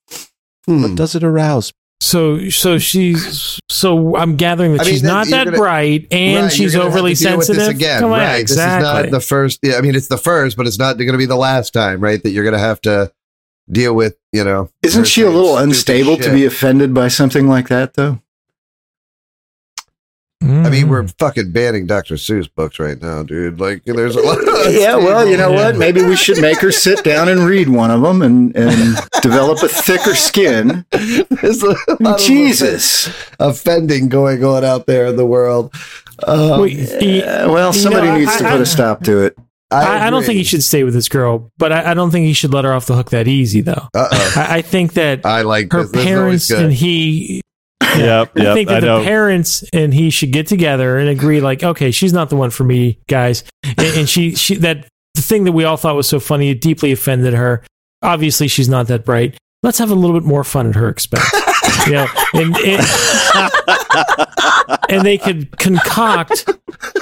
[SPEAKER 1] hmm.
[SPEAKER 2] Does it arouse?
[SPEAKER 4] So, so she's so I'm gathering that
[SPEAKER 1] I mean,
[SPEAKER 4] she's
[SPEAKER 1] then
[SPEAKER 4] not
[SPEAKER 1] you're
[SPEAKER 4] that
[SPEAKER 1] gonna-
[SPEAKER 4] bright, and
[SPEAKER 1] Right,
[SPEAKER 4] she's
[SPEAKER 1] you're gonna have
[SPEAKER 4] overly
[SPEAKER 1] to deal with
[SPEAKER 4] sensitive.
[SPEAKER 1] This again,
[SPEAKER 4] Come on,
[SPEAKER 1] right? This
[SPEAKER 4] exactly.
[SPEAKER 1] is not the first. Yeah, I mean, it's the first, but it's not going to be the last time, right? That you're going to have to deal with. You know,
[SPEAKER 6] Isn't
[SPEAKER 1] her
[SPEAKER 6] she a
[SPEAKER 1] saying
[SPEAKER 6] little
[SPEAKER 1] stupid
[SPEAKER 6] unstable to
[SPEAKER 1] shit.
[SPEAKER 6] be offended by something like that, though?
[SPEAKER 1] I
[SPEAKER 4] Hmm.
[SPEAKER 1] mean,
[SPEAKER 4] Mm-hmm.
[SPEAKER 1] we're fucking banning Dr. Seuss books right now, dude. Like, there's a lot. Of
[SPEAKER 6] <laughs> Yeah, well, you know
[SPEAKER 4] Yeah.
[SPEAKER 6] what? Maybe we should make her sit down and read one of them and, and develop a
[SPEAKER 4] <laughs>
[SPEAKER 6] thicker skin.
[SPEAKER 1] <laughs> there's a lot of
[SPEAKER 6] Jesus.
[SPEAKER 1] offending going on out there in the world. Um,
[SPEAKER 4] Wait, he-
[SPEAKER 6] Uh, well,
[SPEAKER 4] You
[SPEAKER 6] somebody
[SPEAKER 4] know, I-
[SPEAKER 6] needs to
[SPEAKER 4] I-
[SPEAKER 6] put
[SPEAKER 4] I-
[SPEAKER 6] a stop to it.
[SPEAKER 4] I, I don't think he should stay with this girl, but I, I don't think he should let her off the hook that easy, though.
[SPEAKER 1] Uh oh.
[SPEAKER 4] I, I think that
[SPEAKER 1] I like
[SPEAKER 4] her
[SPEAKER 1] this. This is always
[SPEAKER 4] parents
[SPEAKER 1] good.
[SPEAKER 4] and he,
[SPEAKER 2] Yep,
[SPEAKER 4] I
[SPEAKER 2] yep.
[SPEAKER 4] think
[SPEAKER 2] I,
[SPEAKER 4] that the
[SPEAKER 2] know.
[SPEAKER 4] parents and he should get together and agree, like, okay, she's not the one for me, guys. And, and she, she, that the thing that we all thought was so funny, it deeply offended her. Obviously, she's not that bright. Let's have a little bit more fun at her expense. you know, and, and, and they could concoct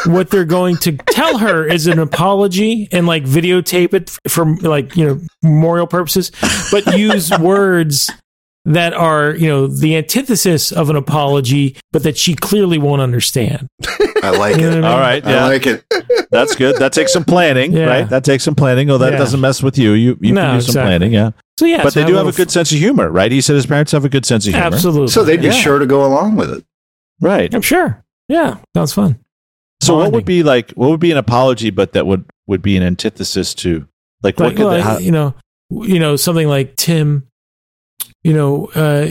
[SPEAKER 4] what they're going to tell her is an apology and like videotape it f- for like, you know, memorial purposes, but use words that are, you know, the antithesis of an apology, but that she clearly won't understand.
[SPEAKER 6] I like
[SPEAKER 4] You know
[SPEAKER 6] it.
[SPEAKER 4] what I
[SPEAKER 2] All
[SPEAKER 4] mean?
[SPEAKER 2] right,
[SPEAKER 6] I
[SPEAKER 2] yeah,
[SPEAKER 6] like it.
[SPEAKER 2] that's good. That takes some planning,
[SPEAKER 4] Yeah.
[SPEAKER 2] right? That takes some planning. Oh, that
[SPEAKER 4] Yeah.
[SPEAKER 2] doesn't mess with you. You, you
[SPEAKER 4] No,
[SPEAKER 2] can do some
[SPEAKER 4] exactly.
[SPEAKER 2] planning, yeah.
[SPEAKER 4] So yeah,
[SPEAKER 2] But
[SPEAKER 4] so
[SPEAKER 2] they do have a
[SPEAKER 4] little
[SPEAKER 2] good sense of humor, right? He said his parents have a good sense of
[SPEAKER 4] f-
[SPEAKER 2] humor.
[SPEAKER 4] Absolutely.
[SPEAKER 6] So they'd be
[SPEAKER 2] Yeah.
[SPEAKER 6] sure to go along with it.
[SPEAKER 2] Right.
[SPEAKER 4] I'm sure. Yeah, sounds fun.
[SPEAKER 2] So what
[SPEAKER 4] Bonding.
[SPEAKER 2] would be like? What would be an apology, but that would would be an antithesis to like what
[SPEAKER 4] Like,
[SPEAKER 2] could
[SPEAKER 4] well,
[SPEAKER 2] the- how-
[SPEAKER 4] you know, you know something like Tim. You know, uh,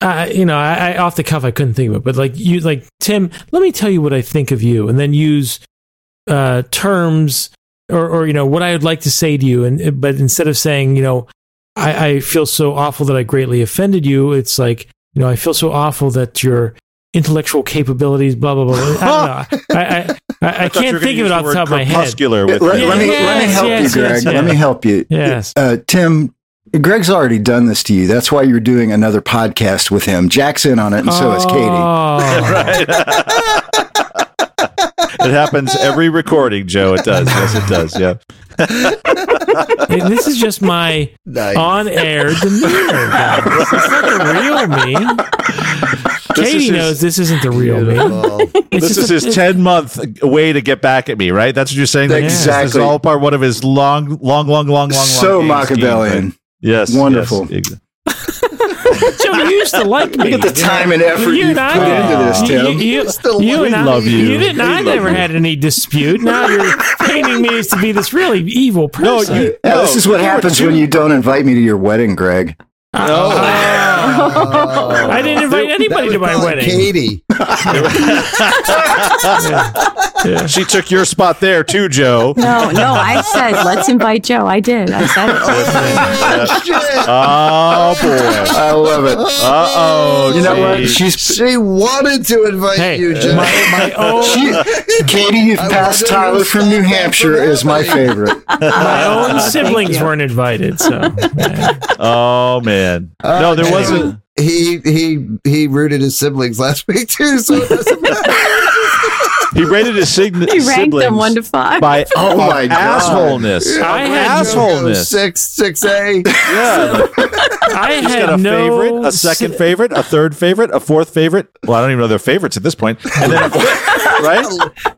[SPEAKER 4] I, you know, I, I off the cuff I couldn't think of it, but like you, like Tim, let me tell you what I think of you, and then use uh, terms or, or you know what I would like to say to you, and but instead of saying you know I, I feel so awful that I greatly offended you, it's like you know I feel so awful that your intellectual capabilities, blah blah blah. I don't know.
[SPEAKER 2] <laughs>
[SPEAKER 4] I I, I, I
[SPEAKER 2] thought you
[SPEAKER 4] can't
[SPEAKER 2] were gonna
[SPEAKER 4] think of
[SPEAKER 2] use
[SPEAKER 4] it
[SPEAKER 2] the
[SPEAKER 4] off the
[SPEAKER 2] word
[SPEAKER 4] top of my head.
[SPEAKER 2] Crepuscular
[SPEAKER 6] Let,
[SPEAKER 2] with
[SPEAKER 6] let
[SPEAKER 2] you.
[SPEAKER 6] me, let me
[SPEAKER 4] Yes,
[SPEAKER 6] help
[SPEAKER 4] yes,
[SPEAKER 6] you, Greg.
[SPEAKER 4] yes,
[SPEAKER 6] Let me
[SPEAKER 4] yes.
[SPEAKER 6] help you.
[SPEAKER 4] Yes.
[SPEAKER 6] Uh, Tim, Greg's already done this to you. That's why you're doing another podcast with him. Jack's in on it, and so is Katie.
[SPEAKER 4] Oh.
[SPEAKER 2] It happens every recording, Joe. It does. Yes, it does. Yeah.
[SPEAKER 4] And this is just my <laughs>
[SPEAKER 1] Nice.
[SPEAKER 4] on-air demeanor. Guys. It's not the real me.
[SPEAKER 2] This
[SPEAKER 4] Katie
[SPEAKER 2] is his-
[SPEAKER 4] knows this isn't the real me.
[SPEAKER 1] Beautiful.
[SPEAKER 4] <laughs> It's
[SPEAKER 2] this
[SPEAKER 4] just
[SPEAKER 2] is
[SPEAKER 4] a-
[SPEAKER 2] his 10 month way to get back at me, right? That's what you're saying? Like, this- This is
[SPEAKER 6] Exactly.
[SPEAKER 2] all part one of his long, long, long, long, long, long. game
[SPEAKER 6] So
[SPEAKER 2] scheme, right?
[SPEAKER 6] Machiavellian.
[SPEAKER 2] Yes.
[SPEAKER 6] Wonderful.
[SPEAKER 2] yes, exa-
[SPEAKER 4] Joe, you used to like me.
[SPEAKER 6] Look at the time and effort
[SPEAKER 4] You
[SPEAKER 6] you
[SPEAKER 4] and
[SPEAKER 6] put
[SPEAKER 4] I
[SPEAKER 6] into this,
[SPEAKER 4] You-
[SPEAKER 6] Tim.
[SPEAKER 4] You, you-
[SPEAKER 1] Still
[SPEAKER 4] you
[SPEAKER 1] love-
[SPEAKER 4] and I
[SPEAKER 2] love you.
[SPEAKER 4] You didn't.
[SPEAKER 2] We
[SPEAKER 4] I
[SPEAKER 2] love
[SPEAKER 4] never
[SPEAKER 2] you.
[SPEAKER 4] had any dispute. Now you're painting me as to be this really evil
[SPEAKER 2] No,
[SPEAKER 4] person.
[SPEAKER 2] you,
[SPEAKER 6] Yeah,
[SPEAKER 2] no,
[SPEAKER 6] this is what
[SPEAKER 2] you were
[SPEAKER 6] happens
[SPEAKER 2] too-
[SPEAKER 6] when you don't invite me to your wedding, Greg.
[SPEAKER 4] <laughs>
[SPEAKER 1] Oh.
[SPEAKER 4] I didn't invite anybody
[SPEAKER 1] That
[SPEAKER 4] to
[SPEAKER 1] was
[SPEAKER 4] my
[SPEAKER 1] probably
[SPEAKER 4] wedding.
[SPEAKER 1] Katie.
[SPEAKER 4] <laughs>
[SPEAKER 1] <laughs>
[SPEAKER 2] She took your spot there too, Joe.
[SPEAKER 5] No, no, I said let's invite Joe. I did. I said it.
[SPEAKER 1] Shit.
[SPEAKER 2] Oh, boy.
[SPEAKER 6] I love it.
[SPEAKER 2] Uh oh.
[SPEAKER 6] You know what?
[SPEAKER 2] She,
[SPEAKER 6] She's
[SPEAKER 1] She wanted to invite
[SPEAKER 4] Hey,
[SPEAKER 1] you, Joe.
[SPEAKER 4] my, my own
[SPEAKER 6] she, Katie, you've
[SPEAKER 1] I
[SPEAKER 6] passed
[SPEAKER 1] wasn't
[SPEAKER 6] Tyler from New
[SPEAKER 1] gonna stop
[SPEAKER 6] Hampshire
[SPEAKER 1] that from
[SPEAKER 6] is my favorite.
[SPEAKER 4] my own siblings
[SPEAKER 5] you.
[SPEAKER 4] weren't invited. So yeah.
[SPEAKER 2] oh, man. No, there wasn't.
[SPEAKER 1] He he he rooted his siblings last <laughs> week too, so it doesn't matter.
[SPEAKER 2] He rated his sign-
[SPEAKER 5] <laughs> He ranked them
[SPEAKER 2] siblings
[SPEAKER 5] one to five.
[SPEAKER 2] by
[SPEAKER 6] Oh,
[SPEAKER 2] by
[SPEAKER 6] my God.
[SPEAKER 2] <laughs> assholeness.
[SPEAKER 4] I had
[SPEAKER 2] assholeness.
[SPEAKER 1] Six six A.
[SPEAKER 2] Yeah.
[SPEAKER 4] I
[SPEAKER 2] He's
[SPEAKER 4] had
[SPEAKER 2] got a
[SPEAKER 4] no
[SPEAKER 2] favorite, a
[SPEAKER 4] <laughs>
[SPEAKER 2] second favorite, a third favorite, a fourth favorite. Well, I don't even know their favorites at this point. And then, <laughs> right?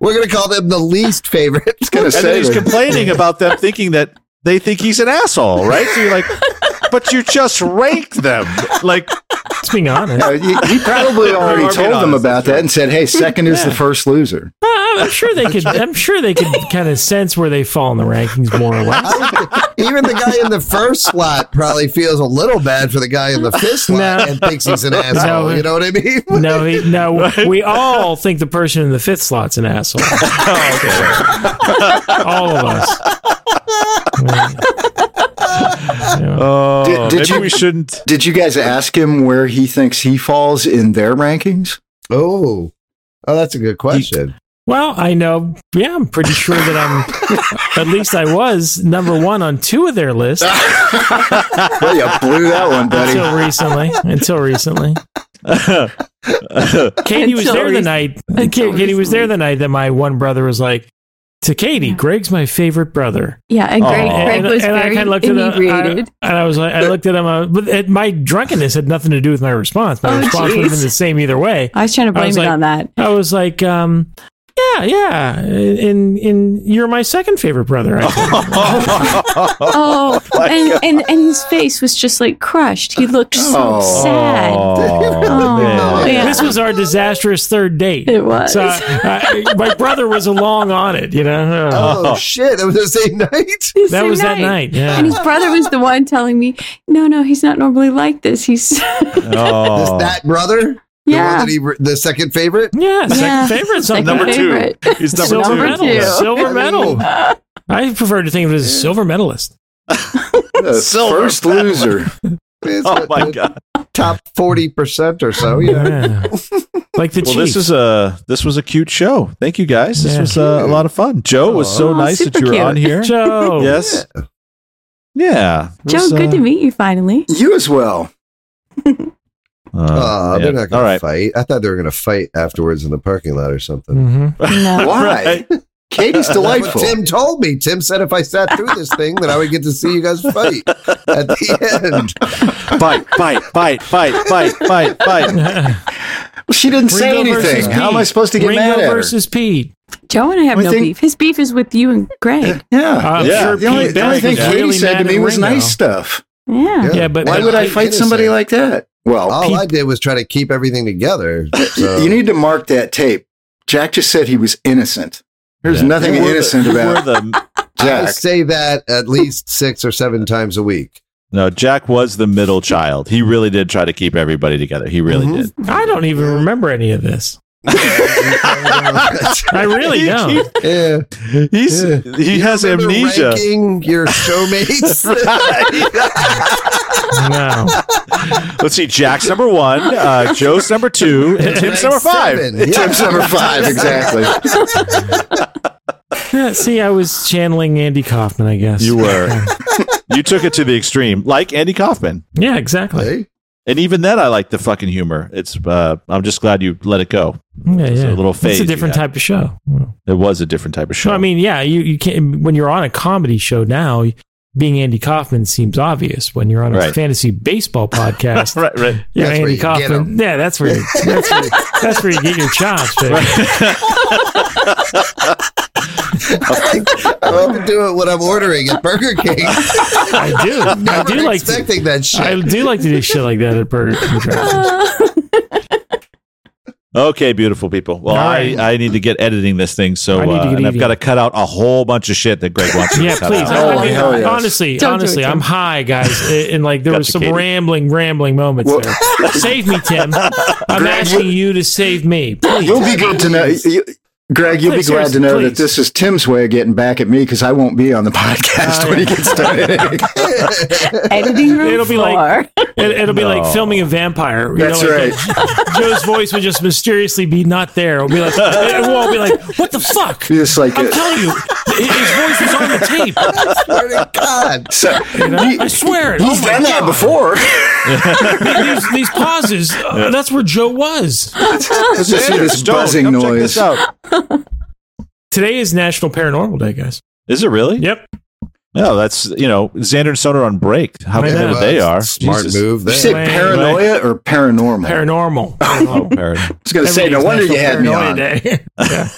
[SPEAKER 1] We're gonna call them the least favorite. <laughs>
[SPEAKER 6] Gonna
[SPEAKER 2] And then
[SPEAKER 6] say
[SPEAKER 2] he's
[SPEAKER 6] that.
[SPEAKER 2] complaining about them thinking that they think he's an asshole, right? So you're like, but you just ranked them. Like,
[SPEAKER 4] Let's being honest.
[SPEAKER 6] No, Uh, you-
[SPEAKER 4] <laughs>
[SPEAKER 6] he probably already
[SPEAKER 2] being
[SPEAKER 6] told them
[SPEAKER 2] honest,
[SPEAKER 6] about that and said, "Hey, second is the first loser."
[SPEAKER 4] Uh, I'm sure they could. I'm sure they could kind of sense where they fall in the rankings, more or less.
[SPEAKER 1] Even the guy in the first slot probably feels a little bad for the guy in the fifth slot
[SPEAKER 4] <laughs> No.
[SPEAKER 1] and thinks he's an asshole.
[SPEAKER 4] <laughs> No.
[SPEAKER 1] You know what I mean?
[SPEAKER 4] No, he, no, we all think the person in the fifth slot's
[SPEAKER 2] <laughs>
[SPEAKER 4] an asshole. all of us.
[SPEAKER 2] oh,
[SPEAKER 6] Did- did
[SPEAKER 2] maybe
[SPEAKER 6] you-
[SPEAKER 2] we <laughs> shouldn't.
[SPEAKER 6] Did you guys ask him where he thinks he falls in their rankings?
[SPEAKER 1] Oh, oh, that's a good question.
[SPEAKER 4] Well, I know. Yeah, I'm pretty sure that I'm. at least I was number one on two of their lists
[SPEAKER 2] Ah,
[SPEAKER 6] Well, you blew
[SPEAKER 4] <laughs>
[SPEAKER 6] that one, buddy.
[SPEAKER 4] until recently. Until recently, Katie was
[SPEAKER 5] Until
[SPEAKER 4] there the
[SPEAKER 5] recent-
[SPEAKER 4] night.
[SPEAKER 5] until
[SPEAKER 4] Katie was there
[SPEAKER 5] recently.
[SPEAKER 4] the night that my one brother was like to Katie. Greg's my favorite brother.
[SPEAKER 5] Yeah, and Greg,
[SPEAKER 2] Aw.
[SPEAKER 5] Greg was very
[SPEAKER 4] kinda
[SPEAKER 5] inebriated.
[SPEAKER 4] At him, I- and I was like, I looked at him, uh, but it, my drunkenness had nothing to do with my response. My
[SPEAKER 5] Oh,
[SPEAKER 4] response would have been
[SPEAKER 5] jeez.
[SPEAKER 4] the same either way.
[SPEAKER 5] I was trying to
[SPEAKER 4] I
[SPEAKER 5] blame
[SPEAKER 4] was
[SPEAKER 5] it
[SPEAKER 4] like- <laughs>
[SPEAKER 5] on that.
[SPEAKER 4] I was like, um, yeah, yeah, in in you're my second favorite brother. I
[SPEAKER 5] <laughs>
[SPEAKER 4] think.
[SPEAKER 5] Oh, and, and and his face was just like crushed. He looked so
[SPEAKER 6] Oh.
[SPEAKER 5] sad.
[SPEAKER 2] Oh, man.
[SPEAKER 5] yeah.
[SPEAKER 4] This was our disastrous third date.
[SPEAKER 5] It was.
[SPEAKER 4] So uh, I, I- my brother was along on it. You know, Uh,
[SPEAKER 1] Oh, shit! It was the same night.
[SPEAKER 5] The
[SPEAKER 4] that
[SPEAKER 5] same
[SPEAKER 4] was that night. Yeah.
[SPEAKER 5] And his brother was the one telling me, "No, no, he's not normally like this. He's <laughs>
[SPEAKER 1] This,
[SPEAKER 2] Oh.
[SPEAKER 1] that brother, the one
[SPEAKER 5] yeah,
[SPEAKER 1] that he, re- the second favorite.
[SPEAKER 4] yeah, second
[SPEAKER 5] Yeah.
[SPEAKER 4] favorite.
[SPEAKER 5] Second
[SPEAKER 4] Something
[SPEAKER 2] Oh. Number two.
[SPEAKER 5] favorite.
[SPEAKER 2] He's number
[SPEAKER 4] silver
[SPEAKER 2] two.
[SPEAKER 4] medal.
[SPEAKER 5] two.
[SPEAKER 4] Silver
[SPEAKER 1] I
[SPEAKER 4] medal.
[SPEAKER 1] mean-
[SPEAKER 4] I prefer to think of it as a silver medalist.
[SPEAKER 1] <laughs>
[SPEAKER 6] The
[SPEAKER 2] Silver
[SPEAKER 6] first loser.
[SPEAKER 1] It's
[SPEAKER 2] <laughs> Oh,
[SPEAKER 1] the-
[SPEAKER 2] my
[SPEAKER 1] the
[SPEAKER 2] God.
[SPEAKER 1] top forty percent or
[SPEAKER 4] <laughs>
[SPEAKER 1] so. You know?
[SPEAKER 4] Yeah. like the
[SPEAKER 2] Well,
[SPEAKER 4] Chiefs.
[SPEAKER 2] this is a this was a cute show. Thank you guys. This
[SPEAKER 4] Yeah.
[SPEAKER 2] was uh, a lot of fun. Joe was so
[SPEAKER 5] Aw,
[SPEAKER 2] nice that
[SPEAKER 5] super
[SPEAKER 2] you were
[SPEAKER 5] cute.
[SPEAKER 2] on here.
[SPEAKER 4] Joe.
[SPEAKER 2] Yes. Yeah. It
[SPEAKER 5] Joe,
[SPEAKER 2] was,
[SPEAKER 5] good
[SPEAKER 2] uh,
[SPEAKER 5] to meet you
[SPEAKER 6] <laughs>
[SPEAKER 5] finally.
[SPEAKER 6] You
[SPEAKER 4] <laughs>
[SPEAKER 6] as well.
[SPEAKER 2] Uh,
[SPEAKER 1] Oh,
[SPEAKER 2] yeah.
[SPEAKER 1] they're not
[SPEAKER 2] All
[SPEAKER 1] going
[SPEAKER 2] right.
[SPEAKER 1] to fight. I thought they were going to fight afterwards in the parking lot or something.
[SPEAKER 4] <laughs> hmm
[SPEAKER 5] No,
[SPEAKER 6] Why? Katie's
[SPEAKER 1] That's what
[SPEAKER 6] delightful.
[SPEAKER 1] Tim told me. Tim said if I sat through this thing, that I would get to see you guys fight at the end.
[SPEAKER 2] Fight, fight, fight, fight, fight, fight, fight.
[SPEAKER 6] She didn't say
[SPEAKER 4] Ringo versus
[SPEAKER 6] anything. How am I
[SPEAKER 4] Pete.
[SPEAKER 6] supposed to get
[SPEAKER 4] Ringo
[SPEAKER 6] mad at her?
[SPEAKER 4] versus Pete.
[SPEAKER 5] Joe and I have
[SPEAKER 6] We
[SPEAKER 5] no
[SPEAKER 6] think-
[SPEAKER 5] beef. His beef is with you and Greg.
[SPEAKER 6] Yeah.
[SPEAKER 4] I'm
[SPEAKER 2] Yeah.
[SPEAKER 4] sure
[SPEAKER 6] the only,
[SPEAKER 4] Uh, Pete
[SPEAKER 6] the only
[SPEAKER 4] Beck
[SPEAKER 6] thing
[SPEAKER 4] was
[SPEAKER 6] Katie
[SPEAKER 4] really
[SPEAKER 6] said to
[SPEAKER 4] mad
[SPEAKER 6] me
[SPEAKER 4] at
[SPEAKER 6] was
[SPEAKER 4] Ringo.
[SPEAKER 6] nice stuff.
[SPEAKER 5] Yeah.
[SPEAKER 4] Yeah, but
[SPEAKER 6] Why
[SPEAKER 4] but
[SPEAKER 6] would I
[SPEAKER 1] Pete
[SPEAKER 6] fight
[SPEAKER 1] didn't
[SPEAKER 6] somebody
[SPEAKER 1] say.
[SPEAKER 6] like that? Well,
[SPEAKER 1] All
[SPEAKER 4] Pete-
[SPEAKER 1] I did was try to keep everything together. Oh. So. <laughs>
[SPEAKER 6] you need to mark that tape. Jack just said he was innocent. There's nothing
[SPEAKER 2] Who were the-
[SPEAKER 6] innocent
[SPEAKER 2] who
[SPEAKER 6] about
[SPEAKER 2] were the-
[SPEAKER 1] I
[SPEAKER 6] Jack.
[SPEAKER 1] say that at least six or seven times a week.
[SPEAKER 2] no, Jack was the middle child. He really did try to keep everybody together. He really
[SPEAKER 1] Mhm.
[SPEAKER 2] did.
[SPEAKER 6] <laughs>
[SPEAKER 4] I don't even remember any of this. I really don't.
[SPEAKER 1] yeah.
[SPEAKER 2] He's
[SPEAKER 1] Yeah.
[SPEAKER 2] he has
[SPEAKER 1] Remember
[SPEAKER 2] amnesia.
[SPEAKER 1] Ranking your showmates.
[SPEAKER 4] No.
[SPEAKER 2] Let's see. Jack's number one, uh, Joe's number two, and Tim's
[SPEAKER 1] Ranked
[SPEAKER 2] number five.
[SPEAKER 1] seven. Yeah.
[SPEAKER 6] Tim's <laughs> number five, exactly.
[SPEAKER 4] Yeah, see, I was channeling Andy Kaufman, I guess.
[SPEAKER 2] You were. you took it to the extreme, like Andy Kaufman.
[SPEAKER 4] Yeah, exactly.
[SPEAKER 1] <laughs> Hey,
[SPEAKER 2] And even then, I like the fucking humor. It's. Uh, I'm just glad you let it go.
[SPEAKER 4] Yeah,
[SPEAKER 2] It's a
[SPEAKER 4] yeah.
[SPEAKER 2] little
[SPEAKER 4] It's
[SPEAKER 2] phase
[SPEAKER 4] a
[SPEAKER 2] you
[SPEAKER 4] different
[SPEAKER 2] had.
[SPEAKER 4] type of show.
[SPEAKER 2] It was a different type of show.
[SPEAKER 4] No, I mean, yeah, you, you can't when you're on a comedy show now. Being Andy Kaufman seems obvious. When you're on a
[SPEAKER 2] Right.
[SPEAKER 4] fantasy baseball podcast,
[SPEAKER 2] right, right.
[SPEAKER 4] you're
[SPEAKER 1] That's where
[SPEAKER 4] Andy
[SPEAKER 1] you get
[SPEAKER 4] Kaufman. Yeah, that's where you, that's where, that's where you get your chops. Baby.
[SPEAKER 1] I like to do it when I'm ordering at Burger King. <laughs>
[SPEAKER 4] I do. I
[SPEAKER 1] Never
[SPEAKER 4] do like to.
[SPEAKER 1] expecting that shit.
[SPEAKER 4] I do like to do shit like that at Burger King.
[SPEAKER 5] <laughs>
[SPEAKER 4] drive-ins.
[SPEAKER 2] Okay, beautiful people. Well,
[SPEAKER 4] All
[SPEAKER 2] I,
[SPEAKER 4] right.
[SPEAKER 2] I need to get editing this thing, so
[SPEAKER 4] I need to
[SPEAKER 2] uh,
[SPEAKER 4] get
[SPEAKER 2] and I've
[SPEAKER 4] eating.
[SPEAKER 2] got to cut out a whole bunch of shit that Greg wants. me
[SPEAKER 4] Yeah,
[SPEAKER 2] to cut
[SPEAKER 4] please.
[SPEAKER 2] out.
[SPEAKER 4] I- I
[SPEAKER 6] Oh,
[SPEAKER 4] mean,
[SPEAKER 6] hell yes.
[SPEAKER 4] Honestly,
[SPEAKER 5] Don't do it,
[SPEAKER 4] honestly,
[SPEAKER 5] Tim.
[SPEAKER 4] I'm high, guys, A- and like there
[SPEAKER 2] Got
[SPEAKER 4] was
[SPEAKER 2] you,
[SPEAKER 4] some
[SPEAKER 2] Katie.
[SPEAKER 4] rambling, rambling moments
[SPEAKER 6] Well-
[SPEAKER 4] there. save me, Tim. I'm
[SPEAKER 6] Greg,
[SPEAKER 4] asking
[SPEAKER 6] you-
[SPEAKER 4] you to save me, please.
[SPEAKER 6] You'll be good to know. You, Greg, you'll
[SPEAKER 4] Please,
[SPEAKER 6] be glad to know
[SPEAKER 4] seriously,
[SPEAKER 6] that this is Tim's way of getting back at me because I won't be on the <laughs> podcast when he gets done. <laughs> editing.
[SPEAKER 5] Editing room
[SPEAKER 4] It'll be like-
[SPEAKER 5] floor.
[SPEAKER 4] It, it'll be like filming a vampire. You
[SPEAKER 6] That's
[SPEAKER 4] know, like
[SPEAKER 6] right.
[SPEAKER 4] that- <laughs> Joe's voice would just mysteriously be not there. It'll be like, it will be like, what the fuck?
[SPEAKER 6] You're just like, uh,
[SPEAKER 4] I'm telling you, hi- his voice was on the tape.
[SPEAKER 1] Swear to <laughs> God.
[SPEAKER 6] so, he-
[SPEAKER 4] I swear it.
[SPEAKER 6] he's
[SPEAKER 4] Oh my
[SPEAKER 6] done that
[SPEAKER 4] God.
[SPEAKER 6] before. <laughs>
[SPEAKER 4] These, these pauses, uh, that's where Joe was.
[SPEAKER 6] Let's just hear
[SPEAKER 2] Xander
[SPEAKER 6] this
[SPEAKER 2] Stone,
[SPEAKER 6] buzzing
[SPEAKER 2] come check
[SPEAKER 6] noise.
[SPEAKER 2] this out.
[SPEAKER 4] Today is National Paranormal Day, guys.
[SPEAKER 2] Is it really?
[SPEAKER 4] Yep.
[SPEAKER 2] No, that's you know Xander and Stone are on break. How
[SPEAKER 4] Yeah,
[SPEAKER 2] committed
[SPEAKER 4] well,
[SPEAKER 2] they are.
[SPEAKER 1] Smart
[SPEAKER 2] Jesus.
[SPEAKER 1] move
[SPEAKER 6] You say
[SPEAKER 1] there.
[SPEAKER 4] Right,
[SPEAKER 6] paranoia or paranormal?
[SPEAKER 4] Paranormal.
[SPEAKER 2] Oh, parrot.
[SPEAKER 6] <laughs> I was going to say, no
[SPEAKER 4] Everything's
[SPEAKER 6] wonder you
[SPEAKER 4] National
[SPEAKER 6] had me
[SPEAKER 4] Paranoia
[SPEAKER 6] on.
[SPEAKER 4] Day. <laughs>
[SPEAKER 6] <laughs>
[SPEAKER 4] Yeah.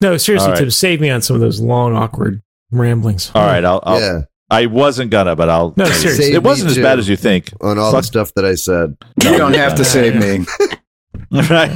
[SPEAKER 4] No, seriously,
[SPEAKER 2] All right.
[SPEAKER 4] Tim, save me on some of those long, awkward ramblings.
[SPEAKER 2] All right, I'll. I'll
[SPEAKER 1] Yeah.
[SPEAKER 2] I wasn't gonna, but I'll.
[SPEAKER 4] No, seriously.
[SPEAKER 1] Save
[SPEAKER 2] Oh, It wasn't
[SPEAKER 1] me
[SPEAKER 2] as
[SPEAKER 1] too.
[SPEAKER 2] bad as you think.
[SPEAKER 1] On all
[SPEAKER 2] Fuck.
[SPEAKER 1] the stuff that I said.
[SPEAKER 6] You don't have to save me.
[SPEAKER 2] <laughs> Right.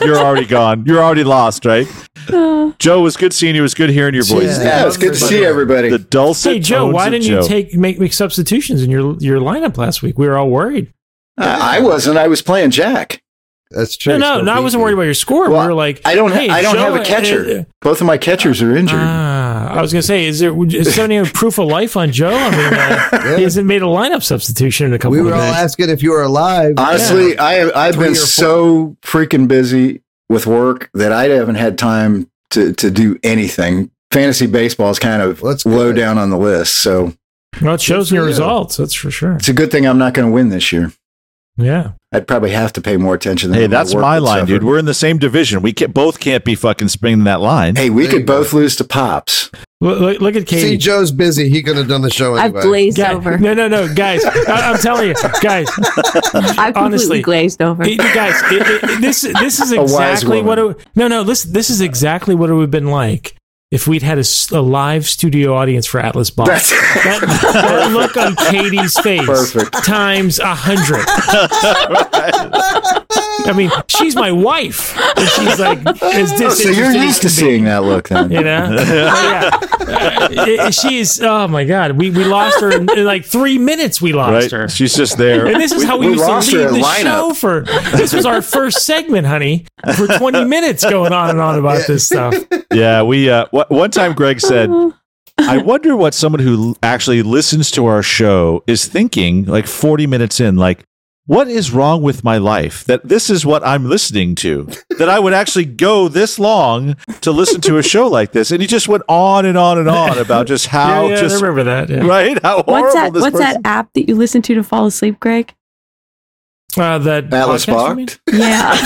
[SPEAKER 2] You're already gone. You're already lost, right?
[SPEAKER 4] Uh.
[SPEAKER 2] Joe, it was good seeing you. It was good hearing your voice.
[SPEAKER 6] Yeah, it's good to see everybody.
[SPEAKER 2] The dulcet.
[SPEAKER 4] Hey Joe,
[SPEAKER 2] tones
[SPEAKER 4] why
[SPEAKER 2] of
[SPEAKER 4] didn't
[SPEAKER 2] Joe.
[SPEAKER 4] you take make, make substitutions in your your lineup last week? We were all worried.
[SPEAKER 6] I I wasn't. I was playing Jack.
[SPEAKER 1] That's true.
[SPEAKER 4] No, no,
[SPEAKER 1] Still
[SPEAKER 4] no I
[SPEAKER 1] beat
[SPEAKER 4] wasn't
[SPEAKER 1] me.
[SPEAKER 4] worried about your score.
[SPEAKER 6] Well,
[SPEAKER 4] we were like,
[SPEAKER 6] I don't. Ha-
[SPEAKER 4] hey,
[SPEAKER 6] I don't
[SPEAKER 4] Joe,
[SPEAKER 6] have a
[SPEAKER 4] uh,
[SPEAKER 6] catcher. Both of my catchers are injured.
[SPEAKER 4] Ah, I was gonna say, is there would- is there any proof of life on Joe? I mean,
[SPEAKER 6] <laughs>
[SPEAKER 4] uh, he hasesn't made a lineup substitution in a couple
[SPEAKER 1] We were
[SPEAKER 4] of
[SPEAKER 1] all
[SPEAKER 4] days.
[SPEAKER 1] asking if you were alive.
[SPEAKER 6] Honestly,
[SPEAKER 2] uh,
[SPEAKER 6] I I've
[SPEAKER 1] Three
[SPEAKER 6] been
[SPEAKER 1] or four.
[SPEAKER 6] so freaking busy with work that I haven't had time to to do anything. Fantasy baseball is kind of
[SPEAKER 1] Well, that's
[SPEAKER 6] low
[SPEAKER 1] good.
[SPEAKER 6] down on the list, so
[SPEAKER 4] well, it shows in your
[SPEAKER 1] Yeah.
[SPEAKER 4] results, that's for sure.
[SPEAKER 6] it's a good thing I'm not going to win this year.
[SPEAKER 4] Yeah,
[SPEAKER 6] I'd probably have to pay more attention. Than
[SPEAKER 2] Hey,
[SPEAKER 6] I'm gonna
[SPEAKER 2] that's
[SPEAKER 6] work
[SPEAKER 2] my
[SPEAKER 6] with
[SPEAKER 2] line,
[SPEAKER 6] Suffolk.
[SPEAKER 2] dude. We're in the same division. We can both can't be fucking springing that line.
[SPEAKER 6] Hey, we
[SPEAKER 1] There you
[SPEAKER 6] could
[SPEAKER 1] go.
[SPEAKER 6] both lose to pops.
[SPEAKER 4] look, look, look at
[SPEAKER 1] See,
[SPEAKER 4] Katie.
[SPEAKER 1] Joe's busy. He could have done the show
[SPEAKER 5] I've
[SPEAKER 1] anyway.
[SPEAKER 5] glazed
[SPEAKER 4] Guy-
[SPEAKER 5] over.
[SPEAKER 4] No, no, no,
[SPEAKER 6] <laughs>
[SPEAKER 4] guys. I, I'm telling you, guys.
[SPEAKER 5] I've completely
[SPEAKER 4] honestly,
[SPEAKER 5] glazed over.
[SPEAKER 4] It- you guys, it, it, this this is
[SPEAKER 6] <laughs> A wise
[SPEAKER 4] exactly
[SPEAKER 6] woman.
[SPEAKER 4] what it, no no this this is exactly what it would have been like if we'd had a, s- a live studio audience for Atlas Ball.
[SPEAKER 6] That's
[SPEAKER 4] that,
[SPEAKER 6] <laughs>
[SPEAKER 4] that look on Katie's face
[SPEAKER 6] Perfect.
[SPEAKER 4] times a hundred. I mean, she's my wife, and she's like as
[SPEAKER 6] Oh, so
[SPEAKER 4] disinterested.
[SPEAKER 6] you're used to
[SPEAKER 4] as can be,
[SPEAKER 6] seeing that look,
[SPEAKER 4] <laughs>
[SPEAKER 6] then.
[SPEAKER 4] You know,
[SPEAKER 6] <laughs>
[SPEAKER 4] yeah. Uh, she's oh my god, we we lost her in, in like three minutes. We lost
[SPEAKER 2] right?
[SPEAKER 4] her.
[SPEAKER 2] She's just there.
[SPEAKER 4] And this is how we,
[SPEAKER 6] we
[SPEAKER 4] used to
[SPEAKER 6] lost her
[SPEAKER 4] lead the
[SPEAKER 6] lineup.
[SPEAKER 4] show for. This was our first segment, honey, for
[SPEAKER 2] <laughs>
[SPEAKER 4] 20 minutes going on and on about this stuff.
[SPEAKER 2] yeah, we. Uh, wh- one time, Greg <laughs> said,
[SPEAKER 4] Uh-huh.
[SPEAKER 2] "I wonder what someone who l- actually listens to our show is thinking." Like forty minutes in, like, what is wrong with my life that this is what I'm listening to? That I would actually go this long to listen
[SPEAKER 4] <laughs>
[SPEAKER 2] to a show like this? And he just went on and on and on about just how
[SPEAKER 4] yeah, yeah, I
[SPEAKER 2] just
[SPEAKER 4] remember that. yeah.
[SPEAKER 2] right how horrible
[SPEAKER 5] what's that?
[SPEAKER 2] this
[SPEAKER 5] What's
[SPEAKER 2] person.
[SPEAKER 5] that app that you listen to to fall
[SPEAKER 2] <laughs>
[SPEAKER 5] asleep, Greg?
[SPEAKER 4] Uh, that
[SPEAKER 6] Atlas
[SPEAKER 4] podcast, you
[SPEAKER 6] Bach.
[SPEAKER 4] mean?
[SPEAKER 5] Yeah.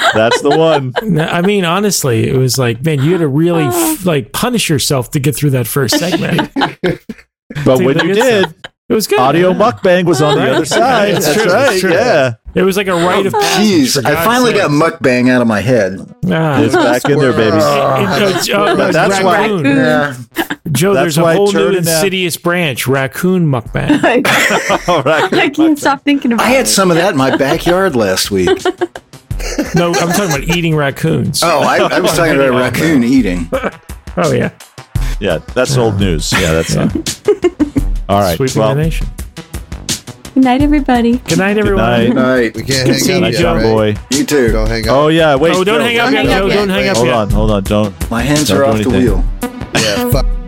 [SPEAKER 5] <laughs>
[SPEAKER 2] That's the one.
[SPEAKER 5] <laughs>
[SPEAKER 4] No, I mean, honestly, it was like, man, you had to
[SPEAKER 2] <sighs>
[SPEAKER 4] really f- like punish yourself to get through that first
[SPEAKER 2] <laughs>
[SPEAKER 4] segment.
[SPEAKER 2] But
[SPEAKER 4] See,
[SPEAKER 2] when
[SPEAKER 4] the
[SPEAKER 2] Oh, you
[SPEAKER 4] good
[SPEAKER 2] did,
[SPEAKER 4] It was good.
[SPEAKER 2] audio
[SPEAKER 4] yeah.
[SPEAKER 2] mukbang was on the other side.
[SPEAKER 4] It's
[SPEAKER 2] That's
[SPEAKER 4] true,
[SPEAKER 2] right.
[SPEAKER 4] it's true.
[SPEAKER 2] Yeah.
[SPEAKER 4] It was like a rite of
[SPEAKER 2] Oh,
[SPEAKER 4] passage.
[SPEAKER 6] Jeez, I finally got mukbang out of my head.
[SPEAKER 4] Ah.
[SPEAKER 2] It's back in there, baby.
[SPEAKER 4] <laughs> And, uh, uh,
[SPEAKER 2] That's why-
[SPEAKER 4] raccoon.
[SPEAKER 6] Yeah.
[SPEAKER 4] Joe,
[SPEAKER 2] That's
[SPEAKER 4] there's a
[SPEAKER 2] why I
[SPEAKER 4] whole new
[SPEAKER 2] turned it down.
[SPEAKER 4] insidious branch, raccoon mukbang.
[SPEAKER 5] I
[SPEAKER 2] All right.
[SPEAKER 5] can't stop thinking about
[SPEAKER 6] I
[SPEAKER 5] it.
[SPEAKER 6] had some of that in my backyard last week.
[SPEAKER 4] No, I'm talking about eating raccoons.
[SPEAKER 6] Oh, I, I was talking about a raccoon eating.
[SPEAKER 4] oh yeah.
[SPEAKER 2] Yeah, that's old news. Yeah, that's not. All right.
[SPEAKER 4] Sweeping
[SPEAKER 2] well,
[SPEAKER 4] the nation.
[SPEAKER 5] Good night, everybody.
[SPEAKER 4] Good night, everyone.
[SPEAKER 2] night.
[SPEAKER 6] Good night.
[SPEAKER 1] We can't
[SPEAKER 4] Good
[SPEAKER 1] hang
[SPEAKER 4] seeing
[SPEAKER 1] up
[SPEAKER 4] you,
[SPEAKER 1] yet,
[SPEAKER 4] John
[SPEAKER 1] right?
[SPEAKER 2] boy.
[SPEAKER 6] You too.
[SPEAKER 1] Don't hang up.
[SPEAKER 2] Oh yeah, wait.
[SPEAKER 4] Oh, don't
[SPEAKER 2] no,
[SPEAKER 4] hang up
[SPEAKER 5] Don't
[SPEAKER 4] yet.
[SPEAKER 5] hang
[SPEAKER 4] No,
[SPEAKER 5] up
[SPEAKER 4] don't
[SPEAKER 5] yet.
[SPEAKER 4] hang up
[SPEAKER 2] Hold
[SPEAKER 4] yet.
[SPEAKER 2] on, hold on. Don't.
[SPEAKER 6] My hands
[SPEAKER 2] Don't
[SPEAKER 6] are
[SPEAKER 2] do
[SPEAKER 6] off the
[SPEAKER 2] anything.
[SPEAKER 6] wheel.
[SPEAKER 1] yeah, fuck.